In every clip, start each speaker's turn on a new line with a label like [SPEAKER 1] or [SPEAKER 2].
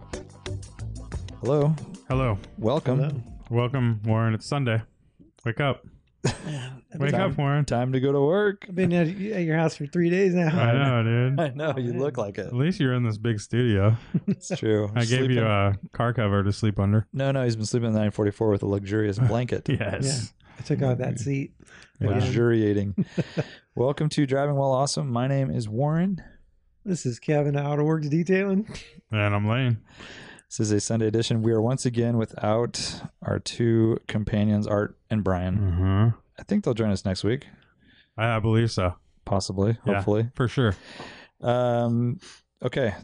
[SPEAKER 1] Hello,
[SPEAKER 2] Hello.
[SPEAKER 1] welcome.
[SPEAKER 2] Welcome, Warren. It's Sunday. Wake up. Wake
[SPEAKER 1] Time-
[SPEAKER 2] up, Warren.
[SPEAKER 1] Time to go to work.
[SPEAKER 3] I've been at, at your house for three days
[SPEAKER 4] Uh,
[SPEAKER 3] now.
[SPEAKER 2] I know, dude.
[SPEAKER 1] I know you look like it.
[SPEAKER 2] At least you're in this big studio.
[SPEAKER 1] It's true.
[SPEAKER 2] I gave
[SPEAKER 1] Sleeping-
[SPEAKER 2] you a car cover to sleep under.
[SPEAKER 1] No, no, he's been sleeping in the 944 with a luxurious blanket.
[SPEAKER 2] Yes.
[SPEAKER 3] I took out that seat.
[SPEAKER 2] Wow.
[SPEAKER 1] Luxuriating. Welcome to Driving While Awesome. My name is Warren.
[SPEAKER 3] This is Kevin Out of Works Detailing.
[SPEAKER 2] And I'm Lane.
[SPEAKER 1] This is a Sunday edition. We are once again without our two companions, Art and Brian.
[SPEAKER 2] Uh-huh.
[SPEAKER 1] I think they'll join us next week,
[SPEAKER 2] I, I believe so.
[SPEAKER 1] possibly,
[SPEAKER 2] Yeah.
[SPEAKER 1] hopefully.
[SPEAKER 2] For sure.
[SPEAKER 1] Um, okay,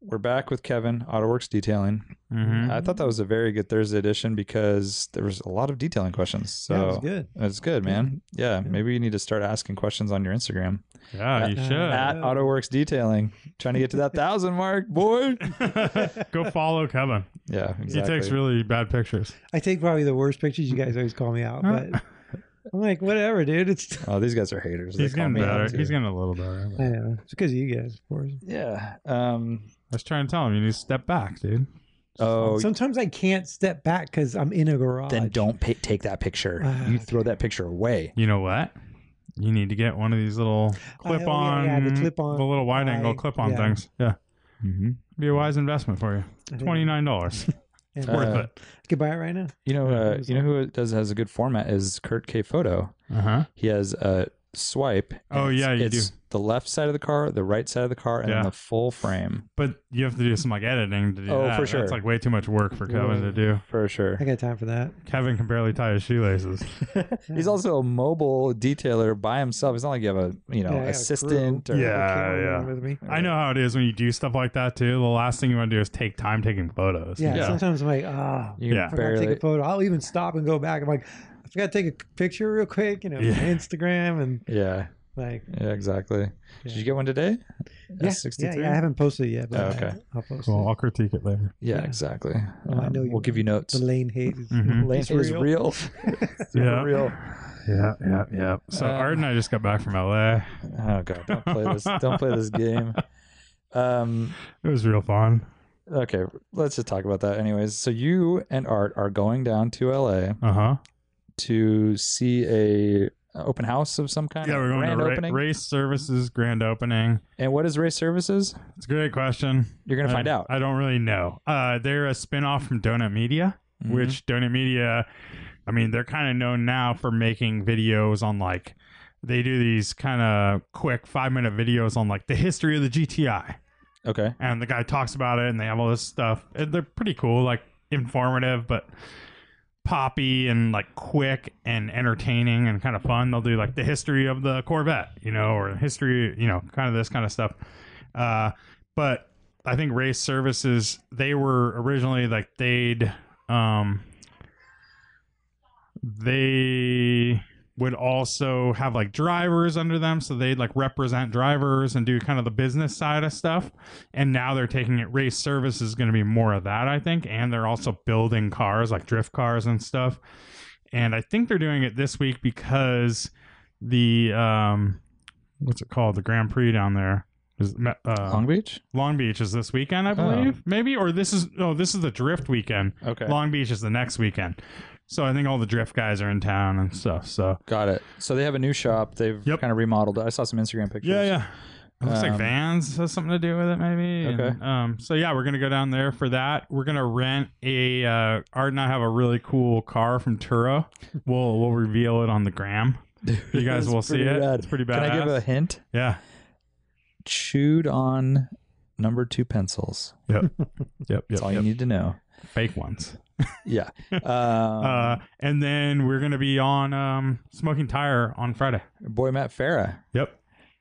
[SPEAKER 1] we're back with Kevin, AutoWorks Detailing.
[SPEAKER 2] Mm-hmm.
[SPEAKER 1] I thought that was a very good Thursday edition because there was a lot of detailing questions. So
[SPEAKER 3] that was good.
[SPEAKER 1] it's good, man. Yeah, maybe you need to start asking questions on your Instagram
[SPEAKER 2] Yeah, you
[SPEAKER 3] Uh,
[SPEAKER 2] should.
[SPEAKER 1] at AutoWorks Detailing. Trying to get to that thousand mark, boy.
[SPEAKER 2] Go follow Kevin.
[SPEAKER 1] Yeah, exactly.
[SPEAKER 2] He takes really bad pictures.
[SPEAKER 3] I take probably the worst pictures. You guys always call me out, but
[SPEAKER 4] Uh.
[SPEAKER 3] I'm like, whatever, dude. It's
[SPEAKER 1] Oh, these guys are haters. They
[SPEAKER 2] He's
[SPEAKER 1] call
[SPEAKER 2] getting
[SPEAKER 1] me out,
[SPEAKER 2] better.
[SPEAKER 1] too.
[SPEAKER 2] He's getting a little better.
[SPEAKER 3] I
[SPEAKER 2] I
[SPEAKER 3] know. It's because of you guys, of course.
[SPEAKER 1] yeah. Um,
[SPEAKER 2] was trying to tell him you need to step back, dude.
[SPEAKER 1] oh,
[SPEAKER 3] Sometimes I can't step back because I'm in a garage.
[SPEAKER 1] then don't pay, take that picture.
[SPEAKER 3] Ah,
[SPEAKER 1] you throw that picture away.
[SPEAKER 2] You know what? You need to get one of these
[SPEAKER 3] Oh,
[SPEAKER 2] little
[SPEAKER 3] yeah,
[SPEAKER 2] clip on,
[SPEAKER 3] yeah, the clip-on
[SPEAKER 2] little wide angle
[SPEAKER 3] eye,
[SPEAKER 2] clip on
[SPEAKER 3] yeah.
[SPEAKER 2] things. Yeah.
[SPEAKER 1] Mm-hmm.
[SPEAKER 2] Be a wise investment for you.
[SPEAKER 3] I think-
[SPEAKER 2] $29.
[SPEAKER 3] Yeah,
[SPEAKER 1] Uh,
[SPEAKER 2] Worth it.
[SPEAKER 3] I could buy it right now.
[SPEAKER 1] You know,
[SPEAKER 2] Yeah,
[SPEAKER 1] uh,
[SPEAKER 2] it was
[SPEAKER 1] you know who it does has a good format is Kurt K. Photo.
[SPEAKER 2] Uh huh.
[SPEAKER 1] He has a swipe. and
[SPEAKER 2] Oh,
[SPEAKER 1] it's-
[SPEAKER 2] yeah, you
[SPEAKER 1] it's The left side of the car, the right side of the car, and
[SPEAKER 2] Yeah.
[SPEAKER 1] then the full frame
[SPEAKER 2] But you have to do some like editing to do
[SPEAKER 1] Oh,
[SPEAKER 2] that.
[SPEAKER 1] for sure.
[SPEAKER 2] That's like way too much work for Kevin to do.
[SPEAKER 1] for
[SPEAKER 3] I
[SPEAKER 1] sure.
[SPEAKER 3] got time for that.
[SPEAKER 2] Kevin can barely tie his shoelaces.
[SPEAKER 1] He's also a mobile detailer by himself. It's not like you have a you know
[SPEAKER 3] Yeah, I got a
[SPEAKER 1] assistant or
[SPEAKER 2] Yeah,
[SPEAKER 3] Camera
[SPEAKER 2] yeah.
[SPEAKER 3] With me.
[SPEAKER 2] I know how it is when you do stuff like that too. The last thing you want to do is take time taking photos.
[SPEAKER 3] Yeah,
[SPEAKER 1] Yeah.
[SPEAKER 3] Sometimes I'm like, ah,
[SPEAKER 1] You can
[SPEAKER 2] Yeah.
[SPEAKER 3] I forgot to
[SPEAKER 1] barely.
[SPEAKER 3] take a photo. I'll even stop and go back. I'm like, I forgot to take a picture real quick, you know,
[SPEAKER 2] Yeah.
[SPEAKER 3] Instagram and
[SPEAKER 1] Yeah,
[SPEAKER 3] like.
[SPEAKER 1] yeah, exactly. Did you get one today?
[SPEAKER 3] Yeah, yeah,
[SPEAKER 1] S63?
[SPEAKER 3] yeah, I haven't posted it yet, but
[SPEAKER 1] Oh, okay.
[SPEAKER 3] I'll post
[SPEAKER 2] Cool. I'll critique it later.
[SPEAKER 1] Yeah,
[SPEAKER 3] Yeah.
[SPEAKER 1] exactly. Um,
[SPEAKER 3] Well, Oh, I know you
[SPEAKER 1] we'll give you
[SPEAKER 3] it.
[SPEAKER 1] notes.
[SPEAKER 3] The lane hate is,
[SPEAKER 2] Mhm.
[SPEAKER 3] is
[SPEAKER 1] It is
[SPEAKER 3] real.
[SPEAKER 1] Mm-hmm. real. Super
[SPEAKER 2] Yeah.
[SPEAKER 1] real.
[SPEAKER 2] Yeah, yeah, yeah. So
[SPEAKER 1] Uh,
[SPEAKER 2] Art and I just got back from LA.
[SPEAKER 1] Oh god, don't play this. don't play this game. Um.
[SPEAKER 2] It was real fun.
[SPEAKER 1] Okay, let's just talk about that, anyways. So you and Art are going down to LA
[SPEAKER 2] Uh huh.
[SPEAKER 1] to see a open house of some kind.
[SPEAKER 2] Yeah,
[SPEAKER 1] a
[SPEAKER 2] we're going
[SPEAKER 1] grand
[SPEAKER 2] to ra-
[SPEAKER 1] opening.
[SPEAKER 2] race services grand opening.
[SPEAKER 1] and what is Race Services?
[SPEAKER 2] It's a great question.
[SPEAKER 1] You're gonna
[SPEAKER 2] I-
[SPEAKER 1] find out.
[SPEAKER 2] I don't really know. Uh, they're a spin-off from Donut Media,
[SPEAKER 1] Mhm.
[SPEAKER 2] which Donut Media, I mean, they're kind of known now for making videos on like they do these kind of quick five-minute videos on like the history of the GTI,
[SPEAKER 1] Mm-hmm. okay,
[SPEAKER 2] and the guy talks about it, and they have all this stuff. And they're pretty cool, like informative, but poppy and like quick and entertaining and kind of fun. They'll do like the history of the Corvette, you know, or history, you know, kind of this kind of stuff. Uh, but I think race services, they were originally like they'd, um, they would also have like drivers under them. So they'd like represent drivers and do kind of the business side of stuff. And now they're taking it race service is going to be more of that, I think. And they're also building cars like drift cars and stuff. And I think they're doing it this week because the, um, what's it called? The Grand Prix down there is, uh,
[SPEAKER 1] Long Beach.
[SPEAKER 2] Long Beach is this weekend, I
[SPEAKER 1] Oh.
[SPEAKER 2] believe, maybe, or this is no, this is the drift weekend.
[SPEAKER 1] Okay,
[SPEAKER 2] Long Beach is the next weekend, so I think all the drift guys are in town and stuff. So
[SPEAKER 1] got it. So they have a new shop. They've
[SPEAKER 2] Yep.
[SPEAKER 1] kind of remodeled. it. I saw some Instagram pictures.
[SPEAKER 2] yeah, yeah, it looks
[SPEAKER 1] Um,
[SPEAKER 2] like Vans has something to do with it, maybe.
[SPEAKER 1] Okay.
[SPEAKER 2] And, um, so yeah, we're gonna go down there for that. We're gonna rent a uh, Art and I have a really cool car from Turo. we'll we'll reveal it on the gram. You guys
[SPEAKER 1] It's
[SPEAKER 2] will see
[SPEAKER 1] pretty
[SPEAKER 2] it.
[SPEAKER 1] rad.
[SPEAKER 2] It's pretty
[SPEAKER 1] Can
[SPEAKER 2] badass.
[SPEAKER 1] I give a hint?
[SPEAKER 2] yeah,
[SPEAKER 1] Chewed on number two pencils.
[SPEAKER 2] yep, yep,
[SPEAKER 1] That's
[SPEAKER 2] yep,
[SPEAKER 1] all
[SPEAKER 2] yep.
[SPEAKER 1] you need to know.
[SPEAKER 2] Fake ones.
[SPEAKER 1] Yeah. Um,
[SPEAKER 2] Uh, and then we're gonna be on um, Smoking Tire on Friday.
[SPEAKER 1] boy Matt Farah.
[SPEAKER 2] Yep.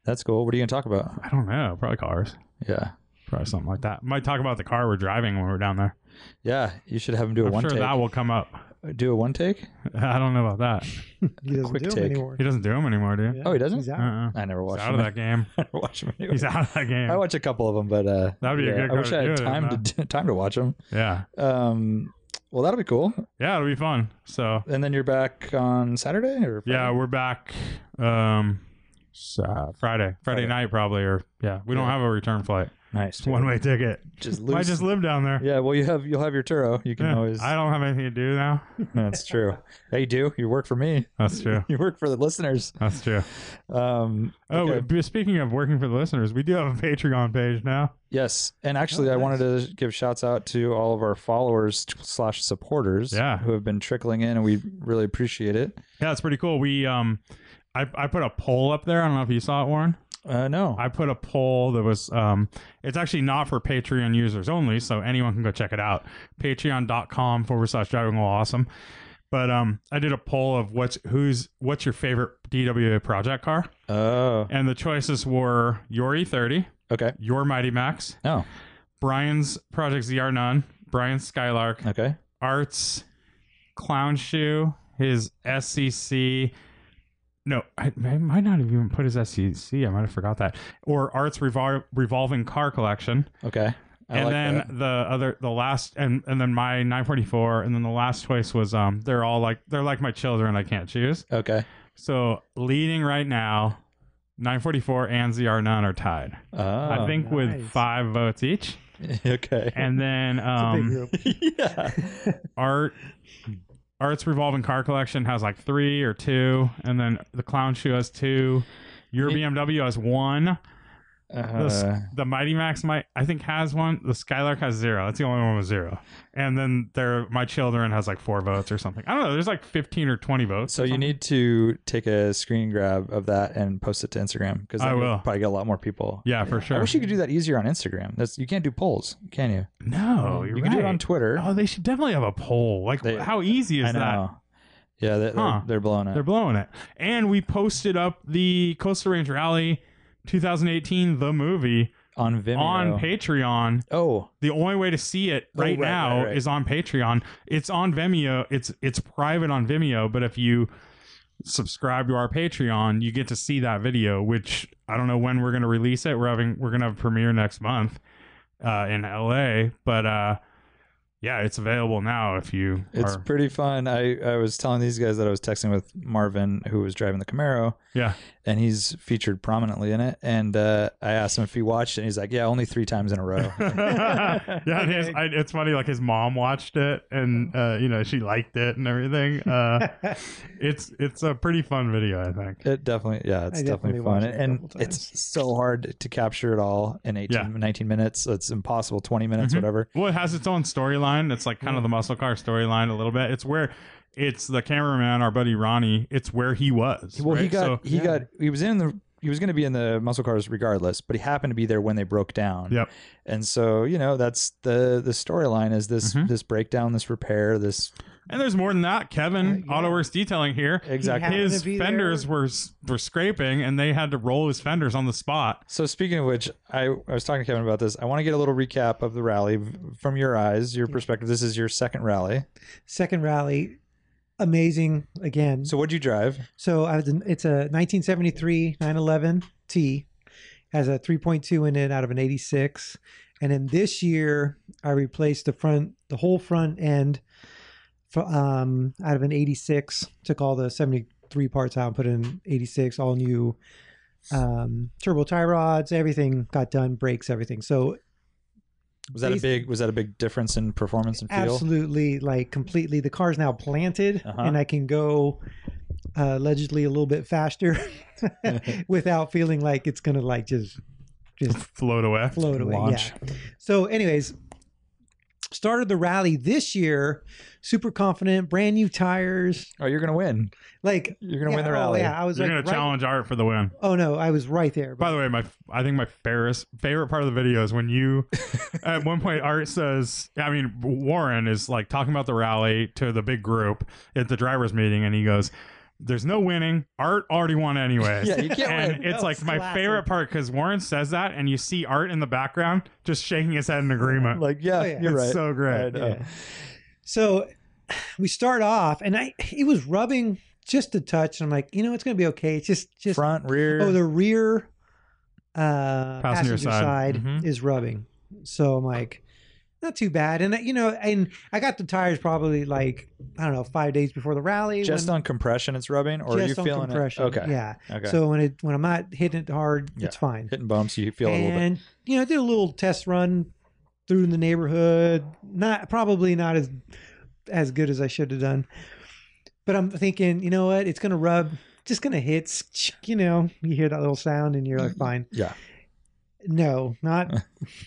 [SPEAKER 1] That's cool. What are you gonna talk about?
[SPEAKER 2] I don't know. Probably cars.
[SPEAKER 1] Yeah.
[SPEAKER 2] Probably something like that. Might talk about the car we're driving when we're down there.
[SPEAKER 1] Yeah, you should have him do a
[SPEAKER 2] I'm
[SPEAKER 1] one
[SPEAKER 2] sure
[SPEAKER 1] take.
[SPEAKER 2] that will come up.
[SPEAKER 1] Do a one take?
[SPEAKER 2] I don't know about that.
[SPEAKER 3] He doesn't
[SPEAKER 1] Quick
[SPEAKER 3] do them
[SPEAKER 1] take.
[SPEAKER 3] anymore.
[SPEAKER 2] He doesn't do them anymore, do you?
[SPEAKER 3] Yeah,
[SPEAKER 1] Oh, he doesn't?
[SPEAKER 3] He's out.
[SPEAKER 2] Uh-uh.
[SPEAKER 1] I never
[SPEAKER 2] He's
[SPEAKER 1] watched
[SPEAKER 2] out
[SPEAKER 1] him.
[SPEAKER 2] of that game.
[SPEAKER 1] I never watched him anymore.
[SPEAKER 2] He's out of that game.
[SPEAKER 1] I watch a couple of them, but uh,
[SPEAKER 2] That'd be a
[SPEAKER 1] yeah,
[SPEAKER 2] good
[SPEAKER 1] I wish
[SPEAKER 2] card
[SPEAKER 1] I
[SPEAKER 2] to
[SPEAKER 1] had
[SPEAKER 2] do it,
[SPEAKER 1] time
[SPEAKER 2] huh?
[SPEAKER 1] to time to watch them.
[SPEAKER 2] yeah.
[SPEAKER 1] Um, well, that'll be cool.
[SPEAKER 2] Yeah, it'll be fun. So,
[SPEAKER 1] And then you're back on Saturday, or Friday?
[SPEAKER 2] yeah, we're back um, s- uh, Friday. Friday.
[SPEAKER 1] Friday.
[SPEAKER 2] night, probably. Or, yeah, we don't
[SPEAKER 1] Yeah.
[SPEAKER 2] have a return flight.
[SPEAKER 1] nice.
[SPEAKER 2] It's one way ticket.
[SPEAKER 1] Just
[SPEAKER 2] I
[SPEAKER 1] loose.
[SPEAKER 2] just live down there.
[SPEAKER 1] Yeah, well, you have you'll have your Turo. You can
[SPEAKER 2] Yeah.
[SPEAKER 1] always.
[SPEAKER 2] I don't have anything to do now.
[SPEAKER 1] That's true. Yeah, you do. You work for me.
[SPEAKER 2] That's true.
[SPEAKER 1] You work for the listeners.
[SPEAKER 2] That's true.
[SPEAKER 1] Um,
[SPEAKER 2] Oh,
[SPEAKER 1] okay.
[SPEAKER 2] but speaking of working for the listeners, we do have a Patreon page now.
[SPEAKER 1] Yes,
[SPEAKER 2] Oh,
[SPEAKER 1] and actually, I wanted to give shouts out to all of our followers slash supporters,
[SPEAKER 2] Yeah.
[SPEAKER 1] who have been trickling in, and we really appreciate it.
[SPEAKER 2] Yeah, it's pretty cool. We um, I I put a poll up there. I don't know if you saw it, Warren.
[SPEAKER 1] Uh, no,
[SPEAKER 2] I put a poll that was um, it's actually not for Patreon users only, so anyone can go check it out. Patreon.com forward slash Driving While Awesome. But um, I did a poll of what's who's what's your favorite DWA project car,
[SPEAKER 1] oh,
[SPEAKER 2] and the choices were your E30,
[SPEAKER 1] okay,
[SPEAKER 2] your Mighty Max,
[SPEAKER 1] no,
[SPEAKER 2] Brian's Project ZR9, Brian's Skylark,
[SPEAKER 1] okay,
[SPEAKER 2] Arts, Clown Shoe, his SCC. No, I, I might not have even put his SCC. I might have forgot that. Or Arts Revol- Revolving Car Collection,
[SPEAKER 1] okay. I
[SPEAKER 2] and
[SPEAKER 1] like
[SPEAKER 2] then
[SPEAKER 1] that.
[SPEAKER 2] the other, the last, and and then my 944, and then the last choice was um, they're all like they're like my children. I can't choose.
[SPEAKER 1] okay,
[SPEAKER 2] So leading right now, 944 and ZR9 are tied.
[SPEAKER 1] oh,
[SPEAKER 2] I think with
[SPEAKER 3] nice.
[SPEAKER 2] five votes each,
[SPEAKER 1] okay,
[SPEAKER 2] and then um,
[SPEAKER 3] Big group.
[SPEAKER 1] yeah,
[SPEAKER 2] art art's revolving car collection has like three or two and then the clown shoe has two your
[SPEAKER 1] It-
[SPEAKER 2] bmw has one the, s-
[SPEAKER 1] uh,
[SPEAKER 2] the mighty max might i think has one the skylark has zero that's the only one with zero and then there my children has like four votes or something i don't know there's like 15 or 20 votes
[SPEAKER 1] so
[SPEAKER 2] or
[SPEAKER 1] you
[SPEAKER 2] something.
[SPEAKER 1] need to take a screen grab of that and post it to Instagram because
[SPEAKER 2] I will.
[SPEAKER 1] probably get a lot more people.
[SPEAKER 2] yeah for sure
[SPEAKER 1] I wish you could do that easier on Instagram. That's you can't do polls, can you?
[SPEAKER 2] no Oh, you're
[SPEAKER 1] you can do it
[SPEAKER 2] right.
[SPEAKER 1] on Twitter.
[SPEAKER 2] oh they should definitely have a poll like
[SPEAKER 1] They-
[SPEAKER 2] how easy is
[SPEAKER 1] I
[SPEAKER 2] that
[SPEAKER 1] know. Yeah, they,
[SPEAKER 2] Huh.
[SPEAKER 1] they're, they're blowing
[SPEAKER 2] They're
[SPEAKER 1] it.
[SPEAKER 2] blowing it. And we posted up the Coastal Range Rally 2018, the movie,
[SPEAKER 1] on Vimeo.
[SPEAKER 2] on Patreon.
[SPEAKER 1] Oh,
[SPEAKER 2] The only way to see it
[SPEAKER 1] Oh, right,
[SPEAKER 2] right, now
[SPEAKER 1] right, right.
[SPEAKER 2] is on Patreon. It's on Vimeo. It's it's private on Vimeo, but if you subscribe to our Patreon, you get to see that video, which I don't know when we're gonna release it. We're having we're gonna have a premiere next month uh in LA. But uh yeah, it's available now if you
[SPEAKER 1] it's
[SPEAKER 2] are
[SPEAKER 1] pretty fun. I, I was telling these guys that I was texting with Marvin, who was driving the Camaro,
[SPEAKER 2] yeah.
[SPEAKER 1] and he's featured prominently in it. And uh, I asked him if he watched it, and he's like, "Yeah, only three times in a row."
[SPEAKER 2] yeah, and his, I, it's funny. Like his mom watched it, and uh, you know she liked it and everything. Uh, it's it's a pretty fun video, I think.
[SPEAKER 1] It definitely, yeah, it's
[SPEAKER 3] I
[SPEAKER 1] definitely,
[SPEAKER 3] definitely
[SPEAKER 1] fun,
[SPEAKER 3] watched it a
[SPEAKER 1] and,
[SPEAKER 3] couple
[SPEAKER 1] it's so hard to capture it all in 18,
[SPEAKER 2] Yeah.
[SPEAKER 1] 19 minutes. It's impossible. Twenty minutes,
[SPEAKER 2] Mhm.
[SPEAKER 1] whatever.
[SPEAKER 2] Well, it has its own storyline. It's like kind of the muscle car storyline a little bit. It's where it's the cameraman, our buddy Ronnie. It's where he was.
[SPEAKER 1] Well, he
[SPEAKER 2] right?
[SPEAKER 1] got,
[SPEAKER 2] So-
[SPEAKER 1] he
[SPEAKER 3] yeah.
[SPEAKER 1] got, he was in the, he was going to be in the muscle cars regardless, but he happened to be there when they broke down.
[SPEAKER 2] Yep.
[SPEAKER 1] And so you know that's the the storyline is this
[SPEAKER 2] Mhm.
[SPEAKER 1] this breakdown, this repair, this
[SPEAKER 2] and there's more than that. Kevin,
[SPEAKER 3] Uh, yeah.
[SPEAKER 2] AutoWorks Detailing here.
[SPEAKER 1] exactly.
[SPEAKER 3] happened
[SPEAKER 2] His
[SPEAKER 3] to be
[SPEAKER 2] fenders
[SPEAKER 3] there.
[SPEAKER 2] were were scraping, and they had to roll his fenders on the spot.
[SPEAKER 1] So speaking of which, I, I was talking to Kevin about this. I want to get a little recap of the rally v- from your eyes, your perspective. This is your second rally.
[SPEAKER 3] Mm-hmm. Second rally, amazing again.
[SPEAKER 1] So what'd you drive?
[SPEAKER 3] So I was in, it's a 1973 911 T, has a 3.2 in it out of an 86, and then this year I replaced the front, the whole front end, fr- um, out of an 86. Took all the 73 parts out and put in 86, all new um, turbo tie rods, everything got done, brakes, everything. So
[SPEAKER 1] Was that a
[SPEAKER 3] Basi-
[SPEAKER 1] big was that a big difference in performance and feel?
[SPEAKER 3] absolutely like completely the car's now planted
[SPEAKER 1] Uh-huh.
[SPEAKER 3] and i can go uh, allegedly a little bit faster without feeling like it's gonna like just just
[SPEAKER 2] Float away.
[SPEAKER 3] float away
[SPEAKER 1] Launch.
[SPEAKER 3] yeah so anyways started the rally this year super confident brand new tires
[SPEAKER 1] Oh, you're gonna win.
[SPEAKER 3] like
[SPEAKER 1] You're gonna
[SPEAKER 3] yeah,
[SPEAKER 1] win the
[SPEAKER 3] oh,
[SPEAKER 1] rally.
[SPEAKER 3] yeah i was
[SPEAKER 2] You're
[SPEAKER 3] like
[SPEAKER 2] gonna
[SPEAKER 3] right-
[SPEAKER 2] challenge Art for the win.
[SPEAKER 3] oh no i was right there
[SPEAKER 2] By the way, my I think my favorite favorite part of the video is when you at one point Art says, I mean Warren is like talking about the rally to the big group at the drivers meeting, and he goes, There's no winning. Art already won anyways.
[SPEAKER 1] Yeah, you can't
[SPEAKER 2] and
[SPEAKER 1] win.
[SPEAKER 2] it's
[SPEAKER 3] No,
[SPEAKER 2] like
[SPEAKER 3] it's
[SPEAKER 2] my
[SPEAKER 3] classic.
[SPEAKER 2] favorite part because Warren says that, and you see Art in the background just shaking his head in agreement.
[SPEAKER 1] Like, yeah,
[SPEAKER 3] Oh, yeah.
[SPEAKER 1] you're
[SPEAKER 2] it's
[SPEAKER 1] right. uh,
[SPEAKER 2] so
[SPEAKER 1] I
[SPEAKER 2] great.
[SPEAKER 1] know.
[SPEAKER 3] Yeah. So we start off, and I it was rubbing just a touch. And I'm like, you know, it's gonna be okay. It's just just
[SPEAKER 1] Front, rear.
[SPEAKER 3] oh the rear uh, passenger,
[SPEAKER 2] Passenger
[SPEAKER 3] side,
[SPEAKER 2] side. Mhm.
[SPEAKER 3] is rubbing. So I'm like, not too bad. And I- you know, and I got the tires probably like I don't know five days before the rally.
[SPEAKER 1] just
[SPEAKER 3] when-
[SPEAKER 1] on compression, it's rubbing, or are you
[SPEAKER 3] just on
[SPEAKER 1] feeling
[SPEAKER 3] compression.
[SPEAKER 1] it? Okay.
[SPEAKER 3] Yeah.
[SPEAKER 1] Okay.
[SPEAKER 3] So when it when I'm not hitting it hard,
[SPEAKER 1] Yeah.
[SPEAKER 3] it's fine.
[SPEAKER 1] hitting bumps, you feel a little bit.
[SPEAKER 3] and you know, I did a little test run through the neighborhood. Not probably not as as good as I should have done, but I'm thinking, you know what? It's gonna rub, just gonna hit. You know, you hear that little sound, and you're like, fine.
[SPEAKER 1] Mm-hmm. Yeah.
[SPEAKER 3] No, not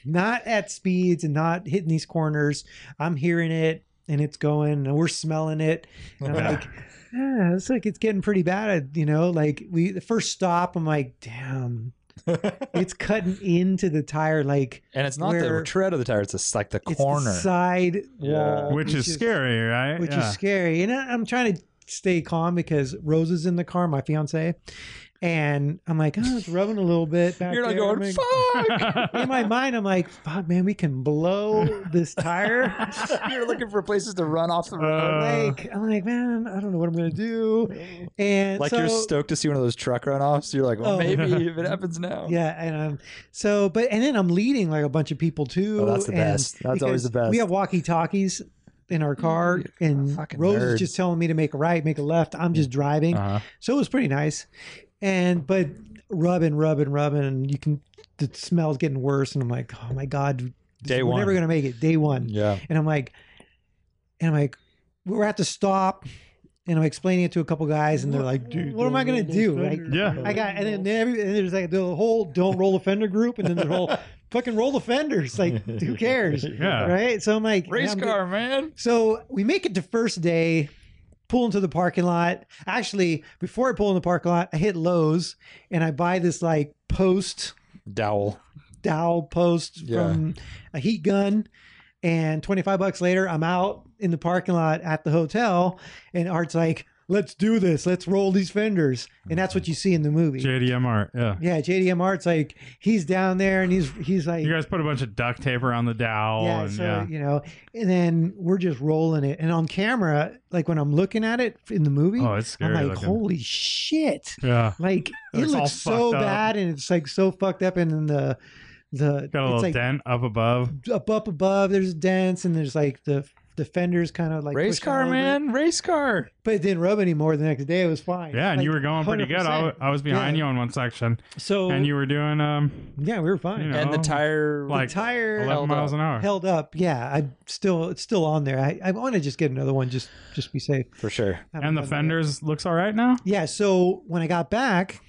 [SPEAKER 3] not at speeds and not hitting these corners. I'm hearing it and it's going and we're smelling it. And I'm
[SPEAKER 2] Yeah.
[SPEAKER 3] like, yeah, it's like it's getting pretty bad. uh, You know, like we the first stop, I'm like, damn, it's cutting into the tire like
[SPEAKER 1] And it's not the
[SPEAKER 3] where-
[SPEAKER 1] tread of the tire; it's just like the
[SPEAKER 3] it's
[SPEAKER 1] corner.
[SPEAKER 3] the side
[SPEAKER 1] Yeah.
[SPEAKER 3] wall,
[SPEAKER 2] Which is scary, right?
[SPEAKER 3] which
[SPEAKER 2] Yeah.
[SPEAKER 3] is scary. And I, I'm trying to stay calm because Rose is in the car, my fiance, and I'm like, oh, it's rubbing a little bit. Back
[SPEAKER 1] You're not
[SPEAKER 3] there. I'm
[SPEAKER 1] going.
[SPEAKER 3] like-
[SPEAKER 1] Fuck!
[SPEAKER 3] in my mind, I'm like, fuck, man, we can blow this tire.
[SPEAKER 1] You're looking for places to run off the road.
[SPEAKER 2] Uh,
[SPEAKER 3] like, I'm like, man, I don't know what I'm gonna do. And
[SPEAKER 1] Uh, like
[SPEAKER 3] so,
[SPEAKER 1] you're stoked to see one of those truck runoffs. You're like, well,
[SPEAKER 3] Oh.
[SPEAKER 1] maybe if it happens now.
[SPEAKER 3] yeah, and I'm so, but and then I'm leading like a bunch of people too.
[SPEAKER 1] Oh, that's the
[SPEAKER 3] and
[SPEAKER 1] best. That's always the
[SPEAKER 3] because
[SPEAKER 1] best.
[SPEAKER 3] We have walkie talkies in our car, and
[SPEAKER 1] fucking
[SPEAKER 3] Rose
[SPEAKER 1] nerd.
[SPEAKER 3] is just telling me to make a right, make a left. I'm just driving,
[SPEAKER 1] Uh-huh.
[SPEAKER 3] so it was pretty nice. And but rubbing, rubbing, rubbing, and you can the smell's getting worse, and I'm like, oh my god,
[SPEAKER 1] Day
[SPEAKER 3] we're
[SPEAKER 1] one. Mm.
[SPEAKER 3] never gonna make it. Day one,
[SPEAKER 1] Yeah.
[SPEAKER 3] And I'm like, and I'm like, we're at the stop. And I'm explaining it to a couple guys, and they're like, "Dude, what am I gonna do?" Like,
[SPEAKER 2] Yeah.
[SPEAKER 3] I got, and then every, and there's like the whole "don't roll the fender" group, and then the whole "fucking roll the fenders." Like, who cares,
[SPEAKER 2] Yeah.
[SPEAKER 3] right? So I'm like,
[SPEAKER 1] Race
[SPEAKER 3] I'm-
[SPEAKER 1] car, man.
[SPEAKER 3] So we make it to first day, pull into the parking lot. Actually, before I pull in the parking lot, I hit Lowe's and I buy this like post
[SPEAKER 1] Dowel.
[SPEAKER 3] dowel post
[SPEAKER 1] Yeah.
[SPEAKER 3] from a heat gun. And 25 bucks later, I'm out in the parking lot at the hotel. And Art's like, let's do this. Let's roll these fenders. And that's what you see in the movie.
[SPEAKER 2] JDMR. Yeah.
[SPEAKER 3] yeah, JDM Art's like, he's down there and he's he's like,
[SPEAKER 2] You guys put a bunch of duct tape around the dowel.
[SPEAKER 3] yeah,
[SPEAKER 2] and,
[SPEAKER 3] so,
[SPEAKER 2] yeah.
[SPEAKER 3] you know, and then we're just rolling it. And on camera, like when I'm looking at it in the movie,
[SPEAKER 2] Oh, it's
[SPEAKER 3] I'm
[SPEAKER 2] scary.
[SPEAKER 3] like,
[SPEAKER 2] looking.
[SPEAKER 3] holy shit.
[SPEAKER 2] yeah.
[SPEAKER 3] Like, it
[SPEAKER 2] It's all
[SPEAKER 3] looks so
[SPEAKER 2] fucked up.
[SPEAKER 3] bad and it's like so fucked up. And then the, the,
[SPEAKER 2] Got a
[SPEAKER 3] it's
[SPEAKER 2] little
[SPEAKER 3] like
[SPEAKER 2] dent up above.
[SPEAKER 3] up, up above, there's dents and there's like the, the fenders kind of like
[SPEAKER 1] Race
[SPEAKER 3] pushing
[SPEAKER 1] car,
[SPEAKER 3] over it.
[SPEAKER 1] man. Race car.
[SPEAKER 3] But it didn't rub anymore the next day. It was fine.
[SPEAKER 2] Yeah, and
[SPEAKER 3] Like,
[SPEAKER 2] you were going pretty good. I, wa-
[SPEAKER 3] 100%.
[SPEAKER 2] I was behind
[SPEAKER 3] Yeah.
[SPEAKER 2] you on one section,
[SPEAKER 3] So,
[SPEAKER 2] and you were doing um
[SPEAKER 3] yeah, we were fine.
[SPEAKER 2] you know,
[SPEAKER 1] And the
[SPEAKER 2] Oh.
[SPEAKER 1] tire.
[SPEAKER 2] Like-
[SPEAKER 3] Tire
[SPEAKER 1] Held
[SPEAKER 2] 11 miles
[SPEAKER 1] up.
[SPEAKER 2] an hour.
[SPEAKER 3] held up. Yeah, I still, it's still on there. I, I want to just get another one, just, just be safe.
[SPEAKER 1] for sure.
[SPEAKER 3] I haven't
[SPEAKER 2] And the
[SPEAKER 3] done that yet.
[SPEAKER 2] fenders looks all right now.
[SPEAKER 3] Yeah. So when I got back,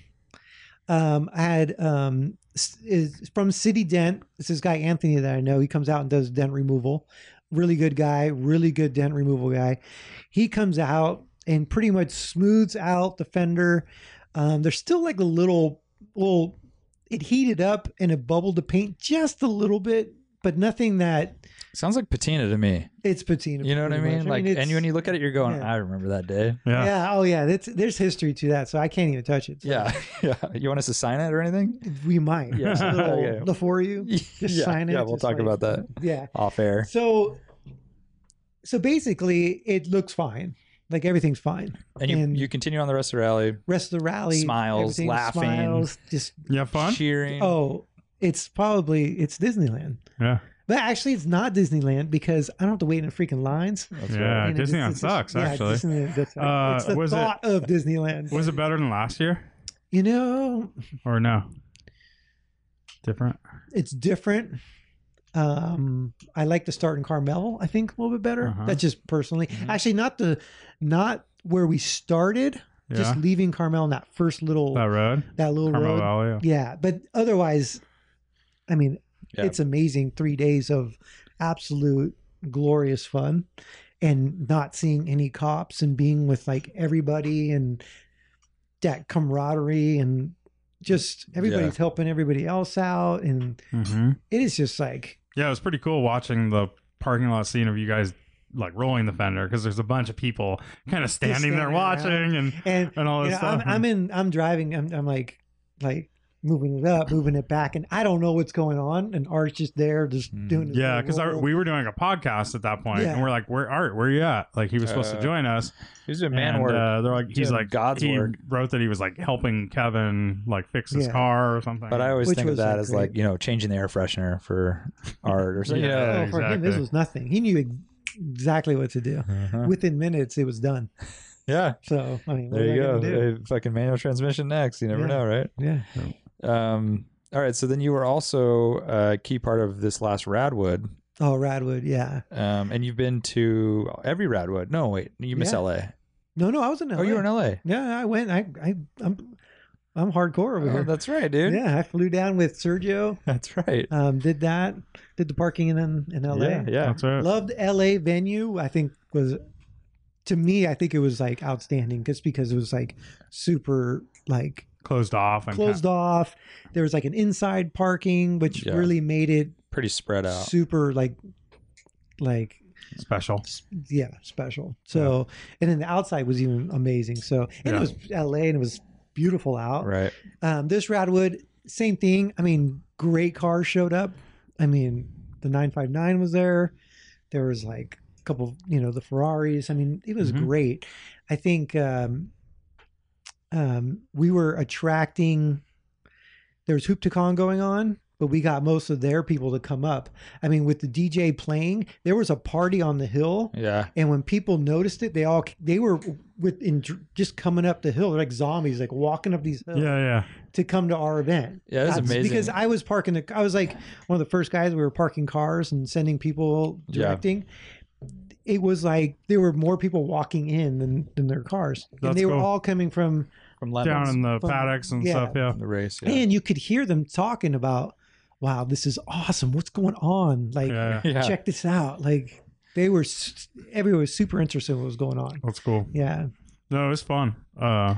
[SPEAKER 3] um, I had um, s- is from City Dent. It's this guy Anthony that I know. He comes out and does dent removal. Really good guy. Really good dent removal guy. He comes out and pretty much smooths out the fender. Um, there's still like a little little. It heated up and it bubbled the paint just a little bit, but nothing that
[SPEAKER 1] Sounds like patina to me.
[SPEAKER 3] it's patina.
[SPEAKER 1] You know what I
[SPEAKER 3] pretty
[SPEAKER 1] mean?
[SPEAKER 3] much.
[SPEAKER 1] Like, and
[SPEAKER 3] it's-
[SPEAKER 1] when you look at it, you're going,
[SPEAKER 3] yeah.
[SPEAKER 1] I remember that day.
[SPEAKER 2] Yeah.
[SPEAKER 3] yeah, oh yeah, that's there's history to that, so I can't even touch it. So.
[SPEAKER 1] Yeah. Yeah. You want us to sign it or anything?
[SPEAKER 3] We might.
[SPEAKER 1] Yeah.
[SPEAKER 3] Just a little,
[SPEAKER 1] Okay.
[SPEAKER 3] The for you. Just
[SPEAKER 1] yeah.
[SPEAKER 3] sign it.
[SPEAKER 1] Yeah. We'll
[SPEAKER 3] just
[SPEAKER 1] talk
[SPEAKER 3] like-
[SPEAKER 1] about that
[SPEAKER 3] Yeah.
[SPEAKER 1] off air.
[SPEAKER 3] So, so basically, it looks fine. Like everything's fine.
[SPEAKER 1] And you,
[SPEAKER 3] And-
[SPEAKER 1] you continue on the rest of the rally,
[SPEAKER 3] Rest of the rally,
[SPEAKER 1] Smiles,
[SPEAKER 3] everything,
[SPEAKER 1] laughing.
[SPEAKER 3] smiles, just
[SPEAKER 2] You have fun.
[SPEAKER 1] cheering.
[SPEAKER 3] oh, it's probably it's Disneyland.
[SPEAKER 2] Yeah.
[SPEAKER 3] But actually, it's not Disneyland because I don't have to wait in freaking lines.
[SPEAKER 1] That's
[SPEAKER 2] Yeah.
[SPEAKER 3] And it just-
[SPEAKER 2] Disneyland
[SPEAKER 3] it's just-
[SPEAKER 2] sucks,
[SPEAKER 3] yeah,
[SPEAKER 2] actually.
[SPEAKER 3] Disneyland does suck.
[SPEAKER 2] Uh,
[SPEAKER 3] it's the
[SPEAKER 2] was it-
[SPEAKER 3] thought of Disneyland.
[SPEAKER 2] Was it better than last year
[SPEAKER 3] you know,
[SPEAKER 2] or no? Different.
[SPEAKER 3] it's different. Um, I like the start in Carmel. I think a little bit better.
[SPEAKER 2] Uh-huh.
[SPEAKER 3] That's just personally. Actually, not the, not where we started.
[SPEAKER 2] Yeah.
[SPEAKER 3] Just leaving Carmel in that first little
[SPEAKER 2] that
[SPEAKER 3] that,
[SPEAKER 2] road.
[SPEAKER 3] little
[SPEAKER 2] Carmel
[SPEAKER 3] road.
[SPEAKER 2] Valley. yeah.
[SPEAKER 3] Yeah, but otherwise, I mean,
[SPEAKER 1] Yeah.
[SPEAKER 3] it's amazing. Three days of absolute glorious fun, and not seeing any cops and being with like everybody and that camaraderie and just everybody's helping everybody else out and
[SPEAKER 2] Mhm.
[SPEAKER 3] it is just like
[SPEAKER 2] Yeah, it was pretty cool watching the parking lot scene of you guys like rolling the fender because there's a bunch of people kind of standing,
[SPEAKER 3] standing
[SPEAKER 2] there
[SPEAKER 3] around.
[SPEAKER 2] watching and
[SPEAKER 3] and
[SPEAKER 2] and all
[SPEAKER 3] you
[SPEAKER 2] this
[SPEAKER 3] know,
[SPEAKER 2] stuff.
[SPEAKER 3] I'm, I'm in I'm driving I'm, I'm like like moving it up moving it back and I don't know what's going on and Art's just there just doing his
[SPEAKER 2] Mm-hmm. yeah,
[SPEAKER 3] little
[SPEAKER 2] because
[SPEAKER 3] roll.
[SPEAKER 2] we were doing a podcast at that point,
[SPEAKER 3] Yeah.
[SPEAKER 2] and we're like, "Where Art? Where you at?" Like he was supposed to
[SPEAKER 1] Uh,
[SPEAKER 2] join us.
[SPEAKER 1] He's doing man
[SPEAKER 2] and,
[SPEAKER 1] work.
[SPEAKER 2] Uh, they're like,
[SPEAKER 1] He's
[SPEAKER 2] he's
[SPEAKER 1] doing
[SPEAKER 2] like,
[SPEAKER 1] God's
[SPEAKER 2] he
[SPEAKER 1] work.
[SPEAKER 2] wrote that he was like helping Kevin like fix his
[SPEAKER 3] Yeah.
[SPEAKER 2] car or something.
[SPEAKER 1] but I always
[SPEAKER 3] Which
[SPEAKER 1] think of
[SPEAKER 3] was,
[SPEAKER 1] that
[SPEAKER 3] like,
[SPEAKER 1] as like
[SPEAKER 3] great.
[SPEAKER 1] you know changing the air freshener for art or something.
[SPEAKER 2] Yeah.
[SPEAKER 3] Oh, for him this
[SPEAKER 2] exactly.
[SPEAKER 3] was nothing he knew ex- exactly what to do
[SPEAKER 1] Yeah. Uh-huh.
[SPEAKER 3] within minutes it was done
[SPEAKER 1] Yeah.
[SPEAKER 3] so I mean what
[SPEAKER 1] There
[SPEAKER 3] am I
[SPEAKER 1] you
[SPEAKER 3] gonna
[SPEAKER 1] go.
[SPEAKER 3] do?
[SPEAKER 1] Hey, fucking manual transmission next. You never
[SPEAKER 3] Yeah.
[SPEAKER 1] know, right?
[SPEAKER 3] yeah
[SPEAKER 1] Um, all right. So then you were also a key part of this last Radwood,
[SPEAKER 3] oh Radwood yeah
[SPEAKER 1] um, and you've been to every Radwood. No, wait, you miss
[SPEAKER 3] Yeah.
[SPEAKER 1] LA.
[SPEAKER 3] no no I was in
[SPEAKER 1] Oh, you were in LA.
[SPEAKER 3] yeah I went I I I'm I'm hardcore over
[SPEAKER 1] Oh,
[SPEAKER 3] here
[SPEAKER 1] that's right, dude.
[SPEAKER 3] yeah I flew down with Sergio
[SPEAKER 1] That's right.
[SPEAKER 3] um did that did the parking in in LA
[SPEAKER 1] Yeah, yeah.
[SPEAKER 2] that's right.
[SPEAKER 3] loved LA venue. I think was to me, I think it was like outstanding just because it was like super like
[SPEAKER 2] Closed off and
[SPEAKER 3] closed off. There was like an inside parking, which
[SPEAKER 1] Yeah.
[SPEAKER 3] really made it
[SPEAKER 1] Pretty spread out.
[SPEAKER 3] super like like
[SPEAKER 2] special.
[SPEAKER 3] s- yeah special. So and then the outside was even amazing. So and
[SPEAKER 2] Yeah.
[SPEAKER 3] it was LA and it was beautiful out.
[SPEAKER 1] Right.
[SPEAKER 3] Um, this Radwood, same thing. I mean, great cars showed up. I mean, the 959 was there. There was like a couple, you know, the Ferraris. I mean, it was
[SPEAKER 2] Mhm.
[SPEAKER 3] great. I think um, um, we were attracting. There was Hoop to Con going on, but we got most of their people to come up. I mean, with the DJ playing, there was a party on the hill.
[SPEAKER 1] Yeah.
[SPEAKER 3] And when people noticed it, they all they were within just coming up the hill, They're like zombies, like walking up these hills
[SPEAKER 2] Yeah, yeah.
[SPEAKER 3] to come to our event.
[SPEAKER 1] Yeah, that's amazing.
[SPEAKER 3] Because I was parking the, I was like one of the first guys. We were parking cars and sending people
[SPEAKER 1] Yeah.
[SPEAKER 3] directing. It was like there were more people walking in than, than their cars, and
[SPEAKER 2] That's
[SPEAKER 3] they were
[SPEAKER 2] cool.
[SPEAKER 3] all coming from.
[SPEAKER 1] From Lemons.
[SPEAKER 2] Down in the
[SPEAKER 3] fun.
[SPEAKER 2] paddocks and
[SPEAKER 3] Yeah.
[SPEAKER 2] stuff. Yeah.
[SPEAKER 1] the race. Yeah.
[SPEAKER 3] And you could hear them talking about, "Wow, this is awesome! What's going on? Like,
[SPEAKER 2] yeah,
[SPEAKER 1] Yeah.
[SPEAKER 3] check this out!" Like they were, s- everyone was super interested in what was going on.
[SPEAKER 2] that's cool.
[SPEAKER 3] Yeah,
[SPEAKER 2] No, it was fun. Uh,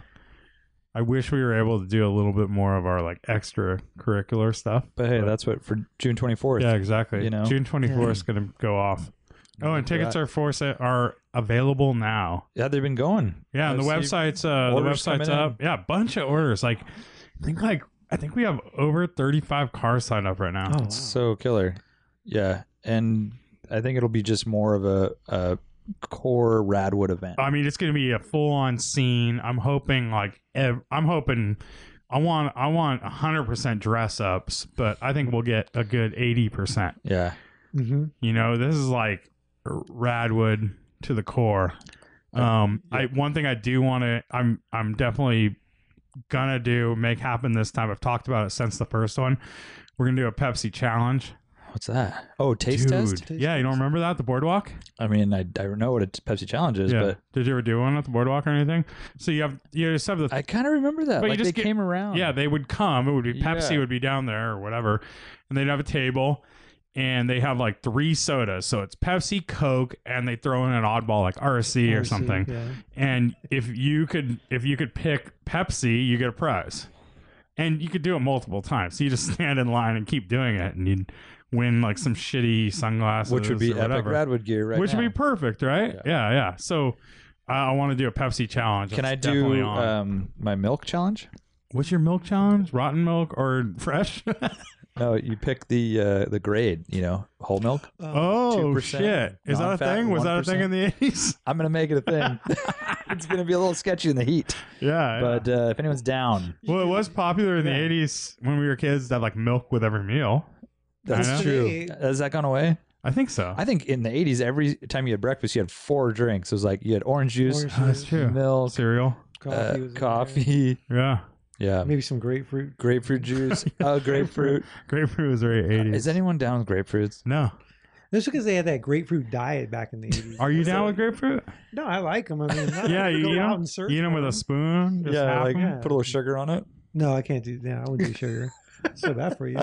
[SPEAKER 2] I wish we were able to do a little bit more of our like extracurricular stuff.
[SPEAKER 1] But hey, that's what for June 24th.
[SPEAKER 2] Yeah, exactly.
[SPEAKER 1] you know?
[SPEAKER 2] June 24th
[SPEAKER 3] Yeah.
[SPEAKER 2] is going to go off. Oh, and
[SPEAKER 1] Do
[SPEAKER 2] tickets
[SPEAKER 1] that.
[SPEAKER 2] are for sa- are available now.
[SPEAKER 1] Yeah, they've been going.
[SPEAKER 2] Yeah, and the
[SPEAKER 1] I see
[SPEAKER 2] website's uh, the
[SPEAKER 1] orders coming
[SPEAKER 2] website's
[SPEAKER 1] in.
[SPEAKER 2] up. Yeah, a bunch of orders. Like, I think like I think we have over 35 cars signed up right now.
[SPEAKER 3] Oh, wow.
[SPEAKER 1] It's so killer. Yeah. And I think it'll be just more of a, a core Radwood event.
[SPEAKER 2] I mean, it's going to be a full on scene. I'm hoping like ev- I'm hoping I want I want 100% dress ups, but I think we'll get a good 80%.
[SPEAKER 1] yeah.
[SPEAKER 3] hmm
[SPEAKER 2] You know, this is like Radwood to the core. Um, I one thing I do want to I'm I'm definitely gonna do make happen this time. I've talked about it since the first one. We're gonna do a Pepsi challenge.
[SPEAKER 1] What's that? Oh, taste test?
[SPEAKER 2] Dude, yeah, you don't remember that the boardwalk?
[SPEAKER 1] I mean, I, I know what a Pepsi challenge is,
[SPEAKER 2] yeah.
[SPEAKER 1] but
[SPEAKER 2] Did you ever do one at the boardwalk or anything? So you have you just have the
[SPEAKER 1] I kind of remember that.
[SPEAKER 2] But you
[SPEAKER 1] like
[SPEAKER 2] just
[SPEAKER 1] they
[SPEAKER 2] get-
[SPEAKER 1] came around.
[SPEAKER 2] Yeah, they would come. It would be Pepsi
[SPEAKER 1] Yeah.
[SPEAKER 2] would be down there or whatever, and they'd have a table, and they have like three sodas. So it's Pepsi, Coke, and they throw in an oddball like RC, or something.
[SPEAKER 3] Yeah.
[SPEAKER 2] And if you could, if you could pick Pepsi, you get a prize, and you could do it multiple times. So you just stand in line and keep doing it, and you'd win like some shitty sunglasses,
[SPEAKER 1] which would be
[SPEAKER 2] or
[SPEAKER 1] epic
[SPEAKER 2] whatever.
[SPEAKER 1] Radwood gear right
[SPEAKER 2] which
[SPEAKER 1] now.
[SPEAKER 2] would be perfect, right?
[SPEAKER 1] Yeah.
[SPEAKER 2] Yeah, yeah. So. I I want to do a Pepsi challenge.
[SPEAKER 1] Can I
[SPEAKER 2] That's definitely
[SPEAKER 1] do
[SPEAKER 2] on.
[SPEAKER 1] um, my milk challenge?
[SPEAKER 2] What's your milk challenge? Rotten milk or fresh?
[SPEAKER 1] No, you pick the uh, the grade. You know, whole milk.
[SPEAKER 2] Oh
[SPEAKER 1] 2%,
[SPEAKER 2] shit! Is that a
[SPEAKER 1] non-fat,
[SPEAKER 2] thing? Was that a thing in the eighties?
[SPEAKER 1] I'm gonna make it a thing. it's gonna be a little sketchy in the heat,
[SPEAKER 2] yeah, yeah.
[SPEAKER 1] but uh, if anyone's down,
[SPEAKER 2] well, it was popular in the eighties when we were kids to have like milk with every meal. I
[SPEAKER 1] that's
[SPEAKER 2] know.
[SPEAKER 1] true. Has that gone away?
[SPEAKER 2] I think so.
[SPEAKER 1] I think in the '80s, every time you had breakfast, you had four drinks. It was like you had orange juice,
[SPEAKER 3] Orange
[SPEAKER 2] That's true.
[SPEAKER 1] milk,
[SPEAKER 2] Cereal.
[SPEAKER 1] uh,
[SPEAKER 3] was in there.
[SPEAKER 1] coffee.
[SPEAKER 2] Yeah,
[SPEAKER 1] Yeah,
[SPEAKER 3] maybe some grapefruit.
[SPEAKER 1] grapefruit juice. Oh, grapefruit.
[SPEAKER 2] grapefruit was very eighties.
[SPEAKER 1] Is anyone down with grapefruits?
[SPEAKER 2] No,
[SPEAKER 3] That's because they had that grapefruit diet back in the 80s.
[SPEAKER 2] are you down with grapefruit?
[SPEAKER 3] No, I like them. I mean, not
[SPEAKER 2] Yeah,
[SPEAKER 3] like
[SPEAKER 2] you
[SPEAKER 3] go
[SPEAKER 2] eat 'em?
[SPEAKER 3] out and search
[SPEAKER 2] Eat them with
[SPEAKER 3] for
[SPEAKER 2] a spoon. Just half 'em?
[SPEAKER 1] put a little sugar on it.
[SPEAKER 3] No, I can't do that. I wouldn't do sugar. It's so bad for you.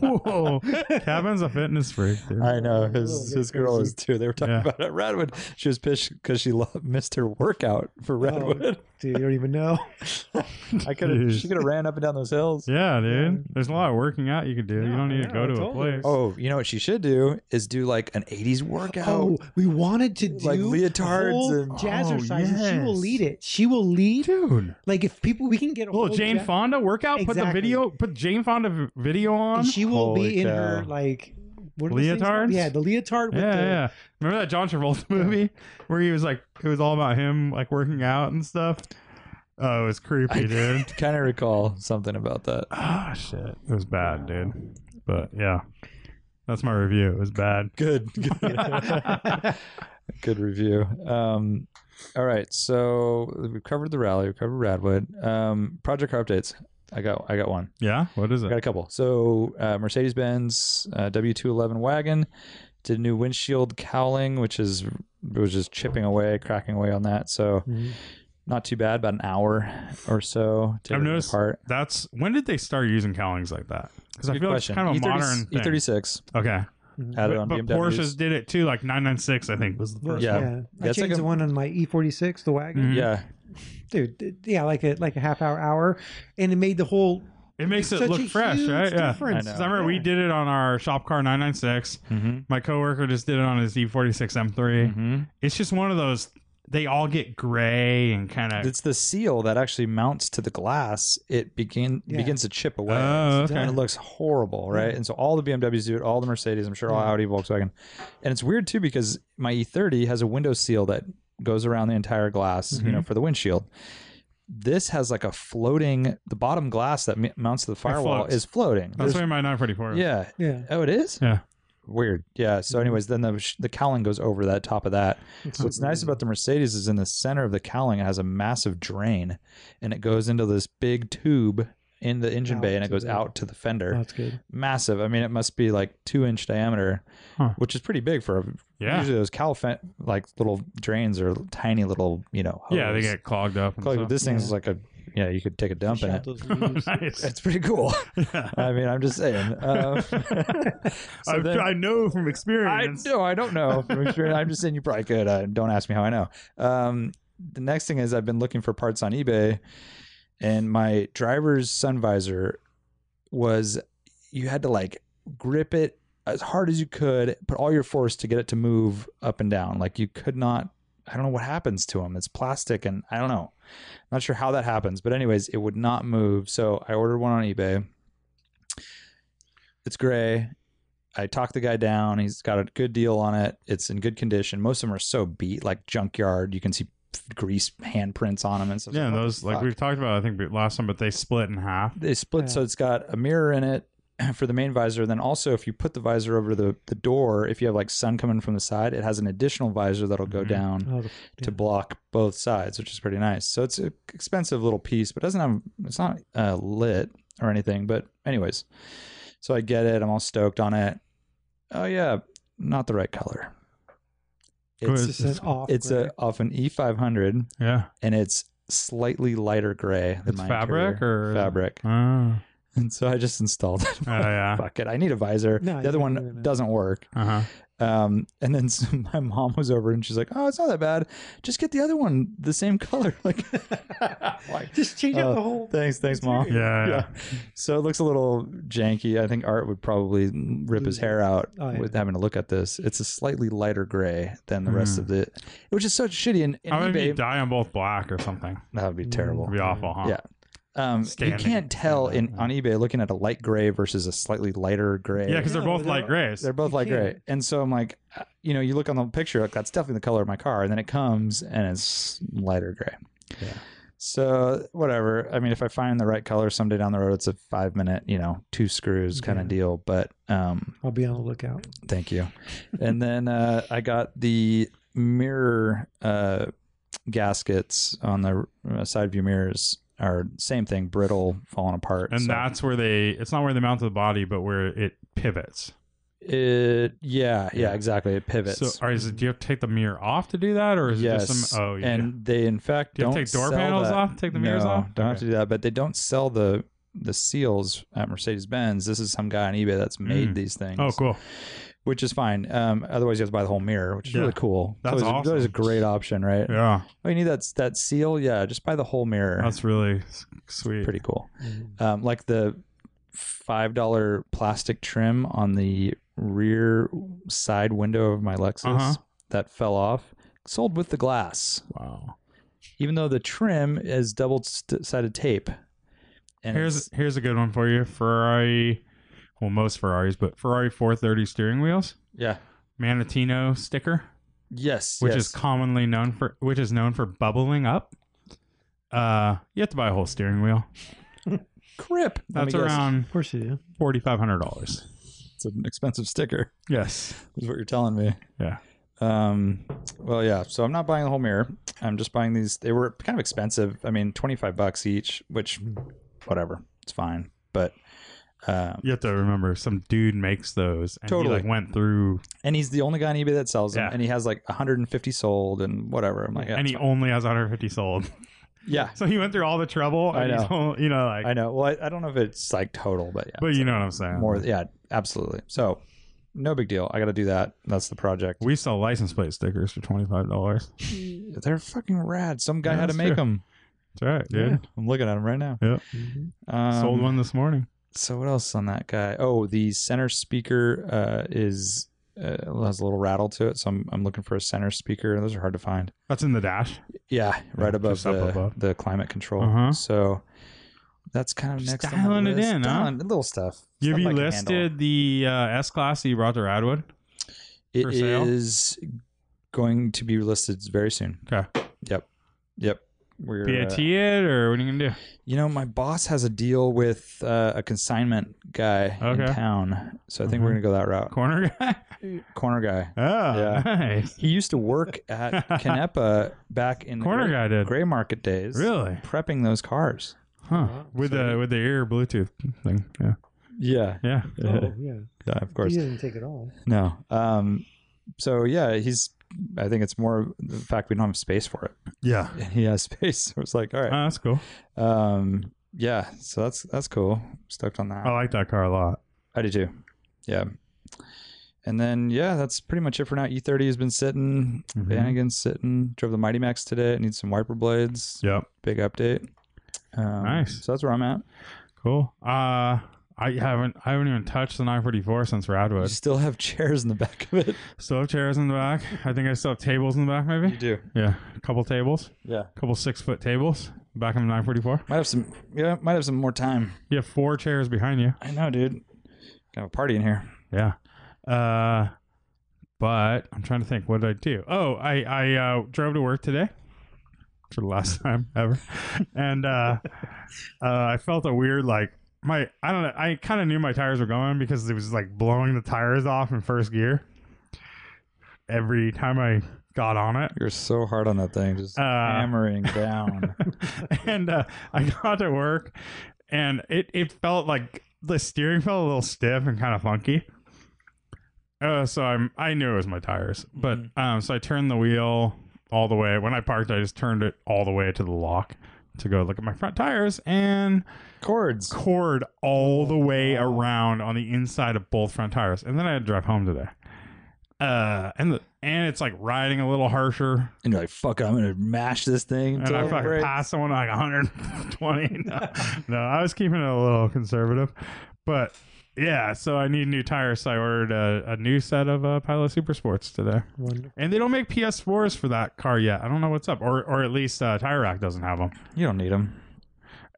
[SPEAKER 2] Whoa, Kevin's a fitness freak, dude.
[SPEAKER 1] I know his his girl is too. They were talking
[SPEAKER 2] Yeah.
[SPEAKER 1] about it. Radwood. She was pissed because she lo- missed her workout for Redwood.
[SPEAKER 3] dude, you don't even know.
[SPEAKER 1] I could have. She could have ran up and down those hills.
[SPEAKER 2] Yeah, dude. There's a lot of working out you can do. you don't need to
[SPEAKER 4] yeah,
[SPEAKER 2] go to
[SPEAKER 4] I
[SPEAKER 2] a
[SPEAKER 4] told
[SPEAKER 2] place.
[SPEAKER 1] Oh, you know what she should do is do like an '80s workout.
[SPEAKER 3] Oh, we wanted to do
[SPEAKER 1] Like leotards
[SPEAKER 3] whole
[SPEAKER 1] and-
[SPEAKER 3] jazzercises.
[SPEAKER 2] Oh,
[SPEAKER 3] She will
[SPEAKER 2] yes.
[SPEAKER 3] lead it. She will lead.
[SPEAKER 2] dude.
[SPEAKER 3] Like if people, we can get a
[SPEAKER 2] Little
[SPEAKER 3] whole
[SPEAKER 2] Jane
[SPEAKER 3] jazz-
[SPEAKER 2] Fonda workout. Put the
[SPEAKER 3] Exactly.
[SPEAKER 2] video. Put Jane Fonda v- video on.
[SPEAKER 3] and she will
[SPEAKER 1] Holy
[SPEAKER 3] be in
[SPEAKER 1] cow.
[SPEAKER 3] her like what are those things called?
[SPEAKER 2] Leotards?
[SPEAKER 3] Yeah, the leotard. With
[SPEAKER 2] yeah,
[SPEAKER 3] the,
[SPEAKER 2] yeah. Remember that John Travolta movie where he was like, it was all about him like working out and stuff. Oh, it was creepy, dude.
[SPEAKER 1] Kind of recall something about that.
[SPEAKER 2] Ah, shit. It was bad, dude. But yeah, that's my review. It was bad.
[SPEAKER 1] Good. Good, Good review. Um, all right, so we've covered the rally. We've covered Radwood. Um, Project Car updates. I got. I got one.
[SPEAKER 2] Yeah, what is
[SPEAKER 1] I got
[SPEAKER 2] it?
[SPEAKER 1] a couple. So uh, Mercedes Benz uh, W211 wagon did a new windshield cowling, which is it was just chipping away, cracking away on that. So
[SPEAKER 3] Mhm.
[SPEAKER 1] not too bad. About an hour or so. To
[SPEAKER 2] I've
[SPEAKER 1] get it
[SPEAKER 2] noticed-
[SPEAKER 1] apart.
[SPEAKER 2] That's when did they start using cowlings like that? Because I
[SPEAKER 1] Good
[SPEAKER 2] feel
[SPEAKER 1] question. E
[SPEAKER 2] like it's kind of a
[SPEAKER 1] E30
[SPEAKER 2] modern thing.
[SPEAKER 1] E36
[SPEAKER 2] Okay,
[SPEAKER 1] had it
[SPEAKER 2] but,
[SPEAKER 1] on
[SPEAKER 2] but
[SPEAKER 1] BMWs.
[SPEAKER 2] Porsches did it too. Like 996, I think was the first.
[SPEAKER 1] Yeah.
[SPEAKER 3] yeah. I
[SPEAKER 1] That's
[SPEAKER 3] changed
[SPEAKER 1] like a-
[SPEAKER 3] the one on my E46, the wagon,
[SPEAKER 2] Mhm.
[SPEAKER 1] Yeah,
[SPEAKER 3] dude. th- Yeah, like a like a half hour, hour, and it made the whole.
[SPEAKER 2] It makes
[SPEAKER 3] It's
[SPEAKER 2] it
[SPEAKER 3] such
[SPEAKER 2] look
[SPEAKER 3] a
[SPEAKER 2] fresh,
[SPEAKER 3] huge
[SPEAKER 2] right? Yeah.
[SPEAKER 3] difference.
[SPEAKER 1] I know.
[SPEAKER 2] 'Cause I remember we
[SPEAKER 3] Yeah.
[SPEAKER 2] did it on our shop car 996.
[SPEAKER 1] Mhm.
[SPEAKER 2] My coworker just did it on his E E46 M3.
[SPEAKER 1] Mhm.
[SPEAKER 2] It's just one of those. They all get gray and kind of.
[SPEAKER 1] it's the seal that actually mounts to the glass. It begin
[SPEAKER 3] Yeah.
[SPEAKER 1] begins to chip away.
[SPEAKER 2] Oh,
[SPEAKER 1] and
[SPEAKER 2] okay.
[SPEAKER 1] it looks horrible, right? And so all the BMWs do it, all the Mercedes, I'm sure all
[SPEAKER 3] Yeah.
[SPEAKER 1] Audi, Volkswagen, and it's weird too because my E30 has a window seal that goes around the entire glass, you
[SPEAKER 3] Mm-hmm.
[SPEAKER 1] know, for the windshield. This has like a floating, the bottom glass that m- mounts to the firewall
[SPEAKER 2] floats.
[SPEAKER 1] is floating.
[SPEAKER 2] That's
[SPEAKER 1] There's-
[SPEAKER 2] why my 944. is.
[SPEAKER 1] yeah.
[SPEAKER 3] Yeah,
[SPEAKER 1] Oh, it is.
[SPEAKER 2] Yeah.
[SPEAKER 1] Weird. Yeah. So, anyways,
[SPEAKER 3] Mm-hmm.
[SPEAKER 1] then the sh- the cowling goes over that top of that. What's nice about the Mercedes is in the center of the cowling it has a massive drain, and it goes into this big tube in the engine
[SPEAKER 3] Out
[SPEAKER 1] bay, and it
[SPEAKER 3] to
[SPEAKER 1] goes
[SPEAKER 3] the-
[SPEAKER 1] out to the fender
[SPEAKER 3] that's good.
[SPEAKER 1] massive. I mean, it must be like two inch diameter,
[SPEAKER 2] Huh.
[SPEAKER 1] which is pretty big for a,
[SPEAKER 2] Yeah.
[SPEAKER 1] usually those cow fen- like little drains or tiny little you know.
[SPEAKER 2] yeah, they
[SPEAKER 1] hose.
[SPEAKER 2] get clogged up. And
[SPEAKER 1] Like,
[SPEAKER 2] stuff.
[SPEAKER 1] this thing's like a yeah, you could take a dump in
[SPEAKER 3] Shot
[SPEAKER 1] it.
[SPEAKER 3] those leaves.
[SPEAKER 1] Mm-hmm.
[SPEAKER 2] nice.
[SPEAKER 1] It's pretty cool. I mean, I'm just saying. Um, so
[SPEAKER 2] I've,
[SPEAKER 1] then-
[SPEAKER 2] I know from
[SPEAKER 1] I
[SPEAKER 2] experience.
[SPEAKER 1] no, I don't know. from experience. I'm just saying you probably could. Uh, don't ask me how I know. Um, the next thing is I've been looking for parts on eBay, and my driver's sun visor was you had to like grip it as hard as you could, put all your force to get it to move up and down. Like you could not. I don't know what happens to them. It's plastic, and I don't know. Not sure how that happens, but anyways, it would not move. So I ordered one on eBay. It's gray. I talked the guy down. He's got a good deal on it. It's in good condition. Most of them are so beat, like junkyard. You can see grease handprints on them and stuff.
[SPEAKER 2] Yeah,
[SPEAKER 1] What
[SPEAKER 2] and
[SPEAKER 1] the
[SPEAKER 2] those like
[SPEAKER 1] fuck?
[SPEAKER 2] we've talked about. I think last time, but they split in half.
[SPEAKER 1] they split
[SPEAKER 3] Yeah.
[SPEAKER 1] so it's got a mirror in it for the main visor and then also if you put the visor over the, the door if you have like sun coming from the side it has an additional visor that'll go
[SPEAKER 2] Mhm.
[SPEAKER 1] down
[SPEAKER 3] Oh, the-
[SPEAKER 1] to
[SPEAKER 3] yeah.
[SPEAKER 1] block both sides which is pretty nice so it's an expensive little piece but doesn't have it's not uh, lit or anything but anyways so i get it i'm all stoked on it oh yeah not the right color
[SPEAKER 2] Good.
[SPEAKER 1] it's
[SPEAKER 3] It's just an off.
[SPEAKER 1] it's a off an e500
[SPEAKER 2] Yeah,
[SPEAKER 1] and it's slightly lighter gray than
[SPEAKER 2] it's
[SPEAKER 1] my
[SPEAKER 2] fabric
[SPEAKER 1] interior.
[SPEAKER 2] or
[SPEAKER 1] fabric
[SPEAKER 2] Oh,
[SPEAKER 1] and so I just installed it.
[SPEAKER 2] Oh, yeah.
[SPEAKER 1] Fuck it. I need a visor.
[SPEAKER 3] No,
[SPEAKER 1] the
[SPEAKER 3] you
[SPEAKER 1] other
[SPEAKER 3] don't
[SPEAKER 1] one
[SPEAKER 3] need it, no.
[SPEAKER 1] doesn't work.
[SPEAKER 2] uh huh.
[SPEAKER 1] Um, and then so my mom was over and she's like, "Oh, it's not that bad. Just get the other one, the same color." Like, like
[SPEAKER 3] Just change
[SPEAKER 1] uh,
[SPEAKER 3] out the whole.
[SPEAKER 1] thanks, thanks, mom.
[SPEAKER 2] Yeah, yeah.
[SPEAKER 1] Yeah. So it looks a little janky. I think Art would probably rip his hair out
[SPEAKER 3] Oh, yeah.
[SPEAKER 1] with having to look at this. It's a slightly lighter gray than the rest
[SPEAKER 2] Mm.
[SPEAKER 1] of the, which is so shitty. And, and
[SPEAKER 2] How about if you
[SPEAKER 1] eBay,
[SPEAKER 2] dye them both black or something?
[SPEAKER 1] that would be
[SPEAKER 3] Mm.
[SPEAKER 1] terrible.
[SPEAKER 2] It'd be awful, huh?
[SPEAKER 1] Yeah. Um, you
[SPEAKER 2] Standing.
[SPEAKER 1] can't tell in
[SPEAKER 2] Yeah.
[SPEAKER 1] on eBay looking at a light gray versus a slightly lighter gray.
[SPEAKER 2] Yeah, because they're
[SPEAKER 3] No,
[SPEAKER 2] both
[SPEAKER 3] they're-
[SPEAKER 2] light grays.
[SPEAKER 1] They're both
[SPEAKER 3] You
[SPEAKER 1] like gray.
[SPEAKER 3] can't.
[SPEAKER 1] And so I'm like, uh, you know, you look on the picture, like that's definitely the color of my car. And then it comes and it's lighter gray.
[SPEAKER 2] Yeah.
[SPEAKER 1] So whatever. I mean, if I find the right color someday down the road, it's a five minute, you know, two screws kind of
[SPEAKER 3] Yeah.
[SPEAKER 1] deal. But um,
[SPEAKER 3] I'll be on the lookout.
[SPEAKER 1] thank you. and then uh, I got the mirror uh, gaskets on the uh, side view mirrors are same thing, brittle, falling apart.
[SPEAKER 2] and
[SPEAKER 1] So
[SPEAKER 2] that's where they. It's not where they mount to the body, but where it pivots.
[SPEAKER 1] it, yeah, yeah,
[SPEAKER 2] Yeah.
[SPEAKER 1] exactly. It pivots.
[SPEAKER 2] So, or is it, do you have to take the mirror off to do that, or is it just some? Oh, yeah.
[SPEAKER 1] And they in fact
[SPEAKER 2] Do you have
[SPEAKER 1] don't
[SPEAKER 2] to take door
[SPEAKER 1] sell
[SPEAKER 2] panels
[SPEAKER 1] that.
[SPEAKER 2] off? Take the mirrors
[SPEAKER 1] no,
[SPEAKER 2] off?
[SPEAKER 1] Don't have to
[SPEAKER 2] Okay.
[SPEAKER 1] do that, but they don't sell the the seals at Mercedes Benz. This is some guy on eBay that's made
[SPEAKER 2] Mm.
[SPEAKER 1] these things.
[SPEAKER 2] oh, cool.
[SPEAKER 1] which is fine. Um, otherwise, you have to buy the whole mirror, which is
[SPEAKER 2] Yeah.
[SPEAKER 1] really cool.
[SPEAKER 2] That's
[SPEAKER 1] always, always a
[SPEAKER 2] awesome.
[SPEAKER 1] great option, right?
[SPEAKER 2] Yeah,
[SPEAKER 1] Oh, you need that that seal? Yeah, just buy the whole mirror.
[SPEAKER 2] that's really s- sweet.
[SPEAKER 1] pretty cool.
[SPEAKER 3] Mm-hmm.
[SPEAKER 1] Um, like the five dollar plastic trim on the rear side window of my Lexus
[SPEAKER 2] Uh-huh.
[SPEAKER 1] that fell off, sold with the glass.
[SPEAKER 2] Wow.
[SPEAKER 1] Even though the trim is double st- sided tape. And
[SPEAKER 2] Here's
[SPEAKER 1] it's-
[SPEAKER 2] here's a good one for you. Ferrari, well, most Ferraris, but Ferrari 430 steering wheels,
[SPEAKER 1] yeah,
[SPEAKER 2] Manatino sticker,
[SPEAKER 1] yes,
[SPEAKER 2] which
[SPEAKER 1] yes.
[SPEAKER 2] is commonly known for which is known for bubbling up. Uh, you have to buy a whole steering wheel.
[SPEAKER 1] crip. Let me
[SPEAKER 2] That's
[SPEAKER 1] guess.
[SPEAKER 2] around
[SPEAKER 3] Of course you do.
[SPEAKER 2] forty five hundred dollars.
[SPEAKER 1] It's an expensive sticker.
[SPEAKER 2] Yes.
[SPEAKER 1] Is what you're telling me.
[SPEAKER 2] Yeah.
[SPEAKER 1] Um. Well, yeah. So I'm not buying the whole mirror. I'm just buying these. They were kind of expensive. I mean, 25 bucks each, which, whatever, it's fine. But, um,
[SPEAKER 2] You have to remember, some dude makes those, and
[SPEAKER 1] Totally.
[SPEAKER 2] he like went through,
[SPEAKER 1] and he's the only guy on eBay that sells them,
[SPEAKER 2] Yeah.
[SPEAKER 1] and he has like 150 sold and whatever. I'm like, yeah,
[SPEAKER 2] and
[SPEAKER 1] it's
[SPEAKER 2] he
[SPEAKER 1] fine.
[SPEAKER 2] only has 150 sold.
[SPEAKER 1] yeah,
[SPEAKER 2] So he went through all the trouble.
[SPEAKER 1] I
[SPEAKER 2] and he's all- you know, like,
[SPEAKER 1] I know. Well, I, I don't know if it's like total, but yeah,
[SPEAKER 2] but
[SPEAKER 1] it's
[SPEAKER 2] you know what I'm saying.
[SPEAKER 1] more. Yeah, absolutely. So, no big deal. I got to do that. That's the project.
[SPEAKER 2] we sell license plate stickers for twenty five dollars.
[SPEAKER 1] They're fucking rad. Some guy
[SPEAKER 2] Yeah,
[SPEAKER 1] had to
[SPEAKER 2] that's
[SPEAKER 1] make
[SPEAKER 2] true.
[SPEAKER 1] them.
[SPEAKER 2] That's right, dude.
[SPEAKER 1] I'm looking at them right now.
[SPEAKER 2] Yep.
[SPEAKER 3] Mm-hmm.
[SPEAKER 1] Um,
[SPEAKER 2] Sold one this morning.
[SPEAKER 1] so what else on that guy? Oh, the center speaker uh, is uh, has a little rattle to it, so I'm I'm looking for a center speaker. Those are hard to find.
[SPEAKER 2] That's in the dash.
[SPEAKER 1] Yeah, right above
[SPEAKER 2] just up
[SPEAKER 1] the,
[SPEAKER 2] above.
[SPEAKER 1] the climate control.
[SPEAKER 2] Uh-huh.
[SPEAKER 1] So that's kind of
[SPEAKER 2] Just
[SPEAKER 1] next. on
[SPEAKER 2] dialing
[SPEAKER 1] the
[SPEAKER 2] it
[SPEAKER 1] list.
[SPEAKER 2] in, huh?
[SPEAKER 1] Dialing- little stuff. Stuff
[SPEAKER 2] Have you
[SPEAKER 1] I can handle.
[SPEAKER 2] listed the uh, S class that you brought to Radwood?
[SPEAKER 1] It
[SPEAKER 2] for sale?
[SPEAKER 1] is going to be listed very soon.
[SPEAKER 2] Okay.
[SPEAKER 1] Yep. Yep. We're uh,
[SPEAKER 2] BAT it, or what are you gonna do?
[SPEAKER 1] You know, my boss has a deal with uh, a consignment guy in
[SPEAKER 2] Okay.
[SPEAKER 1] town, so I think we're gonna
[SPEAKER 2] Mhm.
[SPEAKER 1] go that route.
[SPEAKER 2] Corner guy.
[SPEAKER 1] Corner guy.
[SPEAKER 2] Oh,
[SPEAKER 1] Yeah.
[SPEAKER 2] nice.
[SPEAKER 1] He used to work at Canepa back in the
[SPEAKER 2] Corner
[SPEAKER 1] gray,
[SPEAKER 2] guy did.
[SPEAKER 1] gray market days,
[SPEAKER 2] Really?
[SPEAKER 1] prepping those cars. Uh-huh.
[SPEAKER 2] Huh? With the with the ear Bluetooth thing. Yeah.
[SPEAKER 1] Yeah,
[SPEAKER 2] Yeah.
[SPEAKER 3] Oh, yeah.
[SPEAKER 1] yeah, of
[SPEAKER 3] He
[SPEAKER 1] course.
[SPEAKER 3] didn't take it all.
[SPEAKER 1] No, um, so yeah, he's. I think it's more the fact we don't have space for it,
[SPEAKER 2] Yeah.
[SPEAKER 1] and he has space. So it's like, all right,
[SPEAKER 2] Oh, that's cool.
[SPEAKER 1] um, yeah. So that's that's cool. Stoked on that.
[SPEAKER 2] I like that car a lot.
[SPEAKER 1] I do too. Yeah. And then yeah, that's pretty much it for now. E30 has been sitting.
[SPEAKER 2] Mhm.
[SPEAKER 1] Vanagon's sitting. Drove the Mighty Max today. I need some wiper blades.
[SPEAKER 2] Yep.
[SPEAKER 1] Big update. Um,
[SPEAKER 2] Nice.
[SPEAKER 1] So that's where I'm at.
[SPEAKER 2] Cool. Uh I haven't I haven't even touched the 944 since
[SPEAKER 1] You
[SPEAKER 2] Radwood.
[SPEAKER 1] still have chairs in the back of it.
[SPEAKER 2] Still have chairs in the back. I think I still have tables in the back, maybe.
[SPEAKER 1] do.
[SPEAKER 2] Yeah, a couple tables,
[SPEAKER 1] Mm-hmm. Yeah.
[SPEAKER 2] a couple six foot tables back in the 944.
[SPEAKER 1] Might have some. Yeah. Might have some more time.
[SPEAKER 2] You have four chairs behind you.
[SPEAKER 1] I know, dude. Gonna have a party in here.
[SPEAKER 2] Yeah. Uh, but I'm trying to think. What did I do? Oh, I I uh, drove to work today for the last time ever, and uh, uh, I felt a weird like my I don't know. I kind of knew my tires were going because it was like blowing the tires off in first gear every time I got on it.
[SPEAKER 1] You're so hard on that thing. Just
[SPEAKER 2] Uh,
[SPEAKER 1] hammering down.
[SPEAKER 2] and uh, I got to work, and it it felt like the steering felt a little stiff and kind of funky. Uh, so I'm I knew it was my tires, but um, so I turned the wheel all the way. When I parked, I just turned it all the way to the lock to go look at my front tires and
[SPEAKER 1] Cords.
[SPEAKER 2] cord all the way around on the inside of both front tires. And then I had to drive home today. Uh, and the, and it's like riding a little harsher
[SPEAKER 1] And you're like, fuck it. I'm gonna mash this thing.
[SPEAKER 2] and
[SPEAKER 1] until
[SPEAKER 2] I
[SPEAKER 1] it
[SPEAKER 2] fucking
[SPEAKER 1] breaks.
[SPEAKER 2] passed someone like 120. No, no, I was keeping it a little conservative, but yeah. So I need new tires, so I ordered a, a new set of uh, Pilot Super Sports today,
[SPEAKER 3] Wonderful.
[SPEAKER 2] and they don't make PS4s for that car yet. I don't know what's up, or or at least uh, Tire Rack doesn't have them.
[SPEAKER 1] You don't need them.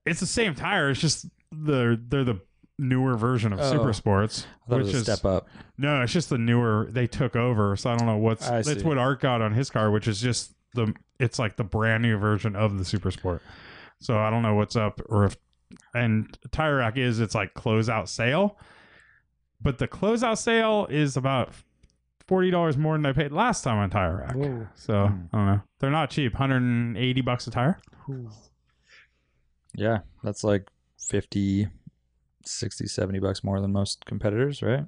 [SPEAKER 2] It's the same tire. It's just they're they're the newer version of
[SPEAKER 1] Oh.
[SPEAKER 2] Super Sports,
[SPEAKER 1] I thought
[SPEAKER 2] which
[SPEAKER 1] it was a
[SPEAKER 2] is
[SPEAKER 1] step up.
[SPEAKER 2] no, it's just the newer they took over. So I don't know what's
[SPEAKER 1] I
[SPEAKER 2] that's
[SPEAKER 1] see.
[SPEAKER 2] what Art got on his car, which is just the it's like the brand new version of the Super Sport. So I don't know what's up or if and Tire Rack is it's like closeout sale, but the closeout sale is about forty dollars more than I paid last time on Tire Rack.
[SPEAKER 3] Whoa.
[SPEAKER 2] So I don't know. They're not cheap. Hundred and eighty bucks a tire.
[SPEAKER 3] Cool.
[SPEAKER 1] Yeah, that's like 50, 60, 70 bucks more than most competitors, right?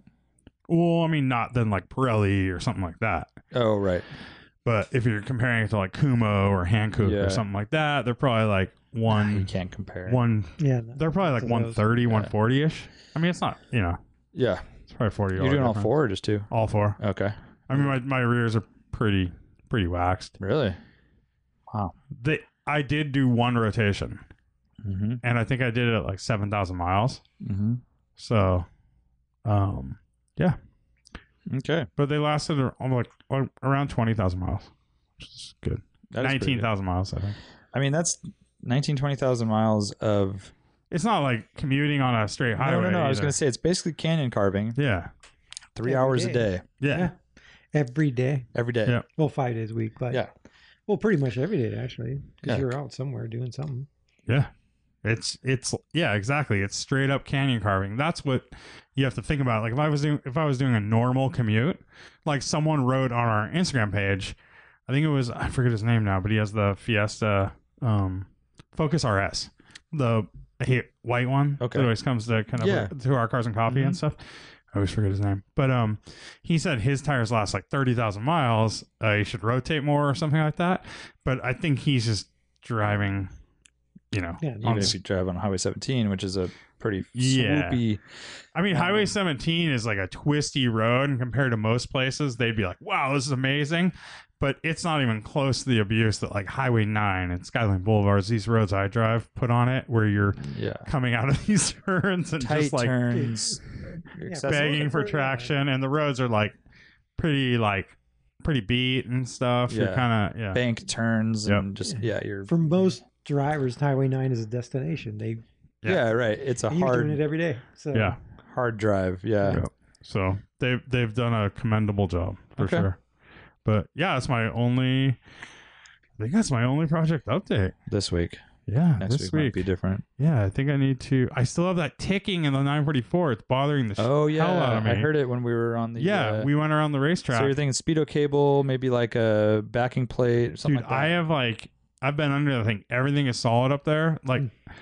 [SPEAKER 2] Well, I mean, not than like Pirelli or something like that.
[SPEAKER 1] Oh, right.
[SPEAKER 2] But if you're comparing it to like Kumo or Hankook
[SPEAKER 1] Yeah.
[SPEAKER 2] or something like that, they're probably like
[SPEAKER 1] You
[SPEAKER 2] one
[SPEAKER 1] can't compare.
[SPEAKER 2] Hmm. one
[SPEAKER 3] Yeah. no.
[SPEAKER 2] they're probably like
[SPEAKER 3] To those.
[SPEAKER 2] 130 140 ish i mean it's not you know
[SPEAKER 1] Yeah.
[SPEAKER 2] It's probably forty.
[SPEAKER 1] You're doing all
[SPEAKER 2] difference.
[SPEAKER 1] four or just two?
[SPEAKER 2] All four.
[SPEAKER 1] Okay.
[SPEAKER 2] I mean, my, my rears are pretty pretty waxed.
[SPEAKER 1] Really?
[SPEAKER 2] They, I did do one rotation,
[SPEAKER 1] Mm-hmm.
[SPEAKER 2] and I think I did it at like seven thousand miles.
[SPEAKER 1] Mm-hmm.
[SPEAKER 2] So, um,
[SPEAKER 1] Okay.
[SPEAKER 2] but they lasted ar- I'm like ar- around twenty thousand miles, which is good.
[SPEAKER 1] That is pretty
[SPEAKER 2] Nineteen
[SPEAKER 1] good.
[SPEAKER 2] thousand miles, I think.
[SPEAKER 1] I mean, that's 19, 20,000 miles of.
[SPEAKER 2] It's not like commuting on a straight
[SPEAKER 1] no,
[SPEAKER 2] highway.
[SPEAKER 1] no, no. I was
[SPEAKER 2] either.
[SPEAKER 1] going to say it's basically canyon carving,
[SPEAKER 2] Yeah.
[SPEAKER 1] three
[SPEAKER 3] Every
[SPEAKER 1] hours a
[SPEAKER 3] day.
[SPEAKER 1] day,
[SPEAKER 2] Yeah.
[SPEAKER 3] Yeah. every day.
[SPEAKER 1] every day.
[SPEAKER 2] Yeah.
[SPEAKER 3] Well, five days a week, but
[SPEAKER 1] Yeah.
[SPEAKER 3] Well, pretty much every day actually, because
[SPEAKER 1] Yeah.
[SPEAKER 3] you're out somewhere doing something.
[SPEAKER 2] Yeah. It's it's yeah, exactly. It's straight up canyon carving. That's what you have to think about. Like if I was doing if I was doing a normal commute, like someone wrote on our Instagram page, I think it was I forget his name now, but he has the Fiesta um Focus RS. The he- white one
[SPEAKER 1] Okay.
[SPEAKER 2] that always comes to kind of
[SPEAKER 1] Yeah. Mm-hmm.
[SPEAKER 2] to our cars and coffee and stuff. I always forget his name. But um he said his tires last like 30,000 miles. Uh, he should rotate more or something like that. But I think he's just driving, you know.
[SPEAKER 3] Yeah.
[SPEAKER 1] Even if you drive on Highway 17, which is a pretty
[SPEAKER 2] Yeah.
[SPEAKER 1] swoopy.
[SPEAKER 2] I mean,
[SPEAKER 1] Um,
[SPEAKER 2] Highway 17 is like a twisty road, and compared to most places, they'd be like, wow, this is amazing. But it's not even close to the abuse that like Highway 9 and Skyline Boulevards, these roads I drive, put on it, where you're
[SPEAKER 1] Yeah.
[SPEAKER 2] coming out of these turns and
[SPEAKER 1] Tight
[SPEAKER 2] just like
[SPEAKER 1] turns. accessible.
[SPEAKER 2] begging for
[SPEAKER 3] Yeah.
[SPEAKER 2] traction. And the roads are like pretty, like, pretty beat and stuff. You're
[SPEAKER 1] Yeah.
[SPEAKER 2] kind of, yeah.
[SPEAKER 1] Bank turns
[SPEAKER 2] Yep.
[SPEAKER 1] and just, yeah, you're.
[SPEAKER 3] For most drivers, Highway Nine is a destination. They
[SPEAKER 2] Yeah.
[SPEAKER 1] Yeah, right. It's a
[SPEAKER 3] and you're doing it
[SPEAKER 1] hard,
[SPEAKER 3] every day. So
[SPEAKER 2] Yeah.
[SPEAKER 1] hard drive. Yeah.
[SPEAKER 2] Yeah. So they've they've done a commendable job for
[SPEAKER 1] Okay.
[SPEAKER 2] sure. But yeah, it's my only. I think that's my only project update.
[SPEAKER 1] This week.
[SPEAKER 2] Yeah,
[SPEAKER 1] Next
[SPEAKER 2] this
[SPEAKER 1] week, might
[SPEAKER 2] week.
[SPEAKER 1] be different.
[SPEAKER 2] yeah, I think I need to. I still have that ticking in the 944. It's bothering the
[SPEAKER 1] Oh,
[SPEAKER 2] sh- hell out
[SPEAKER 1] yeah.
[SPEAKER 2] of me.
[SPEAKER 1] I heard it when we were on the.
[SPEAKER 2] yeah,
[SPEAKER 1] uh,
[SPEAKER 2] we went around the
[SPEAKER 1] So you're
[SPEAKER 2] racetrack.
[SPEAKER 1] thinking speedo cable, maybe like a backing plate, or something
[SPEAKER 2] Dude,
[SPEAKER 1] like that.
[SPEAKER 2] I have like I've been under the thing. Everything is solid up there. Like,
[SPEAKER 1] Hmm.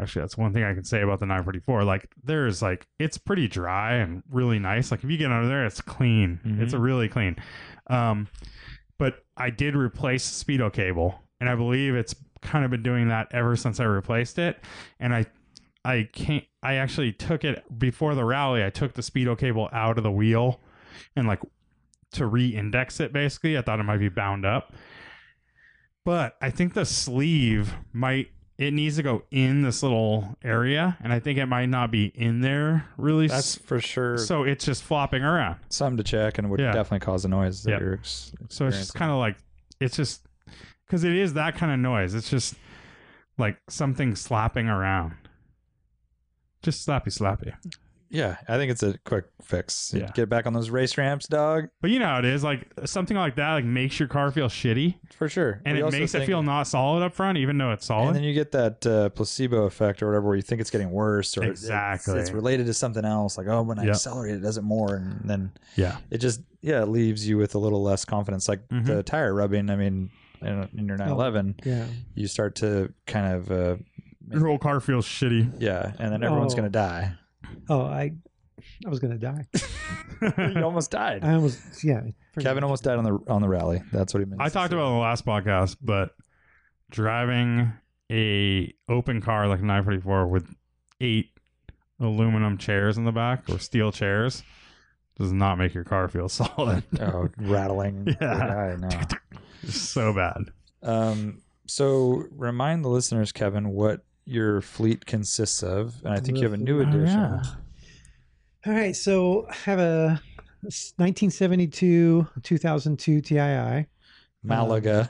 [SPEAKER 2] actually, that's one thing I can say about the 944. Like, there is like it's pretty dry and really nice. Like, if you get under there, it's clean.
[SPEAKER 1] Mhm.
[SPEAKER 2] It's really clean. Um, but I did replace the speedo cable, and I believe it's kind of been doing that ever since I replaced it. And I, I can't. I actually took it before the rally. I took the speedo cable out of the wheel, and like to re-index it. Basically, I thought it might be bound up, but I think the sleeve might. It needs to go in this little area, and I think it might not be in there really.
[SPEAKER 1] That's for sure.
[SPEAKER 2] so it's just flopping around.
[SPEAKER 1] Some to check, and would
[SPEAKER 2] Yeah.
[SPEAKER 1] definitely cause a noise. That
[SPEAKER 2] Yep.
[SPEAKER 1] you're ex-
[SPEAKER 2] So it's just kind of like it's just because it is that kind of noise. It's just like something slapping around, just slappy slappy.
[SPEAKER 1] yeah. I think it's a quick fix.
[SPEAKER 2] Yeah.
[SPEAKER 1] Get back on those race ramps, dog,
[SPEAKER 2] But you know how it is. Like something like that, like makes your car feel shitty,
[SPEAKER 1] for sure.
[SPEAKER 2] and
[SPEAKER 1] We
[SPEAKER 2] it
[SPEAKER 1] also
[SPEAKER 2] makes it
[SPEAKER 1] think-
[SPEAKER 2] feel not solid up front, even though it's
[SPEAKER 1] And
[SPEAKER 2] solid.
[SPEAKER 1] then you get that uh, placebo effect or whatever, where you think it's getting worse, or it's-
[SPEAKER 2] Exactly.
[SPEAKER 1] it's, related to something else. Like, oh, when I
[SPEAKER 2] Yep.
[SPEAKER 1] accelerate, it does it more, and then
[SPEAKER 2] yeah,
[SPEAKER 1] it just yeah it leaves you with a little less confidence. Like
[SPEAKER 2] Mhm.
[SPEAKER 1] the tire rubbing. I mean, in, in your 911,
[SPEAKER 3] yeah.
[SPEAKER 1] you start to kind of uh,
[SPEAKER 2] your whole car feels shitty.
[SPEAKER 1] yeah, and then everyone's
[SPEAKER 3] Oh.
[SPEAKER 1] gonna die.
[SPEAKER 3] Oh, I I was gonna die.
[SPEAKER 1] you almost died.
[SPEAKER 3] I almost yeah. pretty
[SPEAKER 1] Kevin
[SPEAKER 3] much.
[SPEAKER 1] almost died on the on the rally. That's what he meant.
[SPEAKER 2] I
[SPEAKER 1] to
[SPEAKER 2] talked
[SPEAKER 1] say.
[SPEAKER 2] about it on the last podcast, but driving a open car like a 944 with eight aluminum chairs in the back or steel chairs does not make your car feel solid.
[SPEAKER 1] oh rattling.
[SPEAKER 2] Yeah.
[SPEAKER 1] Yeah,
[SPEAKER 2] It's so bad.
[SPEAKER 1] I know. Um, so remind the listeners, Kevin, what your fleet consists of, and I think you have a new
[SPEAKER 2] Oh,
[SPEAKER 1] edition.
[SPEAKER 3] Um,
[SPEAKER 2] yeah.
[SPEAKER 3] All right, so I have a 1972 2002 TII
[SPEAKER 1] Malaga,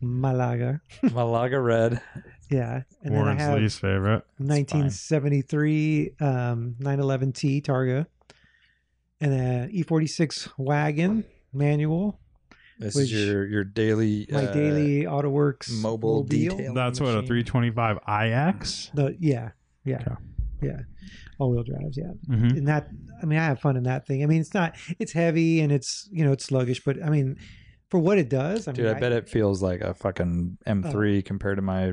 [SPEAKER 3] Malaga.
[SPEAKER 1] Malaga Red.
[SPEAKER 3] Yeah, and
[SPEAKER 2] Warren's
[SPEAKER 3] then I have
[SPEAKER 2] least favorite.
[SPEAKER 3] 1973 um, 911T Targa, and an E46 wagon manual.
[SPEAKER 1] This
[SPEAKER 3] Which-
[SPEAKER 1] is your your daily
[SPEAKER 3] My
[SPEAKER 1] uh,
[SPEAKER 3] daily AutoWorks
[SPEAKER 1] mobile
[SPEAKER 3] mobile.
[SPEAKER 1] detail.
[SPEAKER 2] That's what a
[SPEAKER 1] machine.
[SPEAKER 2] 325 IX.
[SPEAKER 3] The yeah, yeah,
[SPEAKER 2] Okay.
[SPEAKER 3] yeah, all wheel drives. Yeah,
[SPEAKER 2] Mm-hmm.
[SPEAKER 3] and that I mean I have fun in that thing. I mean it's not it's heavy and it's you know it's sluggish, but I mean for what it does, I
[SPEAKER 1] Dude,
[SPEAKER 3] mean
[SPEAKER 1] I bet it feels like a fucking M3 compared to my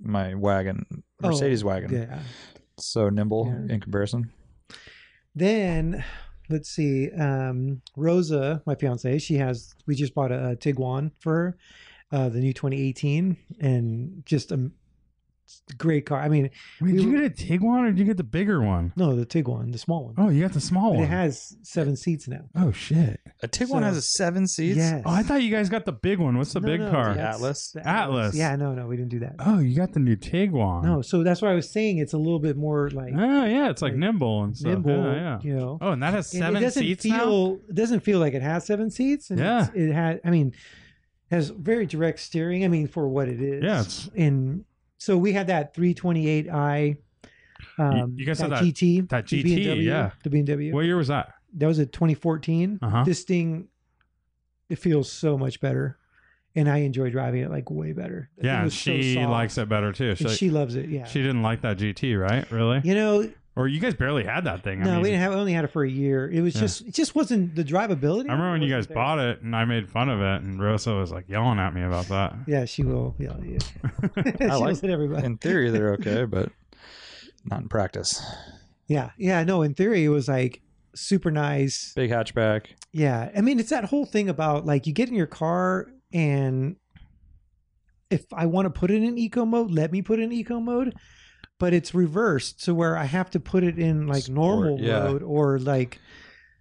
[SPEAKER 1] my wagon,
[SPEAKER 3] Oh,
[SPEAKER 1] Mercedes wagon.
[SPEAKER 3] Yeah.
[SPEAKER 1] So nimble
[SPEAKER 3] Yeah.
[SPEAKER 1] in comparison.
[SPEAKER 3] Then let's see. Um, Rosa, my fiance, she has. We just bought a, a Tiguan for her, uh, the new 2018, and just um, great car. I mean, We
[SPEAKER 2] Wait, did you
[SPEAKER 3] were-
[SPEAKER 2] get a Tiguan or did you get the bigger one?
[SPEAKER 3] no, the Tiguan, the small one.
[SPEAKER 2] Oh, you got the small
[SPEAKER 3] But
[SPEAKER 2] one.
[SPEAKER 3] it has seven seats now.
[SPEAKER 2] oh shit.
[SPEAKER 1] A Tiguan has a seven seats.
[SPEAKER 3] Yes.
[SPEAKER 2] Oh, I thought you guys got the big one. What's the
[SPEAKER 3] No,
[SPEAKER 2] big
[SPEAKER 3] no,
[SPEAKER 2] car?
[SPEAKER 1] the
[SPEAKER 3] that's-
[SPEAKER 1] Atlas?
[SPEAKER 3] the
[SPEAKER 2] Atlas.
[SPEAKER 3] Yeah, no, no, we didn't do that.
[SPEAKER 2] Oh, you got the new Tiguan.
[SPEAKER 3] No, so that's why I was saying it's a little bit more like
[SPEAKER 2] Oh yeah, it's like,
[SPEAKER 3] Like,
[SPEAKER 2] nimble and stuff.
[SPEAKER 3] nimble,
[SPEAKER 2] Yeah, yeah.
[SPEAKER 3] you know.
[SPEAKER 2] Oh, and that has
[SPEAKER 3] And
[SPEAKER 2] seven
[SPEAKER 3] it doesn't
[SPEAKER 2] seats now.
[SPEAKER 3] feel it doesn't feel like it has seven seats. And
[SPEAKER 2] Yeah.
[SPEAKER 3] it's- it had. I mean, has very direct steering. I mean, for what it is.
[SPEAKER 2] Yeah, it's-
[SPEAKER 3] And so we had that 328i. Um,
[SPEAKER 2] you guys had that-
[SPEAKER 3] GT,
[SPEAKER 2] that
[SPEAKER 3] the
[SPEAKER 2] GT,
[SPEAKER 3] BMW,
[SPEAKER 2] yeah.
[SPEAKER 3] the BMW.
[SPEAKER 2] What year was that?
[SPEAKER 3] That was a 2014.
[SPEAKER 2] Uh-huh.
[SPEAKER 3] This thing, it feels so much better, and I enjoy driving it like way better. That thing
[SPEAKER 2] yeah, and
[SPEAKER 3] was so
[SPEAKER 2] she
[SPEAKER 3] soft,
[SPEAKER 2] likes it better too. She,
[SPEAKER 3] and
[SPEAKER 2] like-
[SPEAKER 3] she loves it. Yeah.
[SPEAKER 2] she didn't like that GT, right? Really?
[SPEAKER 3] you know,
[SPEAKER 2] Or you guys barely had that thing.
[SPEAKER 3] no,
[SPEAKER 2] I mean,
[SPEAKER 3] we didn't have only had it for a year. It was
[SPEAKER 2] Yeah.
[SPEAKER 3] just it just wasn't the drivability.
[SPEAKER 2] I remember when you guys
[SPEAKER 3] wasn't there.
[SPEAKER 2] bought it and I made fun of it, and Rosa was like yelling at me about that.
[SPEAKER 3] Yeah, she will. Yeah, yeah. she
[SPEAKER 1] I like
[SPEAKER 3] yells at everybody.
[SPEAKER 1] In theory, they're okay, but not in practice.
[SPEAKER 3] yeah, yeah. No, in theory, it was like super nice.
[SPEAKER 1] Big hatchback.
[SPEAKER 3] Yeah, I mean, it's that whole thing about like you get in your car and if I want to put it in eco mode, let me put it in eco mode. But it's reversed to where I have to put it in like
[SPEAKER 1] Sport,
[SPEAKER 3] normal
[SPEAKER 1] yeah.
[SPEAKER 3] mode or like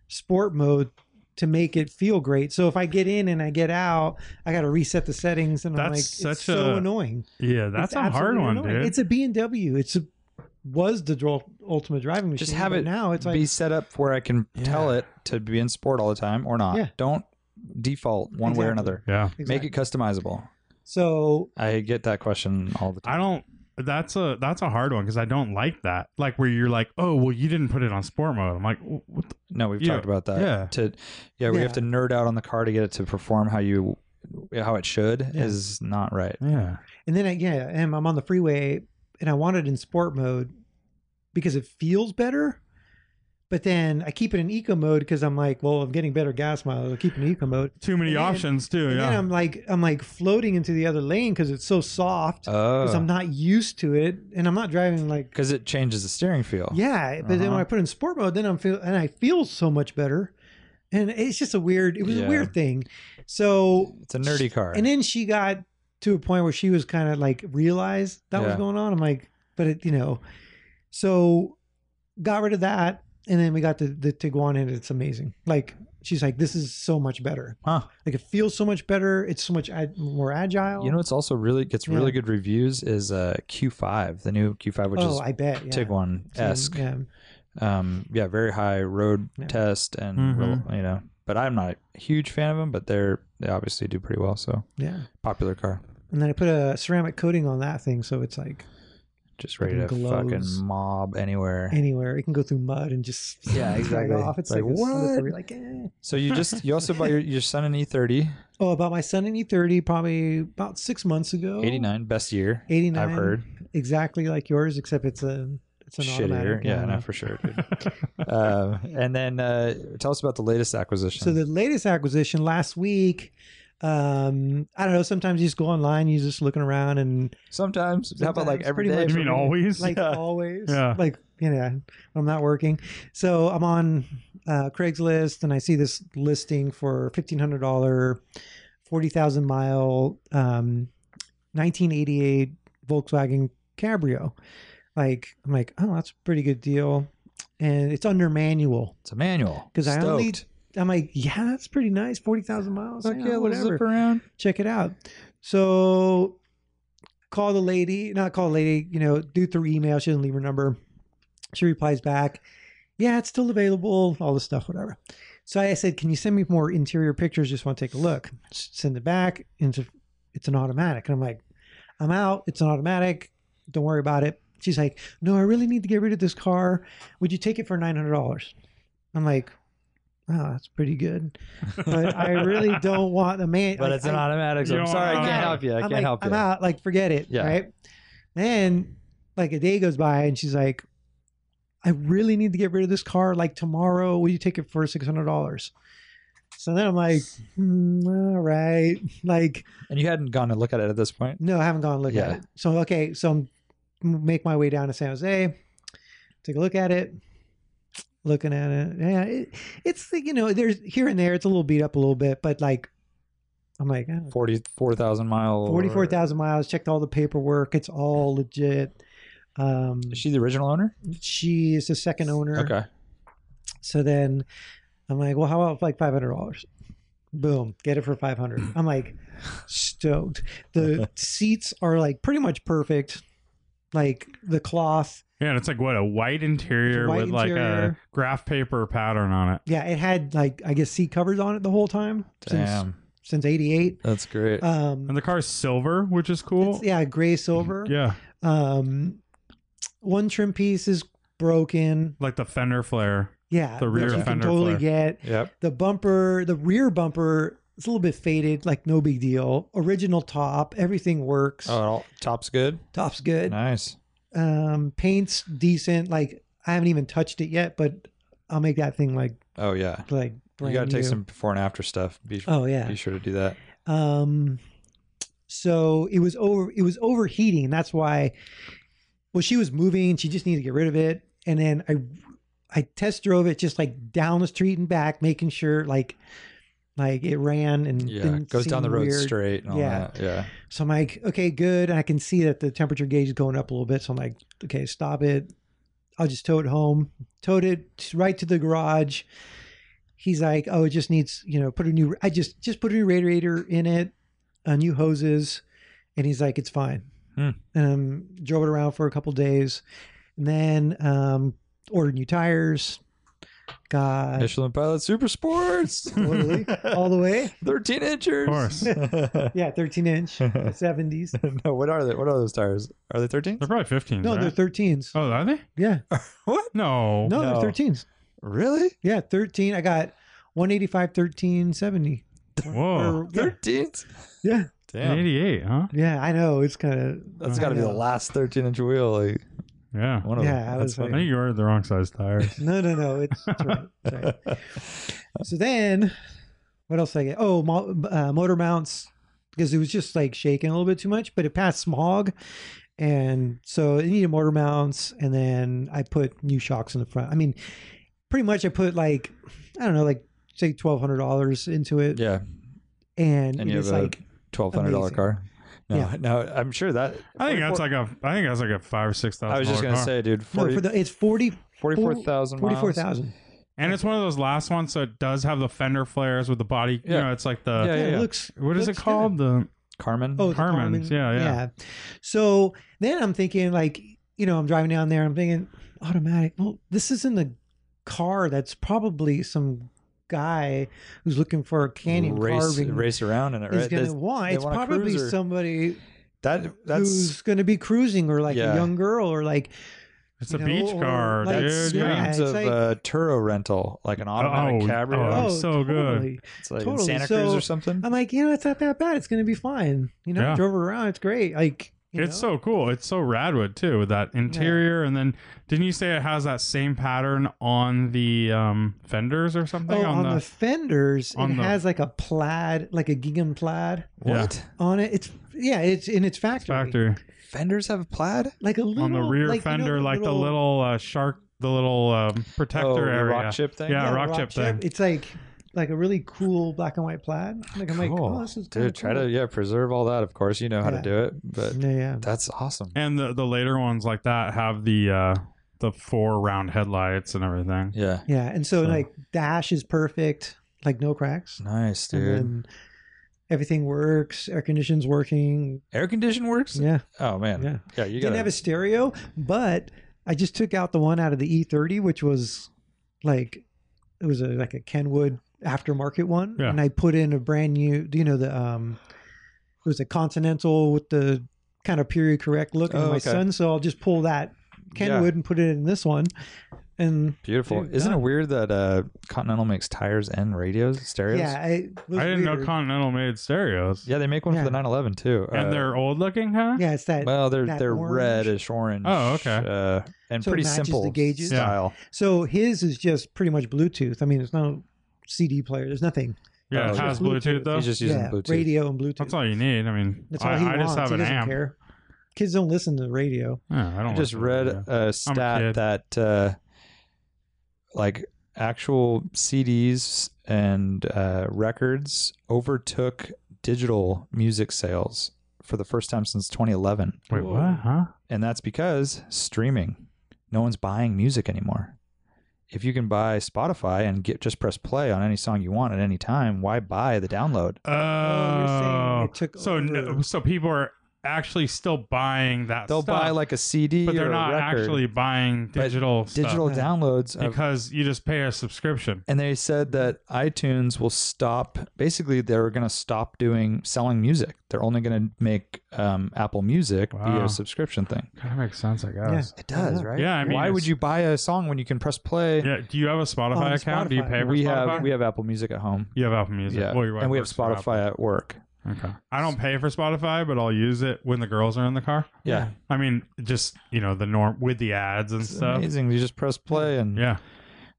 [SPEAKER 3] sport mode to make it feel great. So if I get in and I get out, I got to reset the settings, and I'm
[SPEAKER 2] That's
[SPEAKER 3] like,
[SPEAKER 2] such
[SPEAKER 3] it's so
[SPEAKER 2] a-
[SPEAKER 3] annoying.
[SPEAKER 2] Yeah, that's
[SPEAKER 3] It's
[SPEAKER 2] a hard
[SPEAKER 3] absolutely
[SPEAKER 2] one,
[SPEAKER 3] annoying.
[SPEAKER 2] dude.
[SPEAKER 3] It's a BMW. It's a was the dr- ultimate driving machine.
[SPEAKER 1] Just have
[SPEAKER 3] but
[SPEAKER 1] it
[SPEAKER 3] now. It's like
[SPEAKER 1] be set up where I can tell it to be in sport all the time or not.
[SPEAKER 3] Yeah.
[SPEAKER 1] Don't default one way or
[SPEAKER 3] Exactly.
[SPEAKER 1] another.
[SPEAKER 2] yeah.
[SPEAKER 1] Make it customizable.
[SPEAKER 3] so.
[SPEAKER 1] I get that question all the time.
[SPEAKER 2] I don't. That's a that's a hard one because I don't like that. Like where you're like, oh well, you didn't put it on sport mode. I'm like, "Wh- what the?
[SPEAKER 1] No, we've
[SPEAKER 2] Yeah.
[SPEAKER 1] talked about that.
[SPEAKER 2] Yeah.
[SPEAKER 1] To yeah, we have
[SPEAKER 3] Yeah.
[SPEAKER 1] to nerd out on the car to get it to perform how you how it should
[SPEAKER 3] Yeah.
[SPEAKER 1] is not right.
[SPEAKER 2] yeah.
[SPEAKER 3] And then I, yeah, I'm, I'm on the freeway and I want it in sport mode because it feels better. But then I keep it in eco mode because I'm like, well, I'm getting better gas mileage. I'll keep it in eco mode.
[SPEAKER 2] Too many
[SPEAKER 3] And then-
[SPEAKER 2] options too.
[SPEAKER 3] And
[SPEAKER 2] yeah.
[SPEAKER 3] then I'm like, I'm like floating into the other lane because it's so soft. Because I'm
[SPEAKER 1] Oh,
[SPEAKER 3] not used to it, and I'm not driving like
[SPEAKER 1] because it changes the steering feel.
[SPEAKER 3] yeah. But then
[SPEAKER 1] Uh-huh.
[SPEAKER 3] when I put it in sport mode, then I'm feel and I feel so much better. And it's just a weird. It was
[SPEAKER 1] Yeah.
[SPEAKER 3] a weird thing. So
[SPEAKER 1] it's a nerdy car.
[SPEAKER 3] And then she got to a point where she was kind of like realized that was
[SPEAKER 1] Yeah.
[SPEAKER 3] going on. I'm like, but it, you know, so got rid of that, and then we got the the Tiguan, and it's amazing. Like she's like, this is so much better.
[SPEAKER 1] Huh.
[SPEAKER 3] Like it feels so much better. It's so much ag- more agile.
[SPEAKER 1] you know, it's also really gets really
[SPEAKER 3] Yeah.
[SPEAKER 1] good reviews is uh, Q5, the new Q5, which
[SPEAKER 3] oh,
[SPEAKER 1] is
[SPEAKER 3] I bet. Yeah.
[SPEAKER 1] Tiguan
[SPEAKER 3] So,
[SPEAKER 1] esque.
[SPEAKER 3] Yeah.
[SPEAKER 1] um yeah very high road
[SPEAKER 3] Yeah. Mm-hmm.
[SPEAKER 1] test and
[SPEAKER 2] Mhm.
[SPEAKER 1] real- you know but i'm not a huge fan of them but they're they obviously do pretty well so
[SPEAKER 3] Yeah.
[SPEAKER 1] popular car
[SPEAKER 3] And then I put a ceramic coating on that thing, so it's like
[SPEAKER 1] just ready to
[SPEAKER 3] Fucking glows.
[SPEAKER 1] fucking mob anywhere
[SPEAKER 3] anywhere it can go through mud and just
[SPEAKER 1] Yeah,
[SPEAKER 3] slide
[SPEAKER 1] exactly.
[SPEAKER 3] off. It's
[SPEAKER 1] Like,
[SPEAKER 3] like, a slippery,
[SPEAKER 1] what?
[SPEAKER 3] Like, eh.
[SPEAKER 1] so you just you also bought your, your son an E e30
[SPEAKER 3] oh, about my son in E30, probably about six months ago.
[SPEAKER 1] 89 best year
[SPEAKER 3] 89
[SPEAKER 1] i've heard
[SPEAKER 3] exactly like yours except it's a it's an
[SPEAKER 1] shittier
[SPEAKER 3] automatic
[SPEAKER 1] yeah
[SPEAKER 3] uh,
[SPEAKER 1] no for sure dude. um, and then uh tell us about the latest acquisition
[SPEAKER 3] so the latest acquisition last week um i don't know sometimes you just go online you're just looking around and
[SPEAKER 1] sometimes, how about like
[SPEAKER 3] Sometimes,
[SPEAKER 1] every
[SPEAKER 3] pretty
[SPEAKER 1] day
[SPEAKER 2] you
[SPEAKER 3] much.
[SPEAKER 1] for
[SPEAKER 2] mean
[SPEAKER 1] me?
[SPEAKER 2] always?
[SPEAKER 3] like
[SPEAKER 1] Yeah.
[SPEAKER 3] always
[SPEAKER 2] Yeah.
[SPEAKER 3] like you know when i'm not working so i'm on uh craigslist and i see this listing for $1500 40000 mile um 1988 volkswagen cabrio like i'm like oh that's a pretty good deal and it's under manual
[SPEAKER 1] it's a manual
[SPEAKER 3] 'Cause I only-
[SPEAKER 1] Stoked.
[SPEAKER 3] I'm like, yeah, that's pretty nice. 40,000 miles.
[SPEAKER 1] Fuck
[SPEAKER 3] yeah,
[SPEAKER 1] yeah, little
[SPEAKER 3] whatever.
[SPEAKER 1] zip around
[SPEAKER 3] Check it out. So call the lady, not call the lady, you know, do through email. She doesn't leave her number. She replies back, yeah, it's still available, all this stuff, whatever. So I said, can you send me more interior pictures? Just want to take a look. S- Send it back. And it's, a- it's an automatic. And I'm like, I'm out. It's an automatic. Don't worry about it. She's like, no, I really need to get rid of this car. Would you take it for $900? I'm like, wow, that's pretty good. But I really don't want a man.
[SPEAKER 1] but
[SPEAKER 3] like,
[SPEAKER 1] it's an
[SPEAKER 3] I-
[SPEAKER 1] automatic so
[SPEAKER 2] You
[SPEAKER 1] i'm
[SPEAKER 2] don't
[SPEAKER 1] sorry i
[SPEAKER 2] want
[SPEAKER 1] can't
[SPEAKER 2] to-
[SPEAKER 1] help you i
[SPEAKER 3] I'm
[SPEAKER 1] can't
[SPEAKER 3] like,
[SPEAKER 1] help you
[SPEAKER 3] I'm out. Like, forget it.
[SPEAKER 1] Yeah.
[SPEAKER 3] Right. Then, like, a day goes by and she's like, I really need to get rid of this car. Like, tomorrow, will you take it for $600? So then I'm like, hmm, all right. Like,
[SPEAKER 1] And you hadn't gone to look at it at this point.
[SPEAKER 3] no, I haven't gone and looked
[SPEAKER 1] Yeah.
[SPEAKER 3] at it. So, okay. So I'm m- make my way down to San Jose, take a look at it. Looking at it. Yeah. It, it's, you know, there's here and there, it's a little beat up a little bit, but like, I'm like, oh,
[SPEAKER 1] 44,000 mile.
[SPEAKER 3] 44,000 miles, checked all the paperwork. It's all legit. Um,
[SPEAKER 1] Is she the original owner?
[SPEAKER 3] she is the second owner.
[SPEAKER 1] Okay.
[SPEAKER 3] So then I'm like, well, how about like five hundred dollars? Boom, get it for five hundred. I'm like stoked. The seats are like pretty much perfect. Like the cloth.
[SPEAKER 2] Yeah, and it's like what a white interior
[SPEAKER 3] It's a white
[SPEAKER 2] with like a
[SPEAKER 3] interior.
[SPEAKER 2] graph paper pattern on it.
[SPEAKER 3] Yeah, it had like I guess seat covers on it the whole time since
[SPEAKER 1] Damn.
[SPEAKER 3] since eighty eight.
[SPEAKER 1] That's great.
[SPEAKER 3] Um
[SPEAKER 2] And the car's silver, which is cool.
[SPEAKER 3] it's- yeah, gray silver.
[SPEAKER 2] yeah,
[SPEAKER 3] Um one trim piece is broken.
[SPEAKER 2] like the fender flare.
[SPEAKER 3] Yeah.
[SPEAKER 2] The rear
[SPEAKER 3] which you can
[SPEAKER 2] fender
[SPEAKER 3] totally
[SPEAKER 2] flare.
[SPEAKER 3] get.
[SPEAKER 1] yep.
[SPEAKER 3] the bumper, the rear bumper, it's a little bit faded, like no big deal. Original top, everything works.
[SPEAKER 1] Oh, it all, top's good.
[SPEAKER 3] Top's good.
[SPEAKER 1] Nice.
[SPEAKER 3] Um, paint's decent. Like I haven't even touched it yet, but I'll make that thing like
[SPEAKER 1] Oh yeah.
[SPEAKER 3] like brand
[SPEAKER 1] you got to take
[SPEAKER 3] new.
[SPEAKER 1] some before and after stuff. Be,
[SPEAKER 3] Oh yeah.
[SPEAKER 1] be sure to do that.
[SPEAKER 3] Um, so it was over. It was overheating. and That's why. Well, she was moving. She just needed to get rid of it. And then I, I test drove it just like down the street and back, making sure like, like it ran and
[SPEAKER 1] Yeah.
[SPEAKER 3] didn't
[SPEAKER 1] goes down the
[SPEAKER 3] seem
[SPEAKER 1] road
[SPEAKER 3] weird.
[SPEAKER 1] straight and all
[SPEAKER 3] Yeah.
[SPEAKER 1] that. Yeah.
[SPEAKER 3] So I'm like, okay, good. And I can see that the temperature gauge is going up a little bit. So I'm like, okay, stop it. I'll just tow it home. Towed it right to the garage. He's like, oh, it just needs, you know, put a new. I just just put a new radiator in it, uh, new hoses, and he's like, it's fine.
[SPEAKER 1] Hmm.
[SPEAKER 3] And um, drove it around for a couple days, and then um, ordered new tires. God,
[SPEAKER 1] Michelin Pilot Super Sports.
[SPEAKER 3] Uh, Totally. all the way.
[SPEAKER 1] 13 inchers.
[SPEAKER 2] Of course.
[SPEAKER 3] Yeah, 13 inch, 70s.
[SPEAKER 1] no, what are they? What are those tires? Are they 13?
[SPEAKER 2] They're probably 15s.
[SPEAKER 3] No, they're
[SPEAKER 2] right?
[SPEAKER 3] 13s.
[SPEAKER 2] Oh, are they?
[SPEAKER 3] Yeah,
[SPEAKER 2] No.
[SPEAKER 3] no,
[SPEAKER 1] No.
[SPEAKER 3] they're 13s.
[SPEAKER 1] Really?
[SPEAKER 3] Yeah, 13. I got 185, 13, 70.
[SPEAKER 2] Whoa.
[SPEAKER 3] Or- yeah,
[SPEAKER 1] 13s?
[SPEAKER 3] Yeah.
[SPEAKER 1] Damn.
[SPEAKER 2] 88, huh?
[SPEAKER 3] yeah, I know. It's kind of.
[SPEAKER 1] That's got to be the
[SPEAKER 3] I know.
[SPEAKER 1] last 13 inch wheel. Like
[SPEAKER 2] Yeah.
[SPEAKER 1] one of
[SPEAKER 3] Yeah,
[SPEAKER 1] them.
[SPEAKER 3] I
[SPEAKER 1] That's
[SPEAKER 3] was
[SPEAKER 2] I
[SPEAKER 3] like-
[SPEAKER 1] funny.
[SPEAKER 2] think you ordered the wrong size tires.
[SPEAKER 3] No, no, no. It's, it's right, it's right. So then, what else did I get? Oh, mo- uh, motor mounts, because it was just like shaking a little bit too much, but it passed smog. And so it needed motor mounts. And then I put new shocks in the front. I mean, pretty much I put like, I don't know, like say $1,200 into it.
[SPEAKER 1] Yeah.
[SPEAKER 3] And,
[SPEAKER 1] And
[SPEAKER 3] it
[SPEAKER 1] you
[SPEAKER 3] was
[SPEAKER 1] have a-
[SPEAKER 3] like,
[SPEAKER 1] twelve hundred dollar
[SPEAKER 3] Amazing.
[SPEAKER 1] car. No,
[SPEAKER 3] Yeah.
[SPEAKER 1] no, I'm sure that.
[SPEAKER 2] I think
[SPEAKER 1] 44
[SPEAKER 2] that's like a. I think that's like a five or six thousand.
[SPEAKER 1] I was just
[SPEAKER 2] dollar
[SPEAKER 1] gonna
[SPEAKER 2] car.
[SPEAKER 1] say, dude,
[SPEAKER 3] no,
[SPEAKER 1] 40,
[SPEAKER 3] for the, it's 40,
[SPEAKER 1] 44,000 miles.
[SPEAKER 3] 44,000.
[SPEAKER 2] and it's one of those last ones, so it does have the fender flares with the body. You
[SPEAKER 1] Yeah.
[SPEAKER 2] know, it's like
[SPEAKER 1] Yeah,
[SPEAKER 2] the
[SPEAKER 1] yeah,
[SPEAKER 3] Yeah,
[SPEAKER 1] yeah.
[SPEAKER 3] it looks.
[SPEAKER 2] what is it
[SPEAKER 3] looks
[SPEAKER 2] called? The
[SPEAKER 1] Carmen.
[SPEAKER 3] Oh, the
[SPEAKER 2] Harmons.
[SPEAKER 3] Harmon.
[SPEAKER 2] Yeah, yeah.
[SPEAKER 3] So then I'm thinking, like, you know, I'm driving down there. I'm thinking, automatic. Well, this is in the car. That's probably some guy who's looking for a canyon
[SPEAKER 1] race,
[SPEAKER 3] carving.
[SPEAKER 1] race around in it,
[SPEAKER 3] is
[SPEAKER 1] right?
[SPEAKER 3] gonna
[SPEAKER 1] That's-
[SPEAKER 3] want.
[SPEAKER 1] they
[SPEAKER 3] It's
[SPEAKER 1] want a
[SPEAKER 3] probably
[SPEAKER 1] cruiser.
[SPEAKER 3] somebody
[SPEAKER 1] that
[SPEAKER 3] who's
[SPEAKER 1] that's
[SPEAKER 3] going to be cruising, or like
[SPEAKER 1] Yeah.
[SPEAKER 3] a young girl, or like
[SPEAKER 2] It's
[SPEAKER 3] You
[SPEAKER 2] a
[SPEAKER 3] know,
[SPEAKER 2] beach
[SPEAKER 3] or
[SPEAKER 2] car,
[SPEAKER 3] like
[SPEAKER 2] dude.
[SPEAKER 3] scream.
[SPEAKER 2] Yeah.
[SPEAKER 1] dreams
[SPEAKER 3] it's
[SPEAKER 1] of
[SPEAKER 3] like-
[SPEAKER 1] uh, Turo rental, like an automatic
[SPEAKER 2] Oh,
[SPEAKER 1] cabrio.
[SPEAKER 2] oh,
[SPEAKER 3] oh,
[SPEAKER 2] so good.
[SPEAKER 3] totally.
[SPEAKER 1] it's like in
[SPEAKER 3] totally.
[SPEAKER 1] Santa Cruz
[SPEAKER 3] So, um,
[SPEAKER 1] or something.
[SPEAKER 3] I'm like, you know, it's not that bad. It's going to be fine. You know,
[SPEAKER 2] Yeah.
[SPEAKER 3] drove her around. It's great. Like, you
[SPEAKER 2] It's
[SPEAKER 3] know?
[SPEAKER 2] so cool. It's so radwood too with that interior, and then didn't you say it has that same pattern on the um, fenders or something?
[SPEAKER 3] Oh, on, the, fenders,
[SPEAKER 2] on
[SPEAKER 3] it
[SPEAKER 2] the-
[SPEAKER 3] has like a plaid, like a gingham plaid.
[SPEAKER 2] yeah.
[SPEAKER 1] what?
[SPEAKER 3] on it. It's yeah, it's in its factory.
[SPEAKER 2] factory
[SPEAKER 1] Fenders have plaid?
[SPEAKER 3] Like a little
[SPEAKER 2] on the rear
[SPEAKER 3] like, you know,
[SPEAKER 2] fender, like the little uh, shark, the little um, protector
[SPEAKER 1] oh, the
[SPEAKER 2] area.
[SPEAKER 1] rock chip thing.
[SPEAKER 2] Yeah.
[SPEAKER 3] the
[SPEAKER 2] rock chip thing.
[SPEAKER 3] It's like like a really cool black and white plaid. Like I'm like,
[SPEAKER 1] Cool.
[SPEAKER 3] oh, this is kinda
[SPEAKER 1] dude, try
[SPEAKER 3] cool.
[SPEAKER 1] to yeah preserve all that. Of course, you know how to
[SPEAKER 3] Yeah.
[SPEAKER 1] do it, but
[SPEAKER 3] yeah, yeah.
[SPEAKER 1] that's awesome.
[SPEAKER 2] And the the later ones like that have the uh, the four round headlights and everything.
[SPEAKER 1] Yeah,
[SPEAKER 3] Yeah, and so,
[SPEAKER 2] So-
[SPEAKER 3] like dash is perfect, like no cracks,
[SPEAKER 1] nice,
[SPEAKER 3] and
[SPEAKER 1] dude.
[SPEAKER 3] then everything works. Air condition's working.
[SPEAKER 1] Air condition works.
[SPEAKER 3] Yeah,
[SPEAKER 1] Oh man, yeah,
[SPEAKER 3] yeah.
[SPEAKER 1] you
[SPEAKER 3] Didn't
[SPEAKER 1] gotta
[SPEAKER 3] have a stereo, but I just took out the one out of the E30, which was like it was a like a Kenwood aftermarket one,
[SPEAKER 2] Yeah.
[SPEAKER 3] and I put in a brand new. Do you know the um? It was a Continental with the kind of period correct look of
[SPEAKER 1] Oh,
[SPEAKER 3] my
[SPEAKER 1] okay.
[SPEAKER 3] son, so I'll just pull that Kenwood and put it in this one, and
[SPEAKER 1] Beautiful.
[SPEAKER 3] Dude,
[SPEAKER 1] Isn't it
[SPEAKER 3] done.
[SPEAKER 1] weird that uh, Continental makes tires and radios, stereos?
[SPEAKER 3] yeah, I, it was
[SPEAKER 2] I didn't know
[SPEAKER 3] weird.
[SPEAKER 2] Continental made stereos.
[SPEAKER 1] Yeah, they make one
[SPEAKER 3] Yeah.
[SPEAKER 1] for the 911 too.
[SPEAKER 2] And
[SPEAKER 1] Uh,
[SPEAKER 2] they're old looking, huh?
[SPEAKER 3] yeah, it's that.
[SPEAKER 1] well, they're
[SPEAKER 3] that
[SPEAKER 1] they're
[SPEAKER 3] orange.
[SPEAKER 1] reddish orange.
[SPEAKER 2] Oh, okay.
[SPEAKER 1] Uh, and
[SPEAKER 3] So it
[SPEAKER 1] pretty
[SPEAKER 3] matches
[SPEAKER 1] simple
[SPEAKER 3] the gauges?
[SPEAKER 2] Yeah.
[SPEAKER 1] style.
[SPEAKER 3] so his is just pretty much Bluetooth. I mean, there's no CD player. There's nothing.
[SPEAKER 2] Yeah,
[SPEAKER 1] Oh,
[SPEAKER 2] it
[SPEAKER 1] yeah.
[SPEAKER 2] has Bluetooth, though.
[SPEAKER 1] He's just using
[SPEAKER 3] yeah,
[SPEAKER 1] Bluetooth.
[SPEAKER 3] radio and Bluetooth.
[SPEAKER 2] That's all you need. I mean,
[SPEAKER 3] That's all
[SPEAKER 2] I,
[SPEAKER 3] he
[SPEAKER 2] I
[SPEAKER 3] wants.
[SPEAKER 2] just have
[SPEAKER 3] he
[SPEAKER 2] an
[SPEAKER 3] doesn't
[SPEAKER 2] amp.
[SPEAKER 3] care. Kids don't listen to the radio.
[SPEAKER 2] Yeah, I don't
[SPEAKER 1] I just
[SPEAKER 2] listen to
[SPEAKER 1] read
[SPEAKER 2] radio.
[SPEAKER 1] a
[SPEAKER 2] kid.
[SPEAKER 1] stat that uh, like actual CDs and uh, records overtook digital music sales for the first time since 2011.
[SPEAKER 2] Wait, what? Huh?
[SPEAKER 1] And that's because streaming. No one's buying music anymore. If you can buy Spotify and get just press play on any song you want at any time, why buy the download?
[SPEAKER 2] Oh,
[SPEAKER 3] you're saying it took
[SPEAKER 2] so no,
[SPEAKER 3] over.
[SPEAKER 2] so people are actually still buying that.
[SPEAKER 1] They'll
[SPEAKER 2] stuff,
[SPEAKER 1] buy like a CD
[SPEAKER 2] but
[SPEAKER 1] or
[SPEAKER 2] they're
[SPEAKER 1] a
[SPEAKER 2] not
[SPEAKER 1] record.
[SPEAKER 2] actually buying digital stuff
[SPEAKER 1] digital
[SPEAKER 3] Yeah.
[SPEAKER 1] downloads of
[SPEAKER 2] because you just pay a subscription.
[SPEAKER 1] and they said that iTunes will stop. Basically, they're going to stop doing selling music. They're only going to make um, Apple Music be
[SPEAKER 2] Wow.
[SPEAKER 1] a subscription thing.
[SPEAKER 2] Kind of makes sense, I guess.
[SPEAKER 1] It does, right?
[SPEAKER 2] Yeah, I mean,
[SPEAKER 1] why
[SPEAKER 2] it's-
[SPEAKER 1] would you buy a song when you can press play?
[SPEAKER 2] Yeah. Do you have a Spotify
[SPEAKER 3] On
[SPEAKER 2] account? Do you
[SPEAKER 3] Spotify.
[SPEAKER 2] pay for
[SPEAKER 1] we
[SPEAKER 2] Spotify?
[SPEAKER 1] have we have Apple Music at home.
[SPEAKER 2] you have Apple Music.
[SPEAKER 1] Yeah,
[SPEAKER 2] Well, your wife
[SPEAKER 1] and we have
[SPEAKER 2] works for Apple.
[SPEAKER 1] Spotify at work.
[SPEAKER 2] Okay. I don't pay for Spotify, but I'll use it when the girls are in the car.
[SPEAKER 1] Yeah,
[SPEAKER 2] I mean, just you know the norm with the ads and
[SPEAKER 1] it's
[SPEAKER 2] stuff.
[SPEAKER 1] amazing. You just press play and
[SPEAKER 2] Yeah.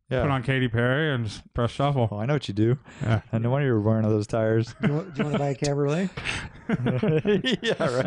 [SPEAKER 1] yeah.
[SPEAKER 2] Put on Katy Perry and just press shuffle.
[SPEAKER 1] Oh, I know what you do.
[SPEAKER 2] Yeah.
[SPEAKER 1] I know why you were wearing all those tires.
[SPEAKER 3] Do you, want, do you want to buy a Cabriolet?
[SPEAKER 1] yeah,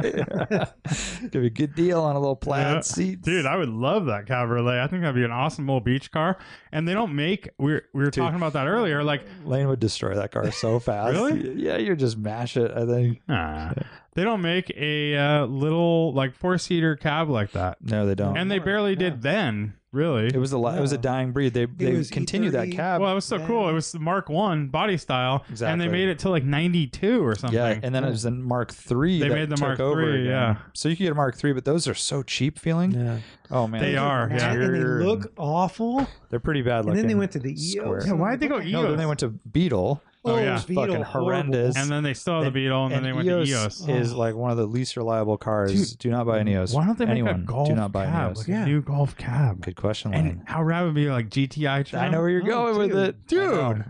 [SPEAKER 1] right. Give you a good deal on a little plaid
[SPEAKER 2] Yeah.
[SPEAKER 1] seat,
[SPEAKER 2] Dude, I would love that cabriolet. I think that'd be an awesome little beach car. And they don't make we were, we were talking about that earlier. Like,
[SPEAKER 1] Lane would destroy that car so fast.
[SPEAKER 2] Really?
[SPEAKER 1] Yeah, you just mash it. I think.
[SPEAKER 2] ah, they don't make a uh, little like four seater cab like that.
[SPEAKER 1] No, they don't.
[SPEAKER 2] And they barely did then, really.
[SPEAKER 1] Oh it was a li- it was a
[SPEAKER 3] No.
[SPEAKER 1] dying breed. They they
[SPEAKER 3] was E
[SPEAKER 1] continued that
[SPEAKER 3] E30.
[SPEAKER 1] cab.
[SPEAKER 2] well, it was so cool. It was the Mark One body style, and
[SPEAKER 1] Exactly.
[SPEAKER 2] they made it to like ninety two or something.
[SPEAKER 1] yeah, and then it was the Mark Three.
[SPEAKER 2] They
[SPEAKER 1] that
[SPEAKER 2] made the
[SPEAKER 1] took
[SPEAKER 2] Mark
[SPEAKER 1] over
[SPEAKER 2] III,
[SPEAKER 1] again.
[SPEAKER 2] yeah.
[SPEAKER 1] So you could get a Mark Three, but those are so cheap feeling.
[SPEAKER 3] Yeah.
[SPEAKER 1] Oh man,
[SPEAKER 2] They
[SPEAKER 1] those
[SPEAKER 2] are,
[SPEAKER 3] And
[SPEAKER 2] yeah.
[SPEAKER 3] they
[SPEAKER 1] weird.
[SPEAKER 3] look awful.
[SPEAKER 1] They're pretty bad
[SPEAKER 3] And
[SPEAKER 1] looking.
[SPEAKER 3] then they went to the E EO.
[SPEAKER 1] square.
[SPEAKER 2] Yeah, why'd they go
[SPEAKER 1] No, then they
[SPEAKER 2] EOS?
[SPEAKER 1] went to Beetle.
[SPEAKER 2] Oh, yeah.
[SPEAKER 1] fucking horrendous.
[SPEAKER 2] and then they still have the
[SPEAKER 1] And-
[SPEAKER 2] Beetle, and, Oh, then they went
[SPEAKER 1] EOS
[SPEAKER 2] to EOS.
[SPEAKER 1] is like one of the least reliable cars. do not buy an EOS.
[SPEAKER 2] Why don't they make
[SPEAKER 1] Anyone,
[SPEAKER 2] a golf
[SPEAKER 1] Do not buy an
[SPEAKER 2] cab?
[SPEAKER 1] EOS.
[SPEAKER 2] Like a new golf cab.
[SPEAKER 1] Good question, Lane.
[SPEAKER 2] And how rad would be like GTI?
[SPEAKER 1] I
[SPEAKER 2] trim?
[SPEAKER 1] know where you're going with
[SPEAKER 3] dude.
[SPEAKER 1] it, I know.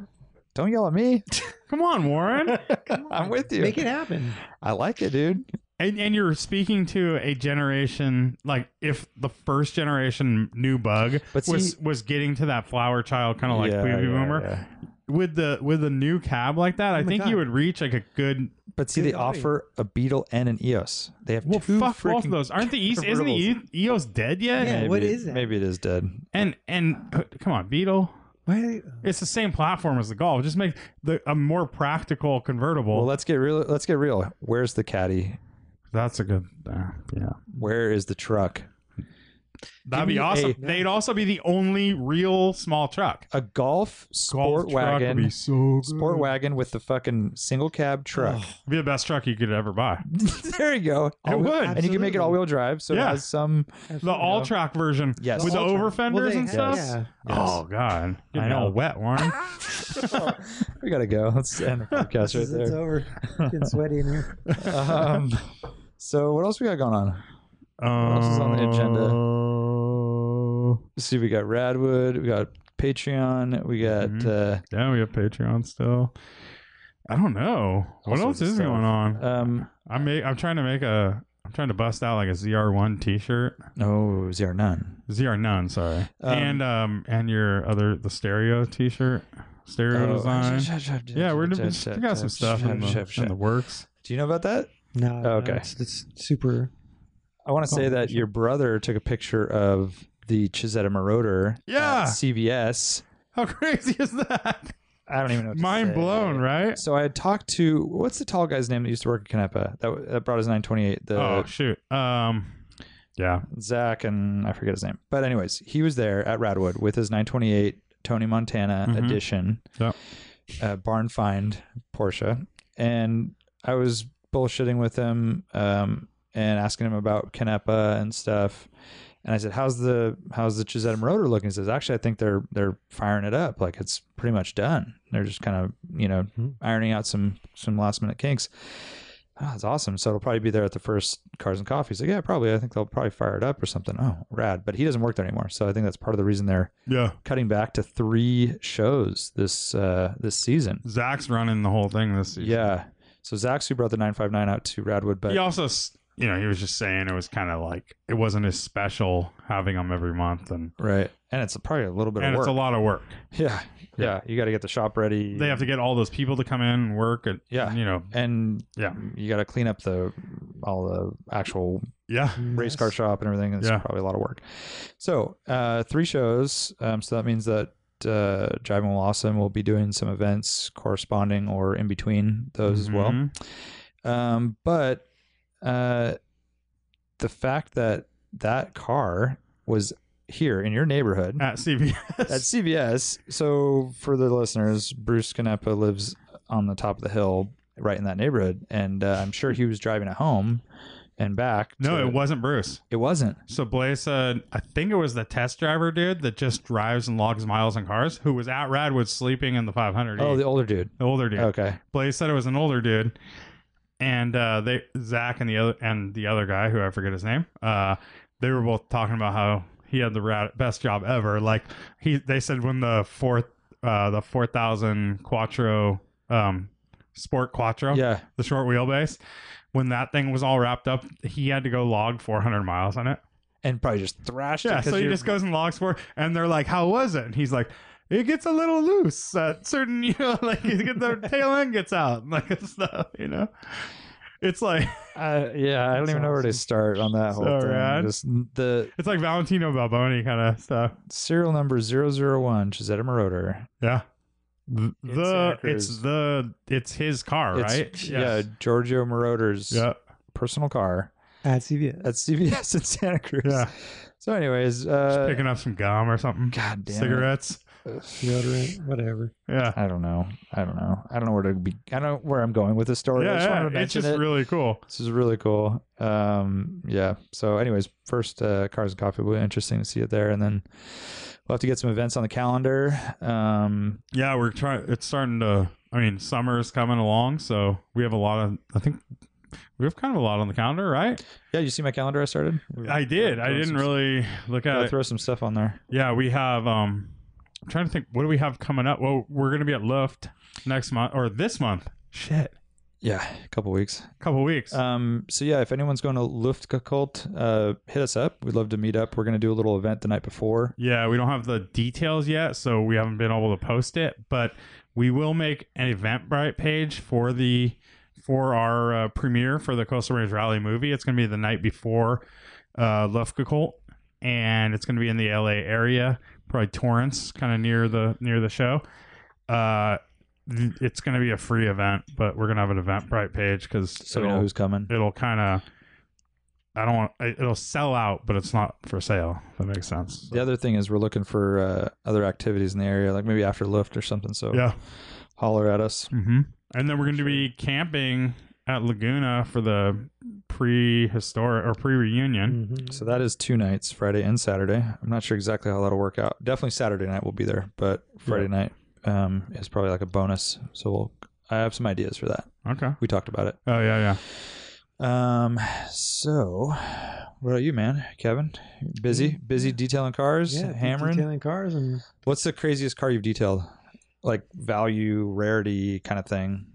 [SPEAKER 1] Don't yell at me.
[SPEAKER 2] Come on, Warren.
[SPEAKER 1] I'm with you.
[SPEAKER 3] Make it happen.
[SPEAKER 1] I like it, dude.
[SPEAKER 2] and and you're speaking to a generation like if the first generation new bug
[SPEAKER 1] But
[SPEAKER 2] was
[SPEAKER 1] see-
[SPEAKER 2] was getting to that flower child kind of like
[SPEAKER 1] Yeah,
[SPEAKER 2] baby
[SPEAKER 1] yeah,
[SPEAKER 2] boomer
[SPEAKER 1] yeah. Oh
[SPEAKER 2] with the with a new cab like that. I
[SPEAKER 3] my
[SPEAKER 2] think
[SPEAKER 3] God.
[SPEAKER 2] you would reach like a good.
[SPEAKER 1] But see, they
[SPEAKER 3] Good value.
[SPEAKER 1] offer a Beetle and an EOS. They have
[SPEAKER 2] Well,
[SPEAKER 1] two
[SPEAKER 2] fuck
[SPEAKER 1] freaking
[SPEAKER 2] both of those. Aren't the East? Isn't the
[SPEAKER 1] convertibles.
[SPEAKER 2] E- EOS dead yet?
[SPEAKER 3] Yeah. what is that?
[SPEAKER 1] Maybe it is dead.
[SPEAKER 2] And and uh, come on, Beetle.
[SPEAKER 3] Why?
[SPEAKER 2] It's the same platform as the Golf. Just make the a more practical convertible.
[SPEAKER 1] Well, let's get real. Let's get real. Where's the caddy?
[SPEAKER 2] That's a good. Uh, yeah.
[SPEAKER 1] Where is the truck?
[SPEAKER 2] That'd be
[SPEAKER 1] me
[SPEAKER 2] awesome.
[SPEAKER 1] a-
[SPEAKER 2] They'd also be the only real small truck.
[SPEAKER 1] A golf sport
[SPEAKER 2] Golf truck would
[SPEAKER 1] wagon.
[SPEAKER 2] be so good.
[SPEAKER 1] sport wagon with the fucking single cab truck.
[SPEAKER 2] Be the best truck you could ever buy.
[SPEAKER 1] there you go. All
[SPEAKER 2] would.
[SPEAKER 1] and you can make it
[SPEAKER 3] Absolutely.
[SPEAKER 1] all wheel drive. So it
[SPEAKER 2] Yeah.
[SPEAKER 1] has some.
[SPEAKER 2] The all track version.
[SPEAKER 1] Yes.
[SPEAKER 2] With the,
[SPEAKER 1] The
[SPEAKER 2] over fenders
[SPEAKER 3] they
[SPEAKER 2] and
[SPEAKER 3] have-
[SPEAKER 2] stuff.
[SPEAKER 3] yeah.
[SPEAKER 2] Oh god.
[SPEAKER 1] I
[SPEAKER 2] I
[SPEAKER 1] know.
[SPEAKER 2] know. Wet Warren.
[SPEAKER 1] We gotta go. Let's end the podcast
[SPEAKER 3] It's
[SPEAKER 1] right there.
[SPEAKER 3] over. Getting sweaty in here.
[SPEAKER 1] Um, so what else we got going on?
[SPEAKER 2] what
[SPEAKER 1] else is on the agenda?
[SPEAKER 2] agenda?
[SPEAKER 1] Let's see. We got Radwood. We got Patreon. We got. Uh,
[SPEAKER 2] Yeah, we have Patreon still. I don't know. What
[SPEAKER 1] All
[SPEAKER 2] else
[SPEAKER 1] sorts of
[SPEAKER 2] is
[SPEAKER 1] stuff.
[SPEAKER 2] going on?
[SPEAKER 1] Um,
[SPEAKER 2] I'm ma- I'm trying to make a I'm trying to bust out like a ZR1 t-shirt.
[SPEAKER 1] no, zero none.
[SPEAKER 2] ZR none, sorry.
[SPEAKER 1] Um,
[SPEAKER 2] and um and your other the stereo t-shirt,
[SPEAKER 1] Oh,
[SPEAKER 2] stereo design. Yeah, we're we got some stuff in the, in the works.
[SPEAKER 1] Do you know about that?
[SPEAKER 3] No. no,
[SPEAKER 1] Okay.
[SPEAKER 3] It's, it's super.
[SPEAKER 1] I
[SPEAKER 2] Oh,
[SPEAKER 1] want to say that your brother took a picture of the Chisetta Marauder. at
[SPEAKER 2] Yeah.
[SPEAKER 1] CVS.
[SPEAKER 2] How crazy is that?
[SPEAKER 1] I don't even know. What to
[SPEAKER 2] Mind
[SPEAKER 1] say.
[SPEAKER 2] blown, right?
[SPEAKER 1] So I had talked to what's the tall guy's name that used to work at Canepa that, w- that brought us 928. The
[SPEAKER 2] oh shoot. Um, yeah.
[SPEAKER 1] Zach and I forget his name. But anyways, he was there at Radwood with his 928 Tony Montana
[SPEAKER 2] Mhm.
[SPEAKER 1] edition
[SPEAKER 2] Yep.
[SPEAKER 1] uh, barn find Porsche, and I was bullshitting with him um, and asking him about Canepa and stuff. And I said, "How's the how's the Chisetta Marauder looking?" He says, "Actually, I think they're they're firing it up. Like it's pretty much done. They're just kind of you know ironing out some some last minute kinks." Oh, that's awesome. So it'll probably be there at the first Cars and Coffee. He's like, yeah, probably. I think they'll probably fire it up or something. Oh, rad. But he doesn't work there anymore. So I think that's part of the reason they're
[SPEAKER 2] Yeah.
[SPEAKER 1] cutting back to three shows this uh, this season.
[SPEAKER 2] Zach's running the whole thing this season.
[SPEAKER 1] Yeah. So Zach's who brought the 959 out to Radwood, but
[SPEAKER 2] He also, s- you know, he was just saying it was kind of like it wasn't as special having him every month, and
[SPEAKER 1] right. And it's probably a little bit
[SPEAKER 2] and
[SPEAKER 1] of work.
[SPEAKER 2] it's a lot of work.
[SPEAKER 1] yeah. Yeah. You got to get the shop ready.
[SPEAKER 2] They have to get all those people to come in and work, and
[SPEAKER 1] Yeah.
[SPEAKER 2] you know,
[SPEAKER 1] and
[SPEAKER 2] Yeah.
[SPEAKER 1] you got to clean up the all the actual
[SPEAKER 2] yeah.
[SPEAKER 1] race car shop and everything. It's
[SPEAKER 2] Yeah.
[SPEAKER 1] probably a lot of work. So uh, three shows. Um, so that means that uh, Driving While Awesome will be doing some events corresponding or in between those as well.
[SPEAKER 2] Mhm.
[SPEAKER 1] Um, but uh, the fact that that car was here in your neighborhood
[SPEAKER 2] At CVS.
[SPEAKER 1] at CVS. So for the listeners, Bruce Canepa lives on the top of the hill, right in that neighborhood, and uh, I'm sure he was driving it home and back.
[SPEAKER 2] no,
[SPEAKER 1] to-
[SPEAKER 2] it wasn't Bruce.
[SPEAKER 1] It wasn't.
[SPEAKER 2] So Blaze, uh, I think it was the test driver dude that just drives and logs miles on cars, who was at Radwood sleeping in the 500.
[SPEAKER 1] Oh, the older dude.
[SPEAKER 2] older dude.
[SPEAKER 1] Okay.
[SPEAKER 2] Blaze said it was an older dude, and uh, they Zach and the other and the other guy who I forget his name, uh, they were both talking about how he had the rat, best job ever. Like he, they said when the fourth, uh, the four thousand Quattro, um, Sport Quattro,
[SPEAKER 1] Yeah.
[SPEAKER 2] the short wheelbase, when that thing was all wrapped up, he had to go log four hundred miles on it.
[SPEAKER 1] And probably just thrashed.
[SPEAKER 2] Yeah,
[SPEAKER 1] it 'cause
[SPEAKER 2] so he
[SPEAKER 1] you're-
[SPEAKER 2] just goes and logs for, and they're like, "How was it?" And he's like, "It gets a little loose at certain, you know, like you get the tail end gets out, and like it's stuff, you know." It's like
[SPEAKER 1] Uh, yeah, I don't even know where to start on that whole
[SPEAKER 2] So
[SPEAKER 1] thing.
[SPEAKER 2] rad.
[SPEAKER 1] Just the
[SPEAKER 2] it's like Valentino Balboni kind of stuff.
[SPEAKER 1] serial number 001, Chisetta Marauder.
[SPEAKER 2] Yeah, the
[SPEAKER 1] It's
[SPEAKER 2] the- it's,
[SPEAKER 1] Sacker's.
[SPEAKER 2] the it's his car,
[SPEAKER 1] It's-
[SPEAKER 2] right?
[SPEAKER 1] Yeah, Giorgio Marauder's
[SPEAKER 2] yeah,
[SPEAKER 1] personal car
[SPEAKER 3] At CVS.
[SPEAKER 1] at CVS in Santa Cruz.
[SPEAKER 2] Yeah.
[SPEAKER 1] So, anyways,
[SPEAKER 2] Just
[SPEAKER 1] uh,
[SPEAKER 2] picking up some gum or something,
[SPEAKER 1] God damn it.
[SPEAKER 2] cigarettes.
[SPEAKER 3] Deodorant, whatever.
[SPEAKER 2] Yeah,
[SPEAKER 1] I don't know. I don't know. I don't know where to be. I don't know where I'm going with this story. I just
[SPEAKER 2] yeah,
[SPEAKER 1] wanted to
[SPEAKER 2] yeah. it's
[SPEAKER 1] mention
[SPEAKER 2] just
[SPEAKER 1] it.
[SPEAKER 2] really cool.
[SPEAKER 1] this is really cool. Um, yeah. So, anyways, first uh, Cars and Coffee will be interesting to see it there, and then we'll have to get some events on the calendar. Um,
[SPEAKER 2] Yeah, we're trying. It's starting to. I mean, summer's coming along, so we have a lot of. I think we have kind of a lot on the calendar, right?
[SPEAKER 1] yeah, you see my calendar? I started.
[SPEAKER 2] I did. I
[SPEAKER 1] Throw
[SPEAKER 2] didn't
[SPEAKER 1] some-
[SPEAKER 2] really uh, look at
[SPEAKER 1] gotta
[SPEAKER 2] it.
[SPEAKER 1] throw some stuff on there.
[SPEAKER 2] yeah, we have. Um, I'm trying to think. What do we have coming up? Well, we're gonna be at Luft next month or this month. Shit,
[SPEAKER 1] Yeah, a couple weeks.
[SPEAKER 2] couple weeks.
[SPEAKER 1] Um, so yeah, if anyone's going to Luftgekult, uh, hit us up. We'd love to meet up. We're gonna do a little event the night before.
[SPEAKER 2] yeah, we don't have the details yet, so we haven't been able to post it. But we will make an Eventbrite page for the for our uh, premiere for the Coastal Range Rally movie. It's gonna be the night before uh, Lufkakult, and it's going to be in the LA area, probably Torrance, kind of near the near the show. Uh, th- it's going to be a free event, but we're going to have an Eventbrite page because
[SPEAKER 1] So we know
[SPEAKER 2] it'll,
[SPEAKER 1] who's coming.
[SPEAKER 2] it'll kind of I don't want it- it'll sell out, but it's not for sale. If that makes sense.
[SPEAKER 1] The other thing is we're looking for uh, other activities in the area, like maybe after Luft or something. So
[SPEAKER 2] Yeah.
[SPEAKER 1] holler at us.
[SPEAKER 2] Mm-hmm. And then we're going to be camping at Laguna for the prehistoric or pre reunion.
[SPEAKER 3] Mm-hmm.
[SPEAKER 1] So that is two nights, Friday and Saturday. I'm not sure exactly how that'll work out. Definitely Saturday night we'll be there, but Friday night um, is probably like a bonus. So we'll, I have some ideas for that.
[SPEAKER 3] Mm.
[SPEAKER 2] Okay.
[SPEAKER 1] We talked about it.
[SPEAKER 2] Oh yeah, yeah.
[SPEAKER 1] Um, so what about you, man? Kevin, busy, busy detailing cars,
[SPEAKER 3] Yeah,
[SPEAKER 1] hammering.
[SPEAKER 3] detailing cars and
[SPEAKER 1] What's the craziest car you've detailed? Like value, rarity, kind of thing.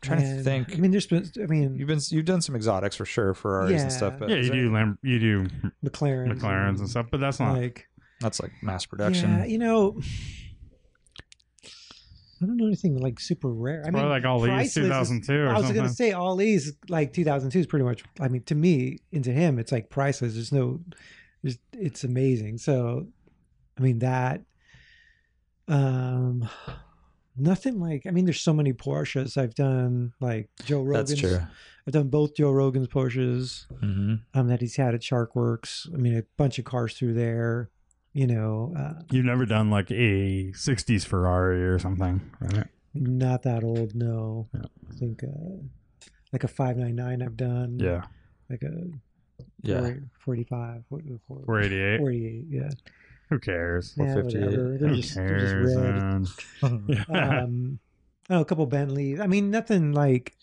[SPEAKER 1] trying to
[SPEAKER 3] and-
[SPEAKER 1] think.
[SPEAKER 3] I mean, there's been. I mean,
[SPEAKER 1] You've been you've done some exotics for sure, Ferraris
[SPEAKER 3] Yeah.
[SPEAKER 1] and stuff, but
[SPEAKER 2] yeah,
[SPEAKER 1] is
[SPEAKER 2] you
[SPEAKER 1] that-
[SPEAKER 2] do Lam- you do
[SPEAKER 3] McLarens.
[SPEAKER 2] McLarens and stuff, but that's not
[SPEAKER 3] Like,
[SPEAKER 1] that's like mass production.
[SPEAKER 3] yeah, you know, I don't know anything like super rare. I
[SPEAKER 2] Probably
[SPEAKER 3] mean,
[SPEAKER 2] like all these
[SPEAKER 3] priceless is-
[SPEAKER 2] 2002 or
[SPEAKER 3] I was
[SPEAKER 2] something.
[SPEAKER 3] gonna say all these like 2002 is pretty much. I mean, to me and to him, it's like priceless. There's no, there's, it's amazing. So, I mean that. Um, nothing like. I mean, there's so many Porsches I've done. Like Joe Rogan's.
[SPEAKER 1] That's true.
[SPEAKER 3] I've done both Joe Rogan's Porsches
[SPEAKER 1] hmm
[SPEAKER 3] um, that he's had at Sharkworks. I mean, a bunch of cars through there. You know, uh,
[SPEAKER 2] You've never done like a '60s Ferrari or something, right?
[SPEAKER 3] not that old. No,
[SPEAKER 2] Yeah.
[SPEAKER 3] I think uh, like a 599 I've done. like a
[SPEAKER 1] Yeah,
[SPEAKER 3] 40, 45, what- what-
[SPEAKER 2] 488.
[SPEAKER 3] 48, yeah.
[SPEAKER 2] Who cares?
[SPEAKER 3] Yeah,
[SPEAKER 1] 458.
[SPEAKER 3] whatever. They're
[SPEAKER 2] Who
[SPEAKER 3] just, they're just
[SPEAKER 2] cares?
[SPEAKER 3] red.
[SPEAKER 2] man? Yeah.
[SPEAKER 3] Um, oh, a couple Bentleys. I mean, nothing like,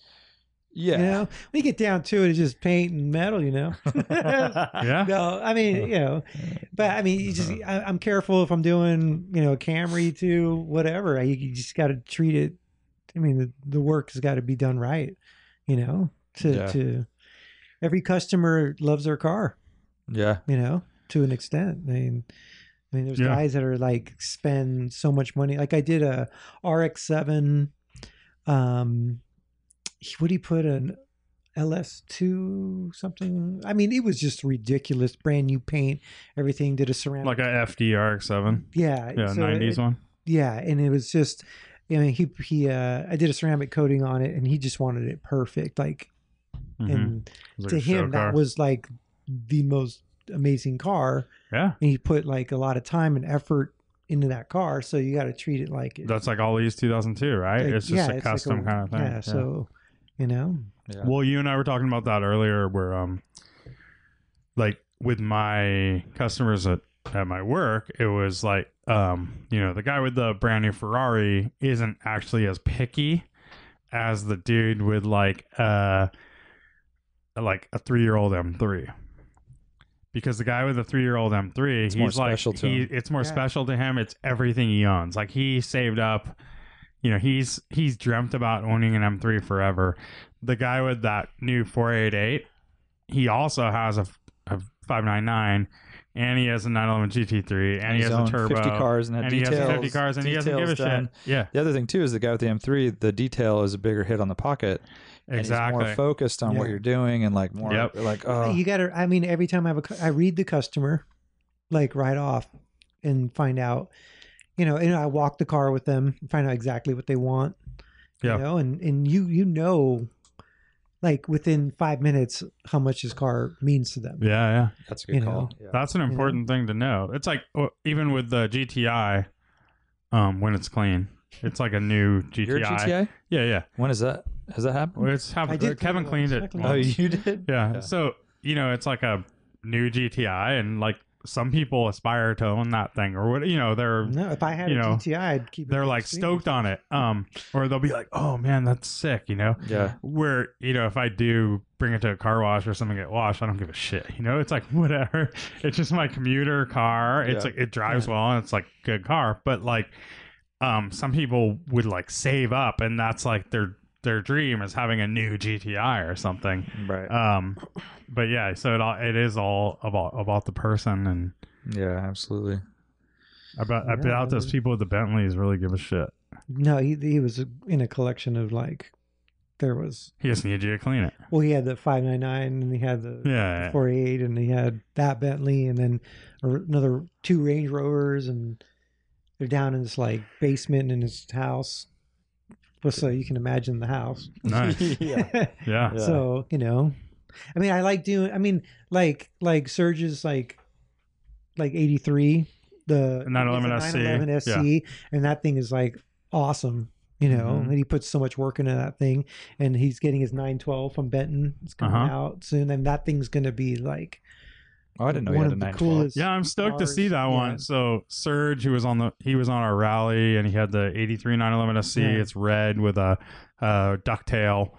[SPEAKER 1] yeah.
[SPEAKER 3] you know, when you get down to it, it's just paint and metal, you know?
[SPEAKER 2] yeah.
[SPEAKER 3] no, I mean, you know, but I mean, you just, I, I'm careful if I'm doing, you know, a Camry too, whatever. I, you just got to treat it. I mean, the, the work has got to be done right, you know, to,
[SPEAKER 1] Yeah.
[SPEAKER 3] to every customer loves their car.
[SPEAKER 1] Yeah.
[SPEAKER 3] you know, to an extent. I mean, I mean, there's
[SPEAKER 2] Yeah.
[SPEAKER 3] guys that are like spend so much money. Like I did a RX seven. Um, he- what he put an LS2 something. I mean, it was just ridiculous. Brand new paint, everything did a ceramic.
[SPEAKER 2] like a FDRX7.
[SPEAKER 3] yeah,
[SPEAKER 2] Yeah,
[SPEAKER 3] so
[SPEAKER 2] 90s
[SPEAKER 3] it-
[SPEAKER 2] one.
[SPEAKER 3] yeah, and it was just. I mean, he he. Uh, I did a ceramic coating on it, and he just wanted it perfect. Like,
[SPEAKER 2] Mhm.
[SPEAKER 3] and
[SPEAKER 2] It was like
[SPEAKER 3] to
[SPEAKER 2] a show
[SPEAKER 3] him,
[SPEAKER 2] car.
[SPEAKER 3] that was like the most amazing car.
[SPEAKER 2] yeah.
[SPEAKER 3] and he put like a lot of time and effort into that car. So you got to treat it like it,
[SPEAKER 2] That's like all these 2002, right?
[SPEAKER 3] like-
[SPEAKER 2] it's just
[SPEAKER 3] yeah,
[SPEAKER 2] a
[SPEAKER 3] it's like
[SPEAKER 2] custom kind of thing.
[SPEAKER 3] Yeah, so you know,
[SPEAKER 1] Yeah.
[SPEAKER 2] Well, you and I were talking about that earlier, where um, like with my customers at at my work, it was like um, you know, the guy with the brand new Ferrari isn't actually as picky as the dude with like uh, like a three year old M3. Because the guy with the three-year-old M3,
[SPEAKER 1] It's more
[SPEAKER 2] he's like,
[SPEAKER 1] special to
[SPEAKER 2] he,
[SPEAKER 1] him.
[SPEAKER 2] it's more
[SPEAKER 3] Yeah.
[SPEAKER 2] special to him. It's everything he owns. Like he saved up, you know, he's he's dreamt about owning an M3 forever. The guy with that new 488, he also has a, a 599, and he has a 911 GT3, and he
[SPEAKER 1] He's
[SPEAKER 2] has a
[SPEAKER 1] owned
[SPEAKER 2] turbo,
[SPEAKER 1] 50 cars and, had
[SPEAKER 2] and
[SPEAKER 1] details,
[SPEAKER 2] he has 50 cars, and he doesn't give
[SPEAKER 1] details
[SPEAKER 2] a
[SPEAKER 1] done.
[SPEAKER 2] shit. Yeah,
[SPEAKER 1] The other thing too is the guy with the M3, the detail is a bigger hit on the pocket. And he's more
[SPEAKER 2] exactly.
[SPEAKER 1] focused on what
[SPEAKER 3] Yeah.
[SPEAKER 1] you're doing and like more
[SPEAKER 2] Yep.
[SPEAKER 1] like oh
[SPEAKER 3] you got to. I mean, every time I have a, cu- I read the customer, like right off, and find out, you know, and I walk the car with them, find out exactly what they want.
[SPEAKER 2] Yeah.
[SPEAKER 3] You know, and and you you know, like within five minutes, how much this car means to them.
[SPEAKER 2] Yeah, yeah.
[SPEAKER 1] that's a
[SPEAKER 3] you
[SPEAKER 1] good call. Yeah.
[SPEAKER 2] That's an
[SPEAKER 3] know?
[SPEAKER 2] important thing to know. It's like uh, even with the GTI, um, when it's clean, it's like a new GTI.
[SPEAKER 1] Your GTI?
[SPEAKER 2] Yeah, yeah.
[SPEAKER 1] When is that? Has that happened?
[SPEAKER 2] Well, it's have, uh,
[SPEAKER 3] I did
[SPEAKER 2] Kevin
[SPEAKER 3] clean it
[SPEAKER 2] cleaned
[SPEAKER 3] once. I cleaned
[SPEAKER 2] it.
[SPEAKER 1] Oh,
[SPEAKER 2] once.
[SPEAKER 1] you did?
[SPEAKER 2] yeah.
[SPEAKER 1] Yeah.
[SPEAKER 2] So you know, it's like a new GTI, and like some people aspire to own that thing, or what? You know, they're
[SPEAKER 3] No, if I had
[SPEAKER 2] You
[SPEAKER 3] a
[SPEAKER 2] know,
[SPEAKER 3] GTI, I'd keep. it
[SPEAKER 2] they're
[SPEAKER 3] on
[SPEAKER 2] like
[SPEAKER 3] speed.
[SPEAKER 2] stoked on it, um, or they'll be like, "Oh man, that's sick," you know.
[SPEAKER 1] Yeah.
[SPEAKER 2] Where you know, if I do bring it to a car wash or something get washed, I don't give a shit. You know, it's like whatever. It's just my commuter car. It's
[SPEAKER 1] Yeah.
[SPEAKER 2] like it drives well and it's like a good car. But like, um, some people would like save up, and that's like their their dream is having a new GTI or something.
[SPEAKER 1] Right.
[SPEAKER 2] Um, but yeah, so it all it is all about about the person and
[SPEAKER 1] yeah, absolutely.
[SPEAKER 2] about
[SPEAKER 3] Yeah,
[SPEAKER 2] about those
[SPEAKER 3] dude.
[SPEAKER 2] people with the Bentleys really give a shit.
[SPEAKER 3] No, he he was in a collection of like, there was
[SPEAKER 2] He just needs you to clean it.
[SPEAKER 3] well, he had the five nine nine, and he had the
[SPEAKER 2] Yeah.
[SPEAKER 3] 48 and he had that Bentley and then a- another two Range Rovers and they're down in this like basement in his house. Well, so you can imagine the house.
[SPEAKER 2] Nice.
[SPEAKER 1] yeah.
[SPEAKER 2] Yeah.
[SPEAKER 3] So, you know, I mean, I like doing, I mean, like, like Surge's like, like 83, the
[SPEAKER 2] 911
[SPEAKER 3] it's a
[SPEAKER 2] SC,
[SPEAKER 3] 911 SC, and that thing is like awesome. You know,
[SPEAKER 2] Mhm.
[SPEAKER 3] and he puts so much work into that thing, and he's getting his 912 from Benton. It's coming
[SPEAKER 2] Uh-huh.
[SPEAKER 3] out soon, and that thing's gonna be like
[SPEAKER 1] Oh, I didn't know
[SPEAKER 3] one
[SPEAKER 1] you had a
[SPEAKER 3] of the
[SPEAKER 1] 912.
[SPEAKER 3] coolest.
[SPEAKER 2] Yeah, I'm stoked to see
[SPEAKER 3] Cars,
[SPEAKER 2] that
[SPEAKER 3] yeah.
[SPEAKER 2] one. So Serge, who was on the, he was on our rally, and he had the '83 911 SC.
[SPEAKER 3] Yeah.
[SPEAKER 2] It's red with a, uh ducktail.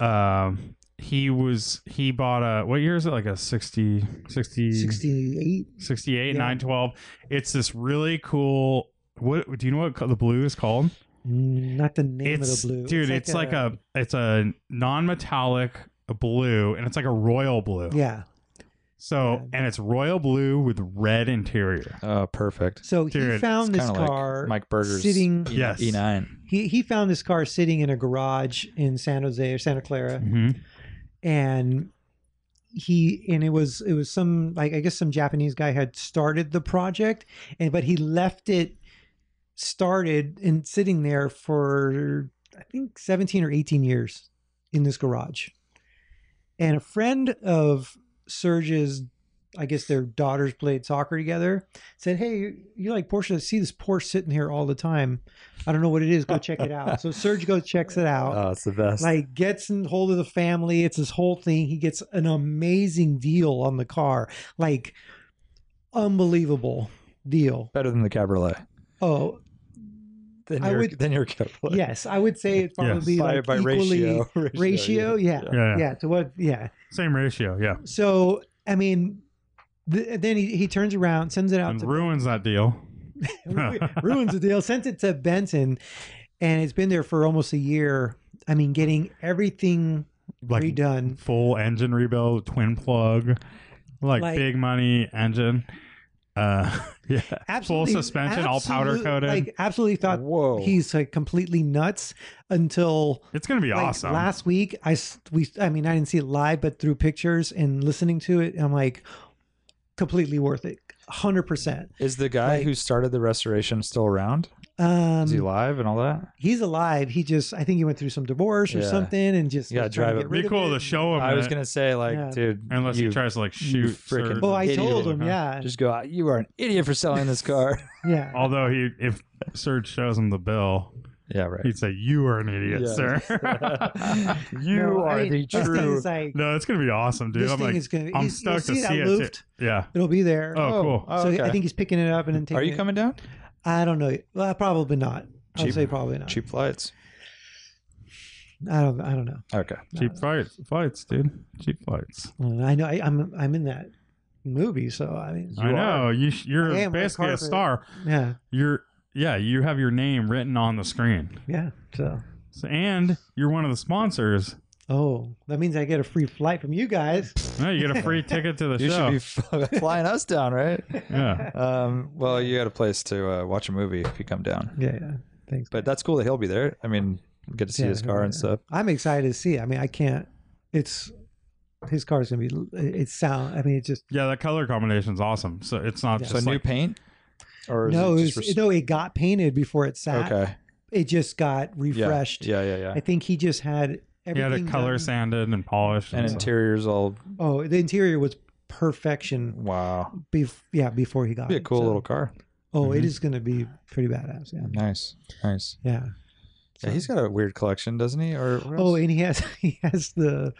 [SPEAKER 2] Um, he was he bought a what year is it? Like a 60, 60
[SPEAKER 3] 68.
[SPEAKER 2] 68
[SPEAKER 3] Yeah.
[SPEAKER 2] 912. It's this really cool. What do you know? What co- the blue is called?
[SPEAKER 3] Mm, Not the name
[SPEAKER 2] it's
[SPEAKER 3] of the blue,
[SPEAKER 2] dude. It's, like, a, it's a non-metallic blue, and it's like a royal blue.
[SPEAKER 3] yeah.
[SPEAKER 2] So
[SPEAKER 3] Yeah.
[SPEAKER 2] and it's royal blue with red interior.
[SPEAKER 1] Oh, perfect.
[SPEAKER 3] So he
[SPEAKER 2] Dude,
[SPEAKER 3] found
[SPEAKER 1] It's
[SPEAKER 3] this
[SPEAKER 1] kinda like
[SPEAKER 3] car
[SPEAKER 1] Mike Berger's
[SPEAKER 3] sitting.
[SPEAKER 1] E-
[SPEAKER 2] Yes.
[SPEAKER 1] E9.
[SPEAKER 3] He he found this car sitting in a garage in San Jose or Santa Clara,
[SPEAKER 2] Mm-hmm.
[SPEAKER 3] and he and it was it was some like I guess some Japanese guy had started the project, and but he left it started and sitting there for I think 17 or 18 years in this garage. And a friend of Serge's, I guess their daughters played soccer together, said, Hey, you, you like Porsche? I see this Porsche sitting here all the time. I don't know what it is. Go check it out. So Serge goes, checks it out
[SPEAKER 1] Oh, it's the best.
[SPEAKER 3] like gets in hold of the family. It's his whole thing. He gets an amazing deal on the car, like unbelievable deal.
[SPEAKER 1] Better than the Cabriolet.
[SPEAKER 3] Oh
[SPEAKER 1] Then
[SPEAKER 3] I
[SPEAKER 1] your,
[SPEAKER 3] would-
[SPEAKER 1] then your Cabriolet.
[SPEAKER 3] yes, I would say it probably
[SPEAKER 1] By,
[SPEAKER 3] like
[SPEAKER 1] by
[SPEAKER 3] equally
[SPEAKER 1] ratio.
[SPEAKER 3] ratio. Yeah.
[SPEAKER 2] Yeah, yeah.
[SPEAKER 3] yeah, To what? Yeah.
[SPEAKER 2] Same ratio, yeah.
[SPEAKER 3] So I mean, th- then he, he turns around, sends it out
[SPEAKER 2] And
[SPEAKER 3] to
[SPEAKER 2] ruins that deal.
[SPEAKER 3] Ru- ruins the deal. Sent it to Benson, and it's been there for almost a year. I mean, getting everything
[SPEAKER 2] Like
[SPEAKER 3] redone.
[SPEAKER 2] full engine rebuild, twin plug, like,
[SPEAKER 3] Like-
[SPEAKER 2] big money engine. Uh, yeah.
[SPEAKER 3] Absolutely,
[SPEAKER 2] suspension, all powder
[SPEAKER 3] absolute-
[SPEAKER 2] coated.
[SPEAKER 3] Like absolutely thought
[SPEAKER 1] Whoa.
[SPEAKER 3] he's like completely nuts until
[SPEAKER 2] It's going to be
[SPEAKER 3] like,
[SPEAKER 2] awesome.
[SPEAKER 3] Last week, I s- we I mean I didn't see it live, but through pictures and listening to it, I'm like completely worth it, hundred percent.
[SPEAKER 1] Is the guy
[SPEAKER 3] Like-
[SPEAKER 1] who started the restoration still around?
[SPEAKER 3] Um,
[SPEAKER 1] Is he live and all that?
[SPEAKER 3] he's alive. He just I think he went through some divorce or
[SPEAKER 1] Yeah.
[SPEAKER 3] something, and just
[SPEAKER 1] You gotta
[SPEAKER 3] was trying
[SPEAKER 1] drive
[SPEAKER 3] to
[SPEAKER 1] it.
[SPEAKER 3] get
[SPEAKER 2] be
[SPEAKER 3] rid of
[SPEAKER 2] cool
[SPEAKER 3] it.
[SPEAKER 2] to show him.
[SPEAKER 1] I was
[SPEAKER 2] it,
[SPEAKER 1] gonna say, like,
[SPEAKER 3] Yeah.
[SPEAKER 1] dude,
[SPEAKER 2] Oh, unless
[SPEAKER 1] you
[SPEAKER 2] he tries to like
[SPEAKER 1] you
[SPEAKER 2] shoot.
[SPEAKER 1] frickin'
[SPEAKER 2] Serb.
[SPEAKER 3] Oh, I
[SPEAKER 1] Idiot.
[SPEAKER 3] told him, yeah,
[SPEAKER 1] just go. "Ah, You are an idiot for selling this car.
[SPEAKER 3] yeah.
[SPEAKER 2] Although he, if Serge shows him the bill,
[SPEAKER 1] yeah, right.
[SPEAKER 2] he'd say, "You are an idiot,
[SPEAKER 1] Yeah.
[SPEAKER 2] sir."
[SPEAKER 1] you
[SPEAKER 3] No,
[SPEAKER 1] are
[SPEAKER 3] I mean,
[SPEAKER 1] the
[SPEAKER 3] this thing
[SPEAKER 1] true.
[SPEAKER 3] is like,
[SPEAKER 2] no, it's gonna be awesome, dude.
[SPEAKER 3] this
[SPEAKER 2] I'm
[SPEAKER 3] thing
[SPEAKER 2] like,
[SPEAKER 3] is gonna.
[SPEAKER 2] I'm
[SPEAKER 3] you-
[SPEAKER 2] stoked to
[SPEAKER 3] you'll see it on
[SPEAKER 2] see it. too.
[SPEAKER 3] Luft.
[SPEAKER 2] yeah.
[SPEAKER 3] It'll be there.
[SPEAKER 2] Oh, cool.
[SPEAKER 3] so
[SPEAKER 1] okay.
[SPEAKER 3] I think he's picking it up and then taking.
[SPEAKER 1] Are you
[SPEAKER 3] it-
[SPEAKER 1] coming down?
[SPEAKER 3] I don't know. Well, probably not. I'll
[SPEAKER 1] Cheap-
[SPEAKER 3] say probably not.
[SPEAKER 1] Cheap flights.
[SPEAKER 3] I don't. I don't know.
[SPEAKER 1] Okay.
[SPEAKER 2] Cheap flights, flights, dude. Cheap flights.
[SPEAKER 3] Well, I know. I, I'm. I'm in that movie, so I mean,
[SPEAKER 2] I know you. sh- You're
[SPEAKER 3] I am red
[SPEAKER 2] basically a
[SPEAKER 3] carpet.
[SPEAKER 2] star.
[SPEAKER 3] yeah,
[SPEAKER 2] You're yeah. You have your name written on the screen,
[SPEAKER 3] yeah. So,
[SPEAKER 2] so, and you're one of the sponsors.
[SPEAKER 3] oh, that means I get a free flight from you guys.
[SPEAKER 2] No, you get a free ticket to the
[SPEAKER 1] You
[SPEAKER 2] show.
[SPEAKER 1] should be f- flying us down, right?
[SPEAKER 2] yeah.
[SPEAKER 1] Um, well, you got a place to uh, watch a movie if you come down.
[SPEAKER 3] Yeah, yeah. Thanks.
[SPEAKER 1] But that's cool that he'll be there. I mean, get to see
[SPEAKER 3] Yeah,
[SPEAKER 1] his car and
[SPEAKER 3] yeah.
[SPEAKER 1] stuff.
[SPEAKER 3] I'm excited to see. it. I mean, I can't. It's his car's gonna be. It's sound. I mean, it just
[SPEAKER 2] Yeah, that color combination's awesome. So it's not
[SPEAKER 3] Yeah.
[SPEAKER 1] So
[SPEAKER 2] just
[SPEAKER 1] new
[SPEAKER 2] like,
[SPEAKER 1] paint, or is
[SPEAKER 3] no.
[SPEAKER 1] it
[SPEAKER 3] It
[SPEAKER 1] just
[SPEAKER 3] was-
[SPEAKER 1] res-
[SPEAKER 3] no, it got painted before it sat.
[SPEAKER 1] okay,
[SPEAKER 3] It just got
[SPEAKER 1] yeah,
[SPEAKER 3] refreshed.
[SPEAKER 1] Yeah, yeah, yeah.
[SPEAKER 3] I think he just had
[SPEAKER 2] you had
[SPEAKER 3] everything.
[SPEAKER 2] it color
[SPEAKER 3] done.
[SPEAKER 2] sanded and polished.
[SPEAKER 1] And
[SPEAKER 2] stuff.
[SPEAKER 1] interiors all
[SPEAKER 3] Oh, the interior was perfection.
[SPEAKER 1] wow.
[SPEAKER 3] Bef- yeah, before he got.
[SPEAKER 1] Be a
[SPEAKER 3] it,
[SPEAKER 1] cool
[SPEAKER 3] so-
[SPEAKER 1] little Mm-hmm. car.
[SPEAKER 3] Oh, it is gonna be pretty badass. Yeah.
[SPEAKER 1] Nice, nice.
[SPEAKER 3] Yeah.
[SPEAKER 1] Yeah, he's got a weird collection, doesn't he? Or what
[SPEAKER 3] Oh,
[SPEAKER 1] else?
[SPEAKER 3] and he has he has the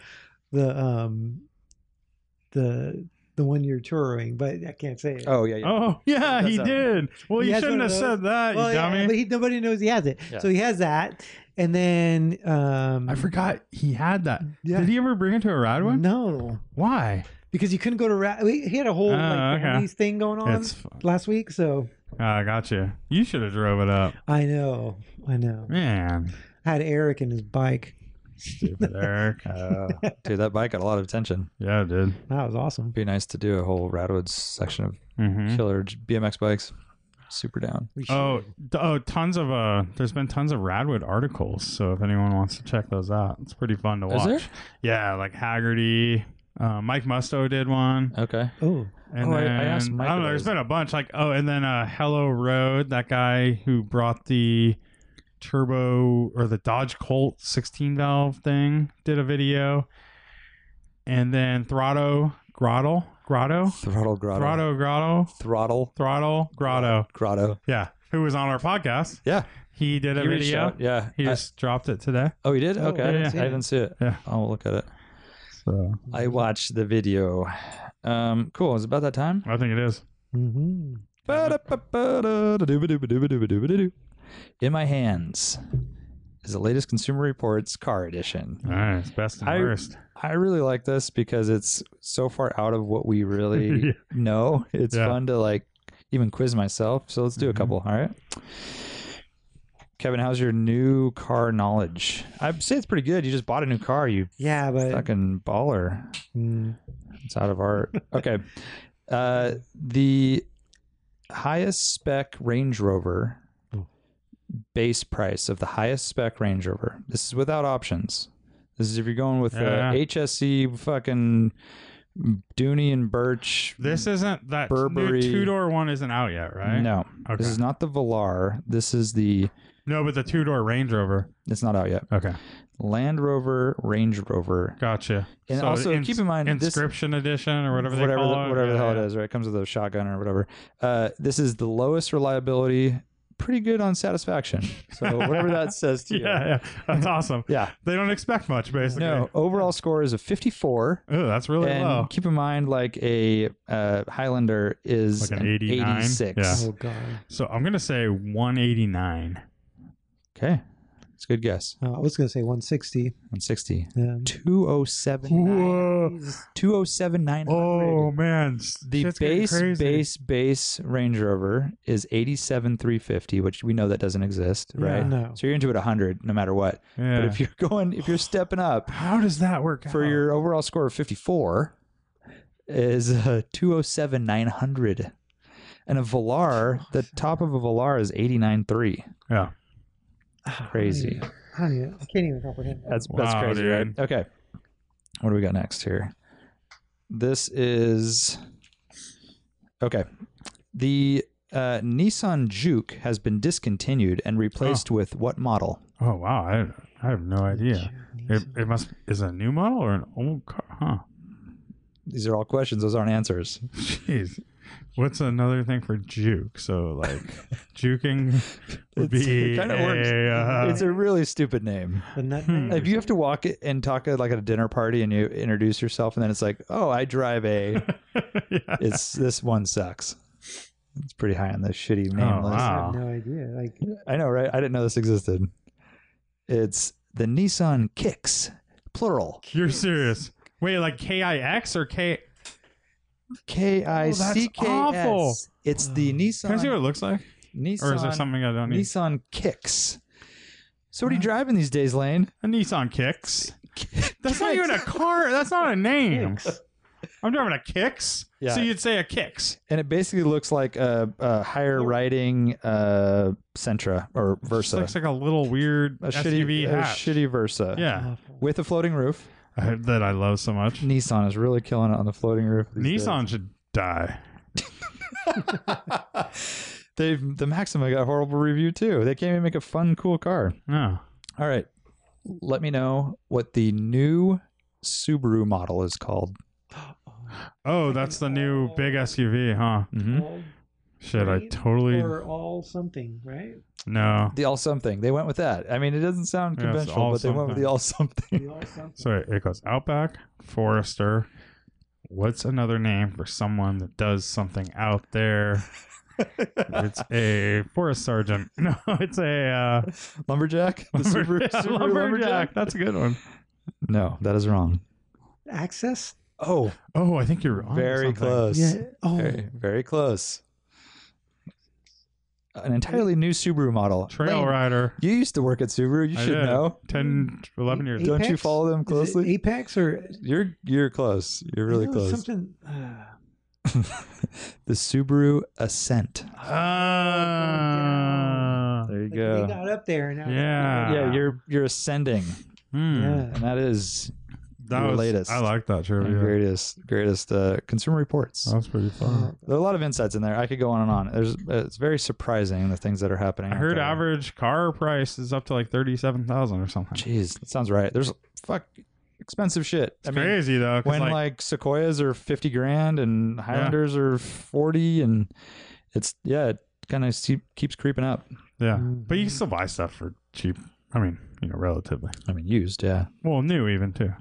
[SPEAKER 3] the um the the one you're touring, but I can't say it.
[SPEAKER 1] oh yeah, yeah.
[SPEAKER 2] Oh yeah,
[SPEAKER 1] That's
[SPEAKER 2] he
[SPEAKER 1] a-
[SPEAKER 2] did. Well,
[SPEAKER 3] He
[SPEAKER 2] you
[SPEAKER 3] has
[SPEAKER 2] shouldn't
[SPEAKER 3] one
[SPEAKER 2] have
[SPEAKER 3] of those.
[SPEAKER 2] said that,
[SPEAKER 3] well,
[SPEAKER 2] you
[SPEAKER 3] yeah,
[SPEAKER 2] dummy.
[SPEAKER 3] but he, nobody knows he has it.
[SPEAKER 1] Yeah.
[SPEAKER 3] So he has that, and then um
[SPEAKER 2] I forgot he had that.
[SPEAKER 3] Yeah.
[SPEAKER 2] Did he ever bring it to a rad one?
[SPEAKER 3] No,
[SPEAKER 2] Why?
[SPEAKER 3] because he couldn't go to. Ra- he he had a whole
[SPEAKER 2] Ah,
[SPEAKER 3] like
[SPEAKER 2] okay.
[SPEAKER 3] families thing going on
[SPEAKER 2] It's fun.
[SPEAKER 3] last week. So
[SPEAKER 2] I got you. You should have drove it up,
[SPEAKER 3] I know, I know.
[SPEAKER 2] man.
[SPEAKER 3] I had Eric in his bike.
[SPEAKER 2] Stupid Eric.
[SPEAKER 3] Oh.
[SPEAKER 1] Uh, dude, that bike got a lot of attention.
[SPEAKER 2] yeah, it did.
[SPEAKER 3] That was awesome.
[SPEAKER 1] Be nice to do a whole Radwoods section of
[SPEAKER 3] Hmm?
[SPEAKER 2] Mm-hmm.
[SPEAKER 1] killer j- BMX bikes. Super down.
[SPEAKER 3] We should-
[SPEAKER 2] Oh, d- oh, tons of uh. There's been tons of Radwood articles, so if anyone wants to check those out, it's pretty fun to
[SPEAKER 1] Is
[SPEAKER 2] watch.
[SPEAKER 1] there?
[SPEAKER 2] Yeah, like Haggerty, uh, Mike Musto did one,
[SPEAKER 1] Okay.
[SPEAKER 3] oh,
[SPEAKER 1] Oh,
[SPEAKER 2] and
[SPEAKER 1] I- I
[SPEAKER 2] then I,
[SPEAKER 1] asked Mike
[SPEAKER 2] don't know.
[SPEAKER 1] about
[SPEAKER 2] There's
[SPEAKER 1] his-
[SPEAKER 2] been a bunch. Like oh, and then uh, Hello Road, that guy who brought the turbo or the Dodge Colt 16 valve thing, did a video, and then Throtto Grotto Grotto
[SPEAKER 1] Throttle grotto.
[SPEAKER 2] Throtto Grotto
[SPEAKER 1] Throttle
[SPEAKER 2] Throttle Grotto.
[SPEAKER 1] grotto.
[SPEAKER 2] Yeah, who was on our podcast?
[SPEAKER 1] Yeah.
[SPEAKER 2] He did a
[SPEAKER 1] He reached
[SPEAKER 2] video.
[SPEAKER 1] out, Yeah.
[SPEAKER 2] He
[SPEAKER 1] I-
[SPEAKER 2] just dropped it today.
[SPEAKER 1] oh, he did.
[SPEAKER 3] Oh,
[SPEAKER 1] okay.
[SPEAKER 3] I
[SPEAKER 1] I
[SPEAKER 2] didn't
[SPEAKER 1] didn't,
[SPEAKER 3] see
[SPEAKER 1] I
[SPEAKER 3] it.
[SPEAKER 1] didn't see it.
[SPEAKER 2] Yeah.
[SPEAKER 1] I'll look at it.
[SPEAKER 2] So
[SPEAKER 1] I watched the video. Um, cool. It's about that time.
[SPEAKER 2] I think it is.
[SPEAKER 3] hmm
[SPEAKER 1] Ba-da-ba-ba-da-da-doo-ba-doo-ba-doo-ba-doo-ba-doo-ba-doo. In my hands is the latest Consumer Reports car edition.
[SPEAKER 2] All right, it's best and
[SPEAKER 1] I-
[SPEAKER 2] worst.
[SPEAKER 1] I really like this because it's so far out of what we really
[SPEAKER 2] Yeah.
[SPEAKER 1] know. It's
[SPEAKER 2] Yeah. Mm-hmm.
[SPEAKER 1] fun to like even quiz myself. So let's do a couple. All right. Kevin, how's your new car knowledge? I'd say it's pretty good. You just bought a new car. You
[SPEAKER 3] Yeah, but
[SPEAKER 1] fucking baller.
[SPEAKER 3] Mm.
[SPEAKER 1] It's out of our okay. Uh, the highest spec Range Rover base price of the highest spec Range Rover. This is without options. This is if you're going with
[SPEAKER 2] Yeah.
[SPEAKER 1] uh, HSE fucking Dooney and Birch.
[SPEAKER 2] This isn't that
[SPEAKER 1] Burberry-
[SPEAKER 2] new two door one isn't out yet, right?
[SPEAKER 1] No,
[SPEAKER 2] Okay.
[SPEAKER 1] this is not the Velar. This is the.
[SPEAKER 2] No, but the two door Range Rover.
[SPEAKER 1] It's not out yet.
[SPEAKER 2] Okay.
[SPEAKER 1] Land Rover, Range Rover,
[SPEAKER 2] Gotcha.
[SPEAKER 1] And also, keep in mind, this-
[SPEAKER 2] inscription edition or whatever they
[SPEAKER 1] whatever
[SPEAKER 2] call
[SPEAKER 1] the,
[SPEAKER 2] it.
[SPEAKER 1] whatever the
[SPEAKER 2] Yeah,
[SPEAKER 1] hell
[SPEAKER 2] yeah.
[SPEAKER 1] it is, right? It comes with a shotgun or whatever. Uh, this is the lowest reliability, pretty good on satisfaction. So whatever that says to you.
[SPEAKER 2] Yeah, yeah. That's awesome.
[SPEAKER 1] Yeah.
[SPEAKER 2] They don't expect much, basically.
[SPEAKER 1] No, overall score is a 54.
[SPEAKER 2] Oh, that's really
[SPEAKER 1] and
[SPEAKER 2] low.
[SPEAKER 1] keep in mind, like a uh, Highlander is
[SPEAKER 2] Like an 89?
[SPEAKER 1] 86.
[SPEAKER 2] Yeah.
[SPEAKER 3] oh god,
[SPEAKER 2] So I'm gonna say 189.
[SPEAKER 1] Okay. It's a good guess.
[SPEAKER 3] Oh, I was gonna say um, 160.
[SPEAKER 1] 160.
[SPEAKER 3] Yeah.
[SPEAKER 1] 207.
[SPEAKER 2] Whoa.
[SPEAKER 1] 207.
[SPEAKER 2] Oh man, S-
[SPEAKER 1] The
[SPEAKER 2] shit's getting
[SPEAKER 1] base
[SPEAKER 2] crazy.
[SPEAKER 1] base base Range Rover is eighty seven three fifty, which we know that doesn't exist, right?
[SPEAKER 3] no.
[SPEAKER 1] So you're into it hundred no matter what.
[SPEAKER 2] Yeah.
[SPEAKER 1] But if you're going, if you're stepping up
[SPEAKER 2] How does that work
[SPEAKER 1] for
[SPEAKER 2] out?
[SPEAKER 1] your overall score of fifty four, is uh, two oh hundred seven nine hundred. And a Velar, the top of a Velar is 89.3.
[SPEAKER 2] Yeah.
[SPEAKER 1] Ah, Crazy.
[SPEAKER 3] I don't even. I can't even comprehend. That.
[SPEAKER 1] That's that's
[SPEAKER 2] Wow,
[SPEAKER 1] crazy,
[SPEAKER 2] dude.
[SPEAKER 1] right? Okay. What do we got next here? This is okay. The uh, Nissan Juke has been discontinued and replaced with what model?
[SPEAKER 2] Oh wow, I, I have no idea. It, it must is it a new model or an old car? Huh.
[SPEAKER 1] These are all questions. Those aren't answers.
[SPEAKER 2] Jeez. What's another thing for juke? So like juking would
[SPEAKER 1] It's-
[SPEAKER 2] be
[SPEAKER 1] it kinda
[SPEAKER 2] a,
[SPEAKER 1] works.
[SPEAKER 2] uh,
[SPEAKER 1] it's a really stupid name.
[SPEAKER 3] The
[SPEAKER 2] hmm.
[SPEAKER 3] nutmeg.
[SPEAKER 1] If you have to walk it and talk at like at a dinner party and you introduce yourself and then it's like, oh, I drive a.
[SPEAKER 2] uh, yeah.
[SPEAKER 1] It's this one sucks. It's pretty high on the shitty name
[SPEAKER 2] Oh,
[SPEAKER 1] list.
[SPEAKER 3] I
[SPEAKER 2] wow.
[SPEAKER 3] have no idea. Like
[SPEAKER 1] I know, right? I didn't know this existed. It's the Nissan Kicks, plural.
[SPEAKER 2] You're serious. Wait, like K I X or K
[SPEAKER 1] K I C K
[SPEAKER 2] Oh, awful.
[SPEAKER 1] S. It's the
[SPEAKER 2] Can I see what it
[SPEAKER 1] Nissan
[SPEAKER 2] looks like?
[SPEAKER 1] Nissan
[SPEAKER 2] Or is there something I don't need?
[SPEAKER 1] Nissan Kicks. So what are you driving these days, Lane?
[SPEAKER 2] A Nissan Kicks. That's not even a car. That's not a name. I'm driving a Kicks.
[SPEAKER 1] Yeah.
[SPEAKER 2] So you'd say a Kicks.
[SPEAKER 1] And it basically looks like a, a higher riding uh, Sentra or
[SPEAKER 2] Just
[SPEAKER 1] Versa.
[SPEAKER 2] looks like a little weird
[SPEAKER 1] a
[SPEAKER 2] SUV
[SPEAKER 1] shitty, a
[SPEAKER 2] hatch.
[SPEAKER 1] shitty Versa.
[SPEAKER 2] yeah,
[SPEAKER 1] With a floating roof.
[SPEAKER 2] I, that I love so much.
[SPEAKER 1] Nissan is really killing it on the floating roof. these days.
[SPEAKER 2] Nissan should die.
[SPEAKER 1] They've the Maxima got a horrible review too. They can't even make a fun, cool car.
[SPEAKER 2] No.
[SPEAKER 1] All right. Let me know what the new Subaru model is called.
[SPEAKER 2] Oh, that's the new big SUV, huh?
[SPEAKER 1] Mm-hmm.
[SPEAKER 2] Hmm? Shit, I
[SPEAKER 3] Green
[SPEAKER 2] totally
[SPEAKER 3] or all something, right?
[SPEAKER 2] no.
[SPEAKER 1] The all something. They went with that. I mean, it doesn't sound
[SPEAKER 2] Yeah, it's
[SPEAKER 1] conventional,
[SPEAKER 2] all
[SPEAKER 1] but they went with
[SPEAKER 2] something.
[SPEAKER 1] the all something.
[SPEAKER 3] The all something.
[SPEAKER 2] Sorry, it goes Outback, Forester. What's another name for someone that does something out there? it's a forest sergeant. No, it's a uh,
[SPEAKER 1] lumberjack. The Subaru,
[SPEAKER 2] yeah,
[SPEAKER 1] Subaru
[SPEAKER 2] lumberjack.
[SPEAKER 1] lumberjack.
[SPEAKER 2] That's a good one.
[SPEAKER 1] No, that is wrong.
[SPEAKER 3] Access.
[SPEAKER 1] Oh,
[SPEAKER 2] Oh, I think you're on to
[SPEAKER 1] very
[SPEAKER 2] something.
[SPEAKER 1] close.
[SPEAKER 3] Yeah. Oh,
[SPEAKER 1] Very, very close. An entirely new Subaru model.
[SPEAKER 2] Trail
[SPEAKER 1] Lane,
[SPEAKER 2] rider.
[SPEAKER 1] You used to work at Subaru. You
[SPEAKER 2] I
[SPEAKER 1] should
[SPEAKER 2] did.
[SPEAKER 1] know.
[SPEAKER 2] 10, 11 years.
[SPEAKER 3] Eight-
[SPEAKER 1] Don't you
[SPEAKER 3] Apex?
[SPEAKER 1] follow them
[SPEAKER 3] is it
[SPEAKER 1] closely?
[SPEAKER 3] Apex or
[SPEAKER 1] You're you're close. You're really
[SPEAKER 3] I know
[SPEAKER 1] close.
[SPEAKER 3] Something. Uh,
[SPEAKER 1] the Subaru Ascent.
[SPEAKER 2] Ah.
[SPEAKER 1] There you
[SPEAKER 3] like They got up there and now.
[SPEAKER 2] Yeah.
[SPEAKER 1] yeah, you're you're ascending,
[SPEAKER 2] Hmm.
[SPEAKER 3] Yeah.
[SPEAKER 1] and that is
[SPEAKER 2] That
[SPEAKER 1] Your
[SPEAKER 2] was
[SPEAKER 1] latest.
[SPEAKER 2] I like that
[SPEAKER 1] the
[SPEAKER 2] trivia.
[SPEAKER 1] greatest greatest uh, consumer reports.
[SPEAKER 2] That was pretty
[SPEAKER 3] Uh,
[SPEAKER 2] fun.
[SPEAKER 1] There are a lot of insights in there. I could go on and on. There's uh, it's very surprising the things that are happening.
[SPEAKER 2] I
[SPEAKER 1] out
[SPEAKER 2] heard
[SPEAKER 1] there.
[SPEAKER 2] average car price is up to like thirty seven thousand or something.
[SPEAKER 1] Jeez, that sounds right. There's fuck expensive shit. I
[SPEAKER 2] It's
[SPEAKER 1] mean,
[SPEAKER 2] crazy though. 'cause,
[SPEAKER 1] when like, sequoias are fifty grand and Highlanders are forty, and it's yeah, it kind of keeps creeping up.
[SPEAKER 2] yeah,
[SPEAKER 1] mm-hmm.
[SPEAKER 2] but you can still buy stuff for cheap. I mean, you know, relatively.
[SPEAKER 1] I mean, used, yeah.
[SPEAKER 2] Well, new even too.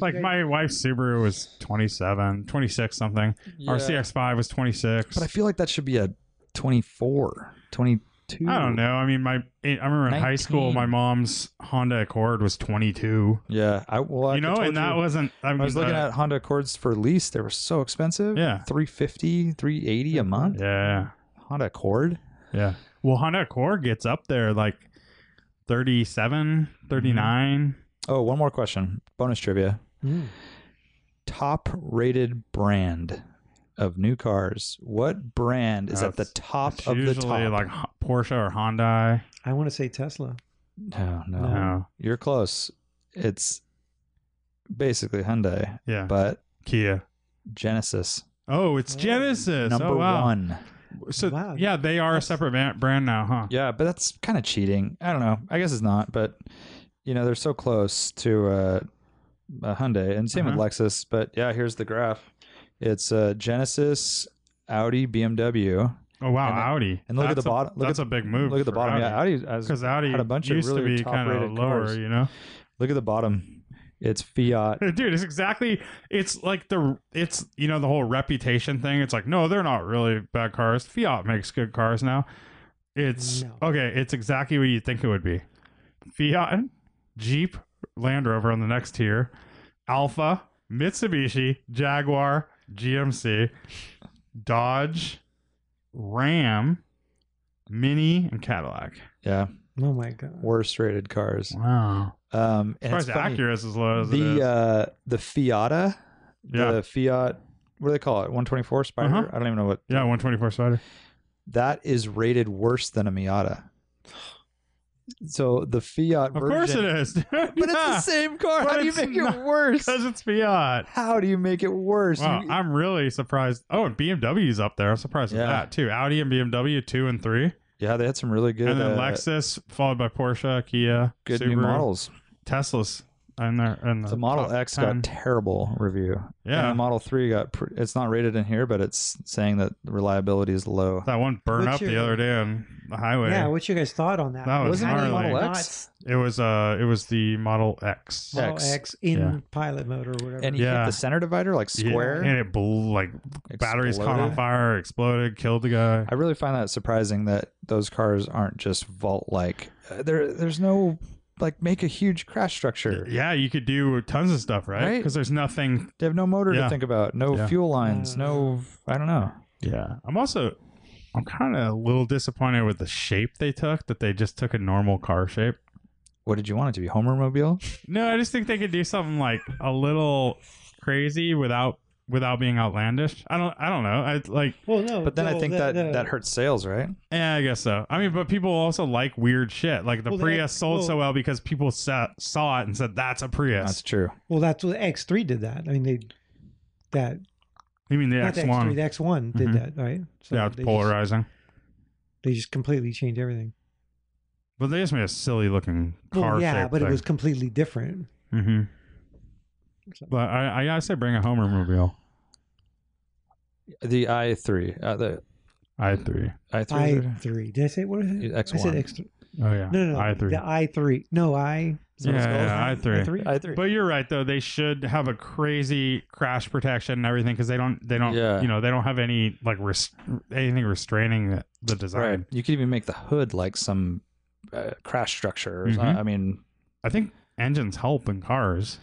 [SPEAKER 2] Like
[SPEAKER 3] Okay.
[SPEAKER 2] my wife's Subaru was 27, 26 something. Our CX5 was 26.
[SPEAKER 1] But I feel like that should be a 24, 22.
[SPEAKER 2] I don't know. I mean, my I remember in high school,
[SPEAKER 1] 19.
[SPEAKER 2] my mom's Honda Accord was 22.
[SPEAKER 1] Yeah, I well, I
[SPEAKER 2] you know,
[SPEAKER 1] told
[SPEAKER 2] and that
[SPEAKER 1] you-
[SPEAKER 2] wasn't. I, mean,
[SPEAKER 1] I was looking
[SPEAKER 2] uh,
[SPEAKER 1] at Honda Accords for lease. They were so expensive.
[SPEAKER 2] Yeah.
[SPEAKER 1] 350, 380 a month.
[SPEAKER 2] Yeah,
[SPEAKER 1] Honda Accord.
[SPEAKER 2] yeah. Well, Honda Accord gets up there like 37, 39.
[SPEAKER 1] Oh, one more question. Bonus trivia.
[SPEAKER 3] Mm.
[SPEAKER 1] Top rated brand of new cars. What brand is at the
[SPEAKER 2] That's-
[SPEAKER 1] top
[SPEAKER 2] It's
[SPEAKER 1] of the
[SPEAKER 2] usually
[SPEAKER 1] top?
[SPEAKER 2] like Ho- Porsche or Hyundai. Uh,
[SPEAKER 3] I want to say Tesla.
[SPEAKER 1] no, Oh, no,
[SPEAKER 2] No.
[SPEAKER 1] You're close. It's basically Hyundai,
[SPEAKER 2] Yeah.
[SPEAKER 1] but
[SPEAKER 2] Kia.
[SPEAKER 1] Genesis
[SPEAKER 2] Oh, it's
[SPEAKER 3] Oh.
[SPEAKER 2] Genesis.
[SPEAKER 1] number
[SPEAKER 2] oh, wow.
[SPEAKER 1] one.
[SPEAKER 2] So
[SPEAKER 3] Wow.
[SPEAKER 2] yeah, they are a separate van- brand now, huh?
[SPEAKER 1] Yeah, but that's kind of cheating. I don't know. I guess it's not, but you know, they're so close to uh, a Hyundai, and same
[SPEAKER 2] Uh-huh.
[SPEAKER 1] with Lexus. But yeah, here's the graph. It's uh, Genesis, Audi, BMW,
[SPEAKER 2] Oh wow,
[SPEAKER 1] And-
[SPEAKER 2] Audi.
[SPEAKER 1] and look at
[SPEAKER 2] That's
[SPEAKER 1] the
[SPEAKER 2] a-
[SPEAKER 1] bottom. Look
[SPEAKER 2] that's
[SPEAKER 1] at,
[SPEAKER 2] a big move.
[SPEAKER 1] Look at the bottom. Yeah, Audi has,
[SPEAKER 2] because Audi
[SPEAKER 1] had a bunch of
[SPEAKER 2] used to
[SPEAKER 1] really
[SPEAKER 2] be kind of
[SPEAKER 1] top-rated
[SPEAKER 2] lower,
[SPEAKER 1] cars.
[SPEAKER 2] you know.
[SPEAKER 1] look at the bottom. It's Fiat.
[SPEAKER 2] Dude, it's exactly. It's like the. It's you know the whole reputation thing. It's like no, they're not really bad cars. Fiat makes good cars now. It's
[SPEAKER 3] No.
[SPEAKER 2] okay. It's exactly what you think it would be. Fiat, Jeep, Land Rover on the next tier, Alpha, Mitsubishi, Jaguar, GMC, Dodge, Ram, Mini, and Cadillac.
[SPEAKER 1] Yeah,
[SPEAKER 3] Oh my god.
[SPEAKER 1] worst rated cars.
[SPEAKER 2] Wow.
[SPEAKER 1] Um,
[SPEAKER 2] As
[SPEAKER 1] and
[SPEAKER 2] far
[SPEAKER 1] it's
[SPEAKER 2] as
[SPEAKER 1] funny. uh,
[SPEAKER 2] Acura is as low as it
[SPEAKER 1] the
[SPEAKER 2] is.
[SPEAKER 1] uh, the Fiata,
[SPEAKER 2] Yeah.
[SPEAKER 1] the Fiat what do they call it? 124 Spider.
[SPEAKER 2] Uh-huh.
[SPEAKER 1] I don't even know what.
[SPEAKER 2] Yeah, 124 Spider.
[SPEAKER 1] That is rated worse than a Miata. So the Fiat
[SPEAKER 2] Of course it is. but
[SPEAKER 1] But it's the same car.
[SPEAKER 2] But
[SPEAKER 1] How do you
[SPEAKER 2] it's
[SPEAKER 1] make
[SPEAKER 2] not-
[SPEAKER 1] it worse?
[SPEAKER 2] Because it's Fiat.
[SPEAKER 1] How do you make it worse?
[SPEAKER 2] Wow,
[SPEAKER 1] You-
[SPEAKER 2] I'm really surprised. Oh, and BMW's up there. I'm surprised
[SPEAKER 1] Yeah.
[SPEAKER 2] at that too. Audi and BMW two and three,
[SPEAKER 1] yeah, they had some really good,
[SPEAKER 2] and then
[SPEAKER 1] uh,
[SPEAKER 2] Lexus followed by Porsche, Kia,
[SPEAKER 1] good
[SPEAKER 2] Subaru,
[SPEAKER 1] new models.
[SPEAKER 2] Teslas, and there and
[SPEAKER 1] The Model X got terrible review. And
[SPEAKER 2] yeah.
[SPEAKER 1] the Model 3 got, pr- it's not rated in here, but it's saying that the reliability is low.
[SPEAKER 2] that one burned
[SPEAKER 3] What's
[SPEAKER 2] up the
[SPEAKER 3] your-
[SPEAKER 2] other day on the highway.
[SPEAKER 3] Yeah, what's your guys' thought on that?
[SPEAKER 2] That was
[SPEAKER 3] How do you
[SPEAKER 2] gnarly.
[SPEAKER 1] Model
[SPEAKER 3] not
[SPEAKER 1] X?
[SPEAKER 2] it was uh, it was the Model X.
[SPEAKER 1] Yeah.
[SPEAKER 3] Model
[SPEAKER 1] X.
[SPEAKER 3] X, in
[SPEAKER 2] Yeah.
[SPEAKER 3] pilot mode or whatever.
[SPEAKER 1] And you
[SPEAKER 2] Yeah.
[SPEAKER 1] hit the center divider, like
[SPEAKER 2] Yeah,
[SPEAKER 1] square.
[SPEAKER 2] and it blew like batteries caught on
[SPEAKER 1] exploded.
[SPEAKER 2] fire, exploded, killed the guy.
[SPEAKER 1] I really find that surprising that those cars aren't just vault like. There, there's no like make a huge crash structure.
[SPEAKER 2] Yeah, you could do tons of stuff, right?
[SPEAKER 1] Right.
[SPEAKER 2] Because there's nothing.
[SPEAKER 1] They have no motor
[SPEAKER 2] Yeah.
[SPEAKER 1] to think about, no
[SPEAKER 2] Yeah.
[SPEAKER 1] fuel lines, no. I don't know.
[SPEAKER 2] Yeah, I'm also. I'm kind of a little disappointed with the shape they took. That they just took a normal car shape.
[SPEAKER 1] What did you want it to be? Homer mobile?
[SPEAKER 2] No, I just think they could do something like a little crazy without without being outlandish. I don't I don't know. I like
[SPEAKER 3] well, no,
[SPEAKER 1] But then I
[SPEAKER 3] no,
[SPEAKER 1] think
[SPEAKER 3] the-
[SPEAKER 1] that
[SPEAKER 3] the-
[SPEAKER 1] that hurts sales, right?
[SPEAKER 2] yeah, I guess so. I mean, but people also like weird shit. Like the
[SPEAKER 3] Well, the
[SPEAKER 2] Prius
[SPEAKER 3] X-
[SPEAKER 2] sold so
[SPEAKER 3] well-
[SPEAKER 2] well because people sa- saw it and said that's a Prius.
[SPEAKER 1] That's true.
[SPEAKER 3] Well, that's what X3 did that. I mean, they that
[SPEAKER 2] you mean the
[SPEAKER 3] not the X3,
[SPEAKER 2] X1?
[SPEAKER 3] the X1 did
[SPEAKER 1] Mm-hmm.
[SPEAKER 2] Mhm.
[SPEAKER 3] that, right? So
[SPEAKER 2] yeah, it's
[SPEAKER 3] they Just,
[SPEAKER 2] polarizing.
[SPEAKER 3] they just completely changed everything.
[SPEAKER 2] but they just made a silly looking car
[SPEAKER 3] Well, yeah,
[SPEAKER 2] shape
[SPEAKER 3] but
[SPEAKER 2] thing.
[SPEAKER 3] it was completely different.
[SPEAKER 2] hmm
[SPEAKER 3] So-
[SPEAKER 2] But I, I I say bring a Homer mobile.
[SPEAKER 1] The i three, uh, the
[SPEAKER 2] I three.
[SPEAKER 1] i three.
[SPEAKER 3] i3. Did I say what is it?
[SPEAKER 1] Yeah, X1.
[SPEAKER 3] I said X3.
[SPEAKER 2] Oh yeah.
[SPEAKER 3] No, no, no.
[SPEAKER 2] I three.
[SPEAKER 3] The i3. No, I. is that what it's
[SPEAKER 2] Yeah,
[SPEAKER 3] called?
[SPEAKER 2] yeah, i3.
[SPEAKER 1] i three.
[SPEAKER 2] But you're right though. They should have a crazy crash protection and everything because they don't. They don't.
[SPEAKER 1] Yeah.
[SPEAKER 2] You know, they don't have any like res- anything restraining the, the design.
[SPEAKER 1] Right. You could even make the hood like some uh, crash structure. Or
[SPEAKER 2] Mhm.
[SPEAKER 1] something. I mean,
[SPEAKER 2] I think engines help in cars,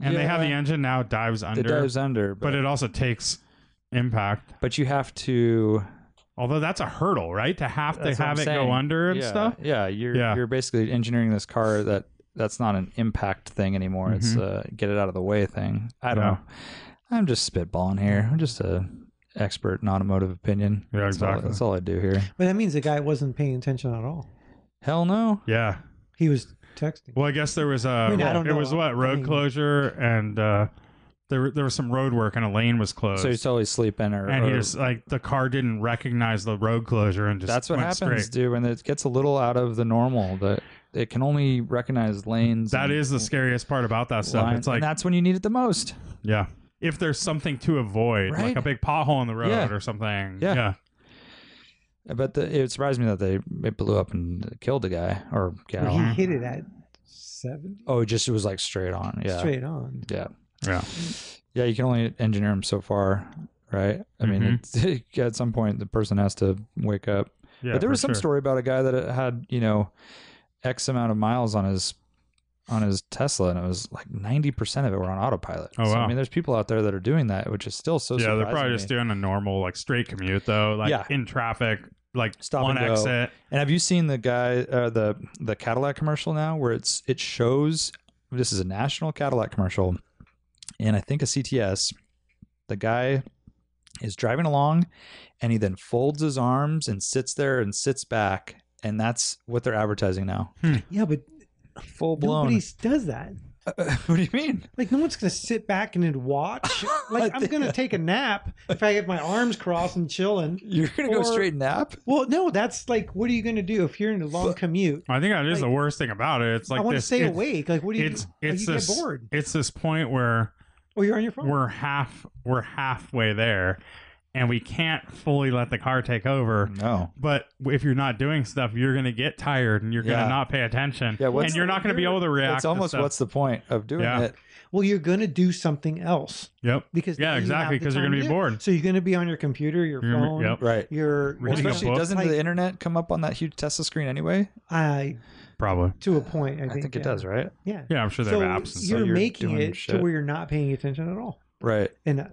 [SPEAKER 2] and they have the
[SPEAKER 1] yeah,
[SPEAKER 2] engine now dives under,
[SPEAKER 1] It dives under, but
[SPEAKER 2] but it also takes impact.
[SPEAKER 1] but you have to
[SPEAKER 2] Although that's a hurdle, right? To have to
[SPEAKER 1] That's what
[SPEAKER 2] have
[SPEAKER 1] I'm
[SPEAKER 2] it
[SPEAKER 1] saying.
[SPEAKER 2] go under and
[SPEAKER 1] yeah,
[SPEAKER 2] stuff.
[SPEAKER 1] Yeah, you're
[SPEAKER 2] Yeah.
[SPEAKER 1] you're basically engineering this car that that's not an impact thing anymore. It's a get it out of the way thing. I don't
[SPEAKER 2] Mm-hmm. Yeah.
[SPEAKER 1] know. I'm just spitballing here. I'm just a expert in automotive opinion.
[SPEAKER 2] Yeah,
[SPEAKER 1] That's all-
[SPEAKER 2] exactly.
[SPEAKER 1] That's all, I do here.
[SPEAKER 3] But that means the guy wasn't paying attention at all.
[SPEAKER 1] Hell no.
[SPEAKER 2] Yeah.
[SPEAKER 3] He was texting.
[SPEAKER 2] Well, I guess there was a.
[SPEAKER 3] mean, I don't
[SPEAKER 2] it
[SPEAKER 3] know.
[SPEAKER 2] was what road
[SPEAKER 3] I mean-
[SPEAKER 2] closure and uh, there were- there was some road work and a lane was closed.
[SPEAKER 1] So he's totally sleeping, or,
[SPEAKER 2] Uh, and he
[SPEAKER 1] or-
[SPEAKER 2] just like the car didn't recognize the road closure and just
[SPEAKER 1] that's what
[SPEAKER 2] went
[SPEAKER 1] happens,
[SPEAKER 2] straight.
[SPEAKER 1] dude. When it gets a little out of the normal, that it can only recognize lanes.
[SPEAKER 2] That
[SPEAKER 1] and
[SPEAKER 2] is the scariest part about that stuff.
[SPEAKER 1] lines,
[SPEAKER 2] It's like,
[SPEAKER 1] and that's when you need it the most.
[SPEAKER 2] yeah, if there's something to avoid, like
[SPEAKER 1] Right?
[SPEAKER 2] a big pothole in the road
[SPEAKER 1] Yeah.
[SPEAKER 2] or
[SPEAKER 1] Yeah.
[SPEAKER 2] something. yeah,
[SPEAKER 1] But the, it surprised me that they it blew up and killed the guy or gal.
[SPEAKER 2] Mm-hmm.
[SPEAKER 3] he hit it at 70
[SPEAKER 1] Oh, it just it was like straight on. Yeah.
[SPEAKER 3] straight on.
[SPEAKER 1] Yeah.
[SPEAKER 2] Yeah.
[SPEAKER 1] Yeah, you can only engineer them so far, right? I
[SPEAKER 2] Mm-hmm.
[SPEAKER 1] mean, it's, at some point the person has to wake up.
[SPEAKER 2] yeah.
[SPEAKER 1] but there
[SPEAKER 2] for
[SPEAKER 1] was some
[SPEAKER 2] sure.
[SPEAKER 1] story about a guy that had, you know, X amount of miles on his on his Tesla and it was like 90% of it were on autopilot.
[SPEAKER 2] Oh,
[SPEAKER 1] so,
[SPEAKER 2] wow.
[SPEAKER 1] I mean, there's people out there that are doing that, which is still so
[SPEAKER 2] Yeah, they're
[SPEAKER 1] surprising to
[SPEAKER 2] probably just
[SPEAKER 1] me.
[SPEAKER 2] doing a normal like straight commute though, like
[SPEAKER 1] Yeah.
[SPEAKER 2] in traffic, like
[SPEAKER 1] Stop
[SPEAKER 2] one
[SPEAKER 1] and go.
[SPEAKER 2] exit.
[SPEAKER 1] And have you seen the guy uh, the the Cadillac commercial now where it's it shows this is a national Cadillac commercial and I think a CTS the guy is driving along and he then folds his arms and sits there and sits back and that's what they're advertising now.
[SPEAKER 3] Yeah, but
[SPEAKER 1] Full
[SPEAKER 3] nobody
[SPEAKER 1] blown.
[SPEAKER 3] does that.
[SPEAKER 1] what do you mean?
[SPEAKER 3] Like no one's gonna sit back and then watch. Like I'm gonna take a nap if I have my arms crossed and chilling.
[SPEAKER 1] You're going to go
[SPEAKER 3] Or-
[SPEAKER 1] straight nap?
[SPEAKER 3] Well, no, that's like what are you gonna do if you're in a long commute?
[SPEAKER 2] I think that is
[SPEAKER 3] Like-
[SPEAKER 2] the worst thing about it. It's like
[SPEAKER 3] I want
[SPEAKER 2] this,
[SPEAKER 3] to stay
[SPEAKER 2] it's-
[SPEAKER 3] awake. Like what do you?
[SPEAKER 2] It's
[SPEAKER 3] do? Like,
[SPEAKER 2] it's
[SPEAKER 3] you
[SPEAKER 2] this
[SPEAKER 3] get bored
[SPEAKER 2] it's this point where
[SPEAKER 3] or you're on your phone.
[SPEAKER 2] we're half we're halfway there, and we can't fully let the car take over.
[SPEAKER 1] No.
[SPEAKER 2] But if you're not doing stuff, you're gonna get tired and you're
[SPEAKER 1] Yeah.
[SPEAKER 2] gonna not pay attention.
[SPEAKER 1] Yeah, what's-
[SPEAKER 2] and you're not gonna be able to react.
[SPEAKER 1] It's
[SPEAKER 2] to
[SPEAKER 1] almost
[SPEAKER 2] stuff.
[SPEAKER 1] what's the point of doing
[SPEAKER 2] Yeah.
[SPEAKER 1] it?
[SPEAKER 3] Well, you're gonna do something else
[SPEAKER 2] yep.
[SPEAKER 3] because
[SPEAKER 2] Yeah,
[SPEAKER 3] now you
[SPEAKER 2] exactly,
[SPEAKER 3] have the
[SPEAKER 2] 'cause you're
[SPEAKER 3] time
[SPEAKER 2] gonna
[SPEAKER 3] to
[SPEAKER 2] be
[SPEAKER 3] do it.
[SPEAKER 2] bored.
[SPEAKER 3] So you're gonna be on your computer, your
[SPEAKER 2] You're gonna
[SPEAKER 3] phone,
[SPEAKER 2] be- yep.
[SPEAKER 1] Right.
[SPEAKER 3] your
[SPEAKER 2] Reading a
[SPEAKER 1] Especially
[SPEAKER 2] book.
[SPEAKER 1] doesn't
[SPEAKER 3] Like-
[SPEAKER 1] the internet come up on that huge Tesla screen anyway?
[SPEAKER 3] I
[SPEAKER 2] Probably.
[SPEAKER 3] to a point. I
[SPEAKER 1] I
[SPEAKER 3] think,
[SPEAKER 1] think, it
[SPEAKER 3] yeah.
[SPEAKER 1] does, right?
[SPEAKER 3] Yeah.
[SPEAKER 2] Yeah, I'm sure they
[SPEAKER 3] So
[SPEAKER 2] have apps. And stuff.
[SPEAKER 3] you're,
[SPEAKER 1] you're
[SPEAKER 3] making
[SPEAKER 1] doing
[SPEAKER 3] it
[SPEAKER 1] shit.
[SPEAKER 3] to where you're not paying attention at all.
[SPEAKER 1] Right.
[SPEAKER 3] And uh,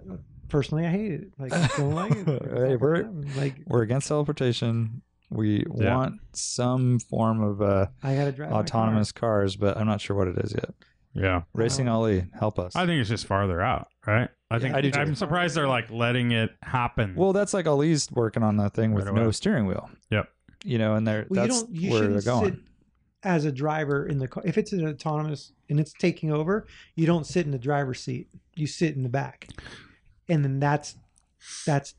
[SPEAKER 3] personally, I hate it. Like, I don't like it.
[SPEAKER 1] Hey, we're-
[SPEAKER 3] like,
[SPEAKER 1] We're against teleportation. We
[SPEAKER 2] Yeah.
[SPEAKER 1] want some form of uh,
[SPEAKER 3] I gotta drive my car. Oh.
[SPEAKER 1] autonomous cars, but I'm not sure what it is yet.
[SPEAKER 2] Yeah.
[SPEAKER 1] Racing Ali, help us.
[SPEAKER 2] I think it's just farther out, right? I think
[SPEAKER 1] I do too.
[SPEAKER 2] I'm surprised they're like letting it happen.
[SPEAKER 1] well, that's like Ali's working on that thing with
[SPEAKER 2] Right
[SPEAKER 1] no
[SPEAKER 2] away.
[SPEAKER 1] steering wheel.
[SPEAKER 2] Yep.
[SPEAKER 1] You know, and they're
[SPEAKER 3] Well, you
[SPEAKER 1] that's
[SPEAKER 3] don't. You
[SPEAKER 1] where they're
[SPEAKER 3] shouldn't
[SPEAKER 1] going.
[SPEAKER 3] sit as a driver in the car. If it's an autonomous and it's taking over, you don't sit in the driver's seat. You sit in the back, and then that's that's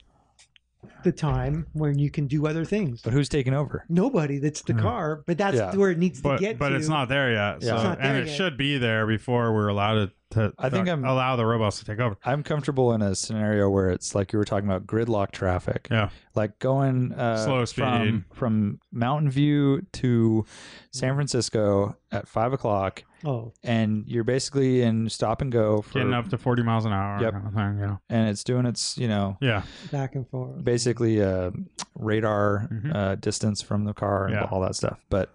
[SPEAKER 3] the time when you can do other things.
[SPEAKER 1] But who's taking over?
[SPEAKER 3] Nobody. That's the
[SPEAKER 2] Hmm.
[SPEAKER 3] car, but that's
[SPEAKER 1] Yeah.
[SPEAKER 3] where it needs
[SPEAKER 2] but
[SPEAKER 3] to get.
[SPEAKER 2] but
[SPEAKER 3] to.
[SPEAKER 2] it's not there yet.
[SPEAKER 1] Yeah.
[SPEAKER 2] So,
[SPEAKER 1] It's
[SPEAKER 3] not
[SPEAKER 2] and
[SPEAKER 3] there
[SPEAKER 2] it
[SPEAKER 3] yet.
[SPEAKER 2] should be there before we're allowed to, to
[SPEAKER 1] I think I'm-
[SPEAKER 2] allow the robots to take over.
[SPEAKER 1] I'm comfortable in a scenario where it's like you were talking about gridlock traffic.
[SPEAKER 2] Yeah.
[SPEAKER 1] Like going uh,
[SPEAKER 2] Slow
[SPEAKER 1] from, from Mountain View to San Francisco at five o'clock,
[SPEAKER 3] Oh,
[SPEAKER 1] and you're basically in stop and go for,
[SPEAKER 2] Getting up to 40 miles an hour.
[SPEAKER 1] Yep.
[SPEAKER 2] kind of thing, yeah.
[SPEAKER 1] and it's doing its you know
[SPEAKER 2] Yeah.
[SPEAKER 3] back and forth.
[SPEAKER 1] basically uh, radar
[SPEAKER 2] Mhm.
[SPEAKER 1] uh, distance from the car and
[SPEAKER 2] Yeah.
[SPEAKER 1] all that stuff. But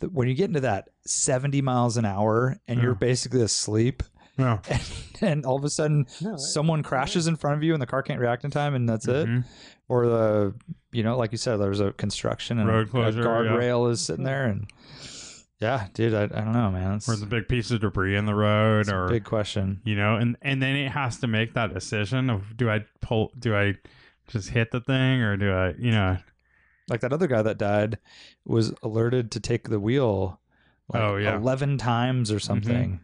[SPEAKER 1] th- when you get into that 70 miles an hour and
[SPEAKER 2] Yeah.
[SPEAKER 1] you're basically asleep,
[SPEAKER 2] Yeah.
[SPEAKER 1] and, and all of a sudden
[SPEAKER 3] No,
[SPEAKER 1] someone crashes in front of you and the car can't react in time, and that's it.
[SPEAKER 2] Mhm.
[SPEAKER 1] Or the you know, like you said, there's a construction and
[SPEAKER 2] Road
[SPEAKER 1] a
[SPEAKER 2] closure,
[SPEAKER 1] guardrail is sitting there, and yeah, dude, I, I don't know, man. It's,
[SPEAKER 2] Or the big piece of debris in the road
[SPEAKER 1] it's a
[SPEAKER 2] or
[SPEAKER 1] big question.
[SPEAKER 2] you know and and then it has to make that decision of do i pull do i just hit the thing or do i you know
[SPEAKER 1] Like that other guy that died was alerted to take the wheel like
[SPEAKER 2] Oh, yeah. Mm-hmm.
[SPEAKER 1] 11 times or something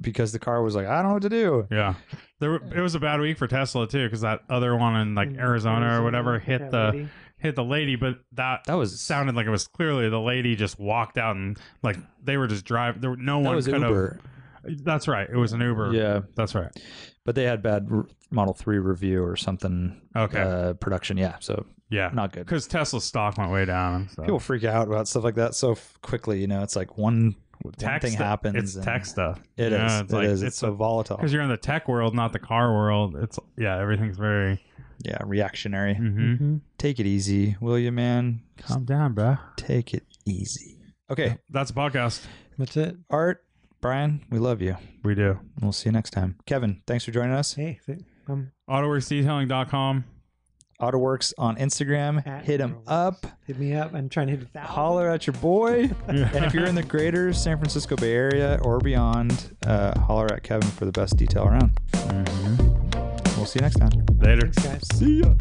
[SPEAKER 1] because the car was like, I don't know what to do.
[SPEAKER 2] yeah there were, it was a bad week for tesla too because that other one in like
[SPEAKER 3] in
[SPEAKER 2] arizona
[SPEAKER 3] Mm,
[SPEAKER 2] or
[SPEAKER 3] Arizona,
[SPEAKER 2] whatever
[SPEAKER 3] that
[SPEAKER 2] hit the
[SPEAKER 3] lady.
[SPEAKER 2] hit the lady but that
[SPEAKER 1] That was
[SPEAKER 2] sounded like it was clearly the lady just walked out and like they were just driving there were- no
[SPEAKER 1] that
[SPEAKER 2] one
[SPEAKER 1] was
[SPEAKER 2] could
[SPEAKER 1] Uber.
[SPEAKER 2] have that's right it was an uber
[SPEAKER 1] Yeah,
[SPEAKER 2] that's right
[SPEAKER 1] but they had bad r- Model 3 review or something
[SPEAKER 2] okay
[SPEAKER 1] uh, production. Yeah, so
[SPEAKER 2] yeah
[SPEAKER 1] not good.
[SPEAKER 2] because tesla's stock went way down and stuff.
[SPEAKER 1] People freak out about stuff like that so f- quickly, you know, it's like one, one
[SPEAKER 2] Tech
[SPEAKER 1] thing
[SPEAKER 2] stu-
[SPEAKER 1] happens.
[SPEAKER 2] it's
[SPEAKER 1] and
[SPEAKER 2] tech stuff
[SPEAKER 1] It is.
[SPEAKER 2] You know,
[SPEAKER 1] it's like, It's,
[SPEAKER 2] a-
[SPEAKER 1] so volatile.
[SPEAKER 2] because you're in the tech world, not the car world. It's yeah, everything's very.
[SPEAKER 1] Yeah, reactionary.
[SPEAKER 2] Mm-hmm.
[SPEAKER 1] Take it easy, will you, man? Just
[SPEAKER 2] down, bro.
[SPEAKER 1] take it easy. Okay,
[SPEAKER 2] That's a podcast.
[SPEAKER 3] That's it.
[SPEAKER 1] Art, Brian, we love you.
[SPEAKER 2] We do.
[SPEAKER 1] We'll see you next time. Kevin, thanks for joining us.
[SPEAKER 3] Hey, th- um,
[SPEAKER 2] AutoworksDetailing.com.
[SPEAKER 1] AutoWorks on Instagram.
[SPEAKER 3] At
[SPEAKER 1] hit him
[SPEAKER 3] AutoWorks.
[SPEAKER 1] up.
[SPEAKER 3] hit me up. I'm trying to hit a thousand.
[SPEAKER 1] Holler at your boy. and if you're in the greater San Francisco Bay Area or beyond, uh, holler at Kevin for the best detail around. We'll see you next time.
[SPEAKER 2] Later.
[SPEAKER 3] Thanks, guys.
[SPEAKER 1] See ya.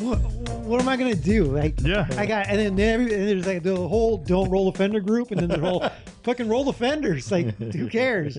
[SPEAKER 3] what, what am I gonna do? Like,
[SPEAKER 2] Yeah.
[SPEAKER 3] I got, and then every, and there's like the whole don't roll offender group, and then the whole fucking roll offenders. Like, who cares?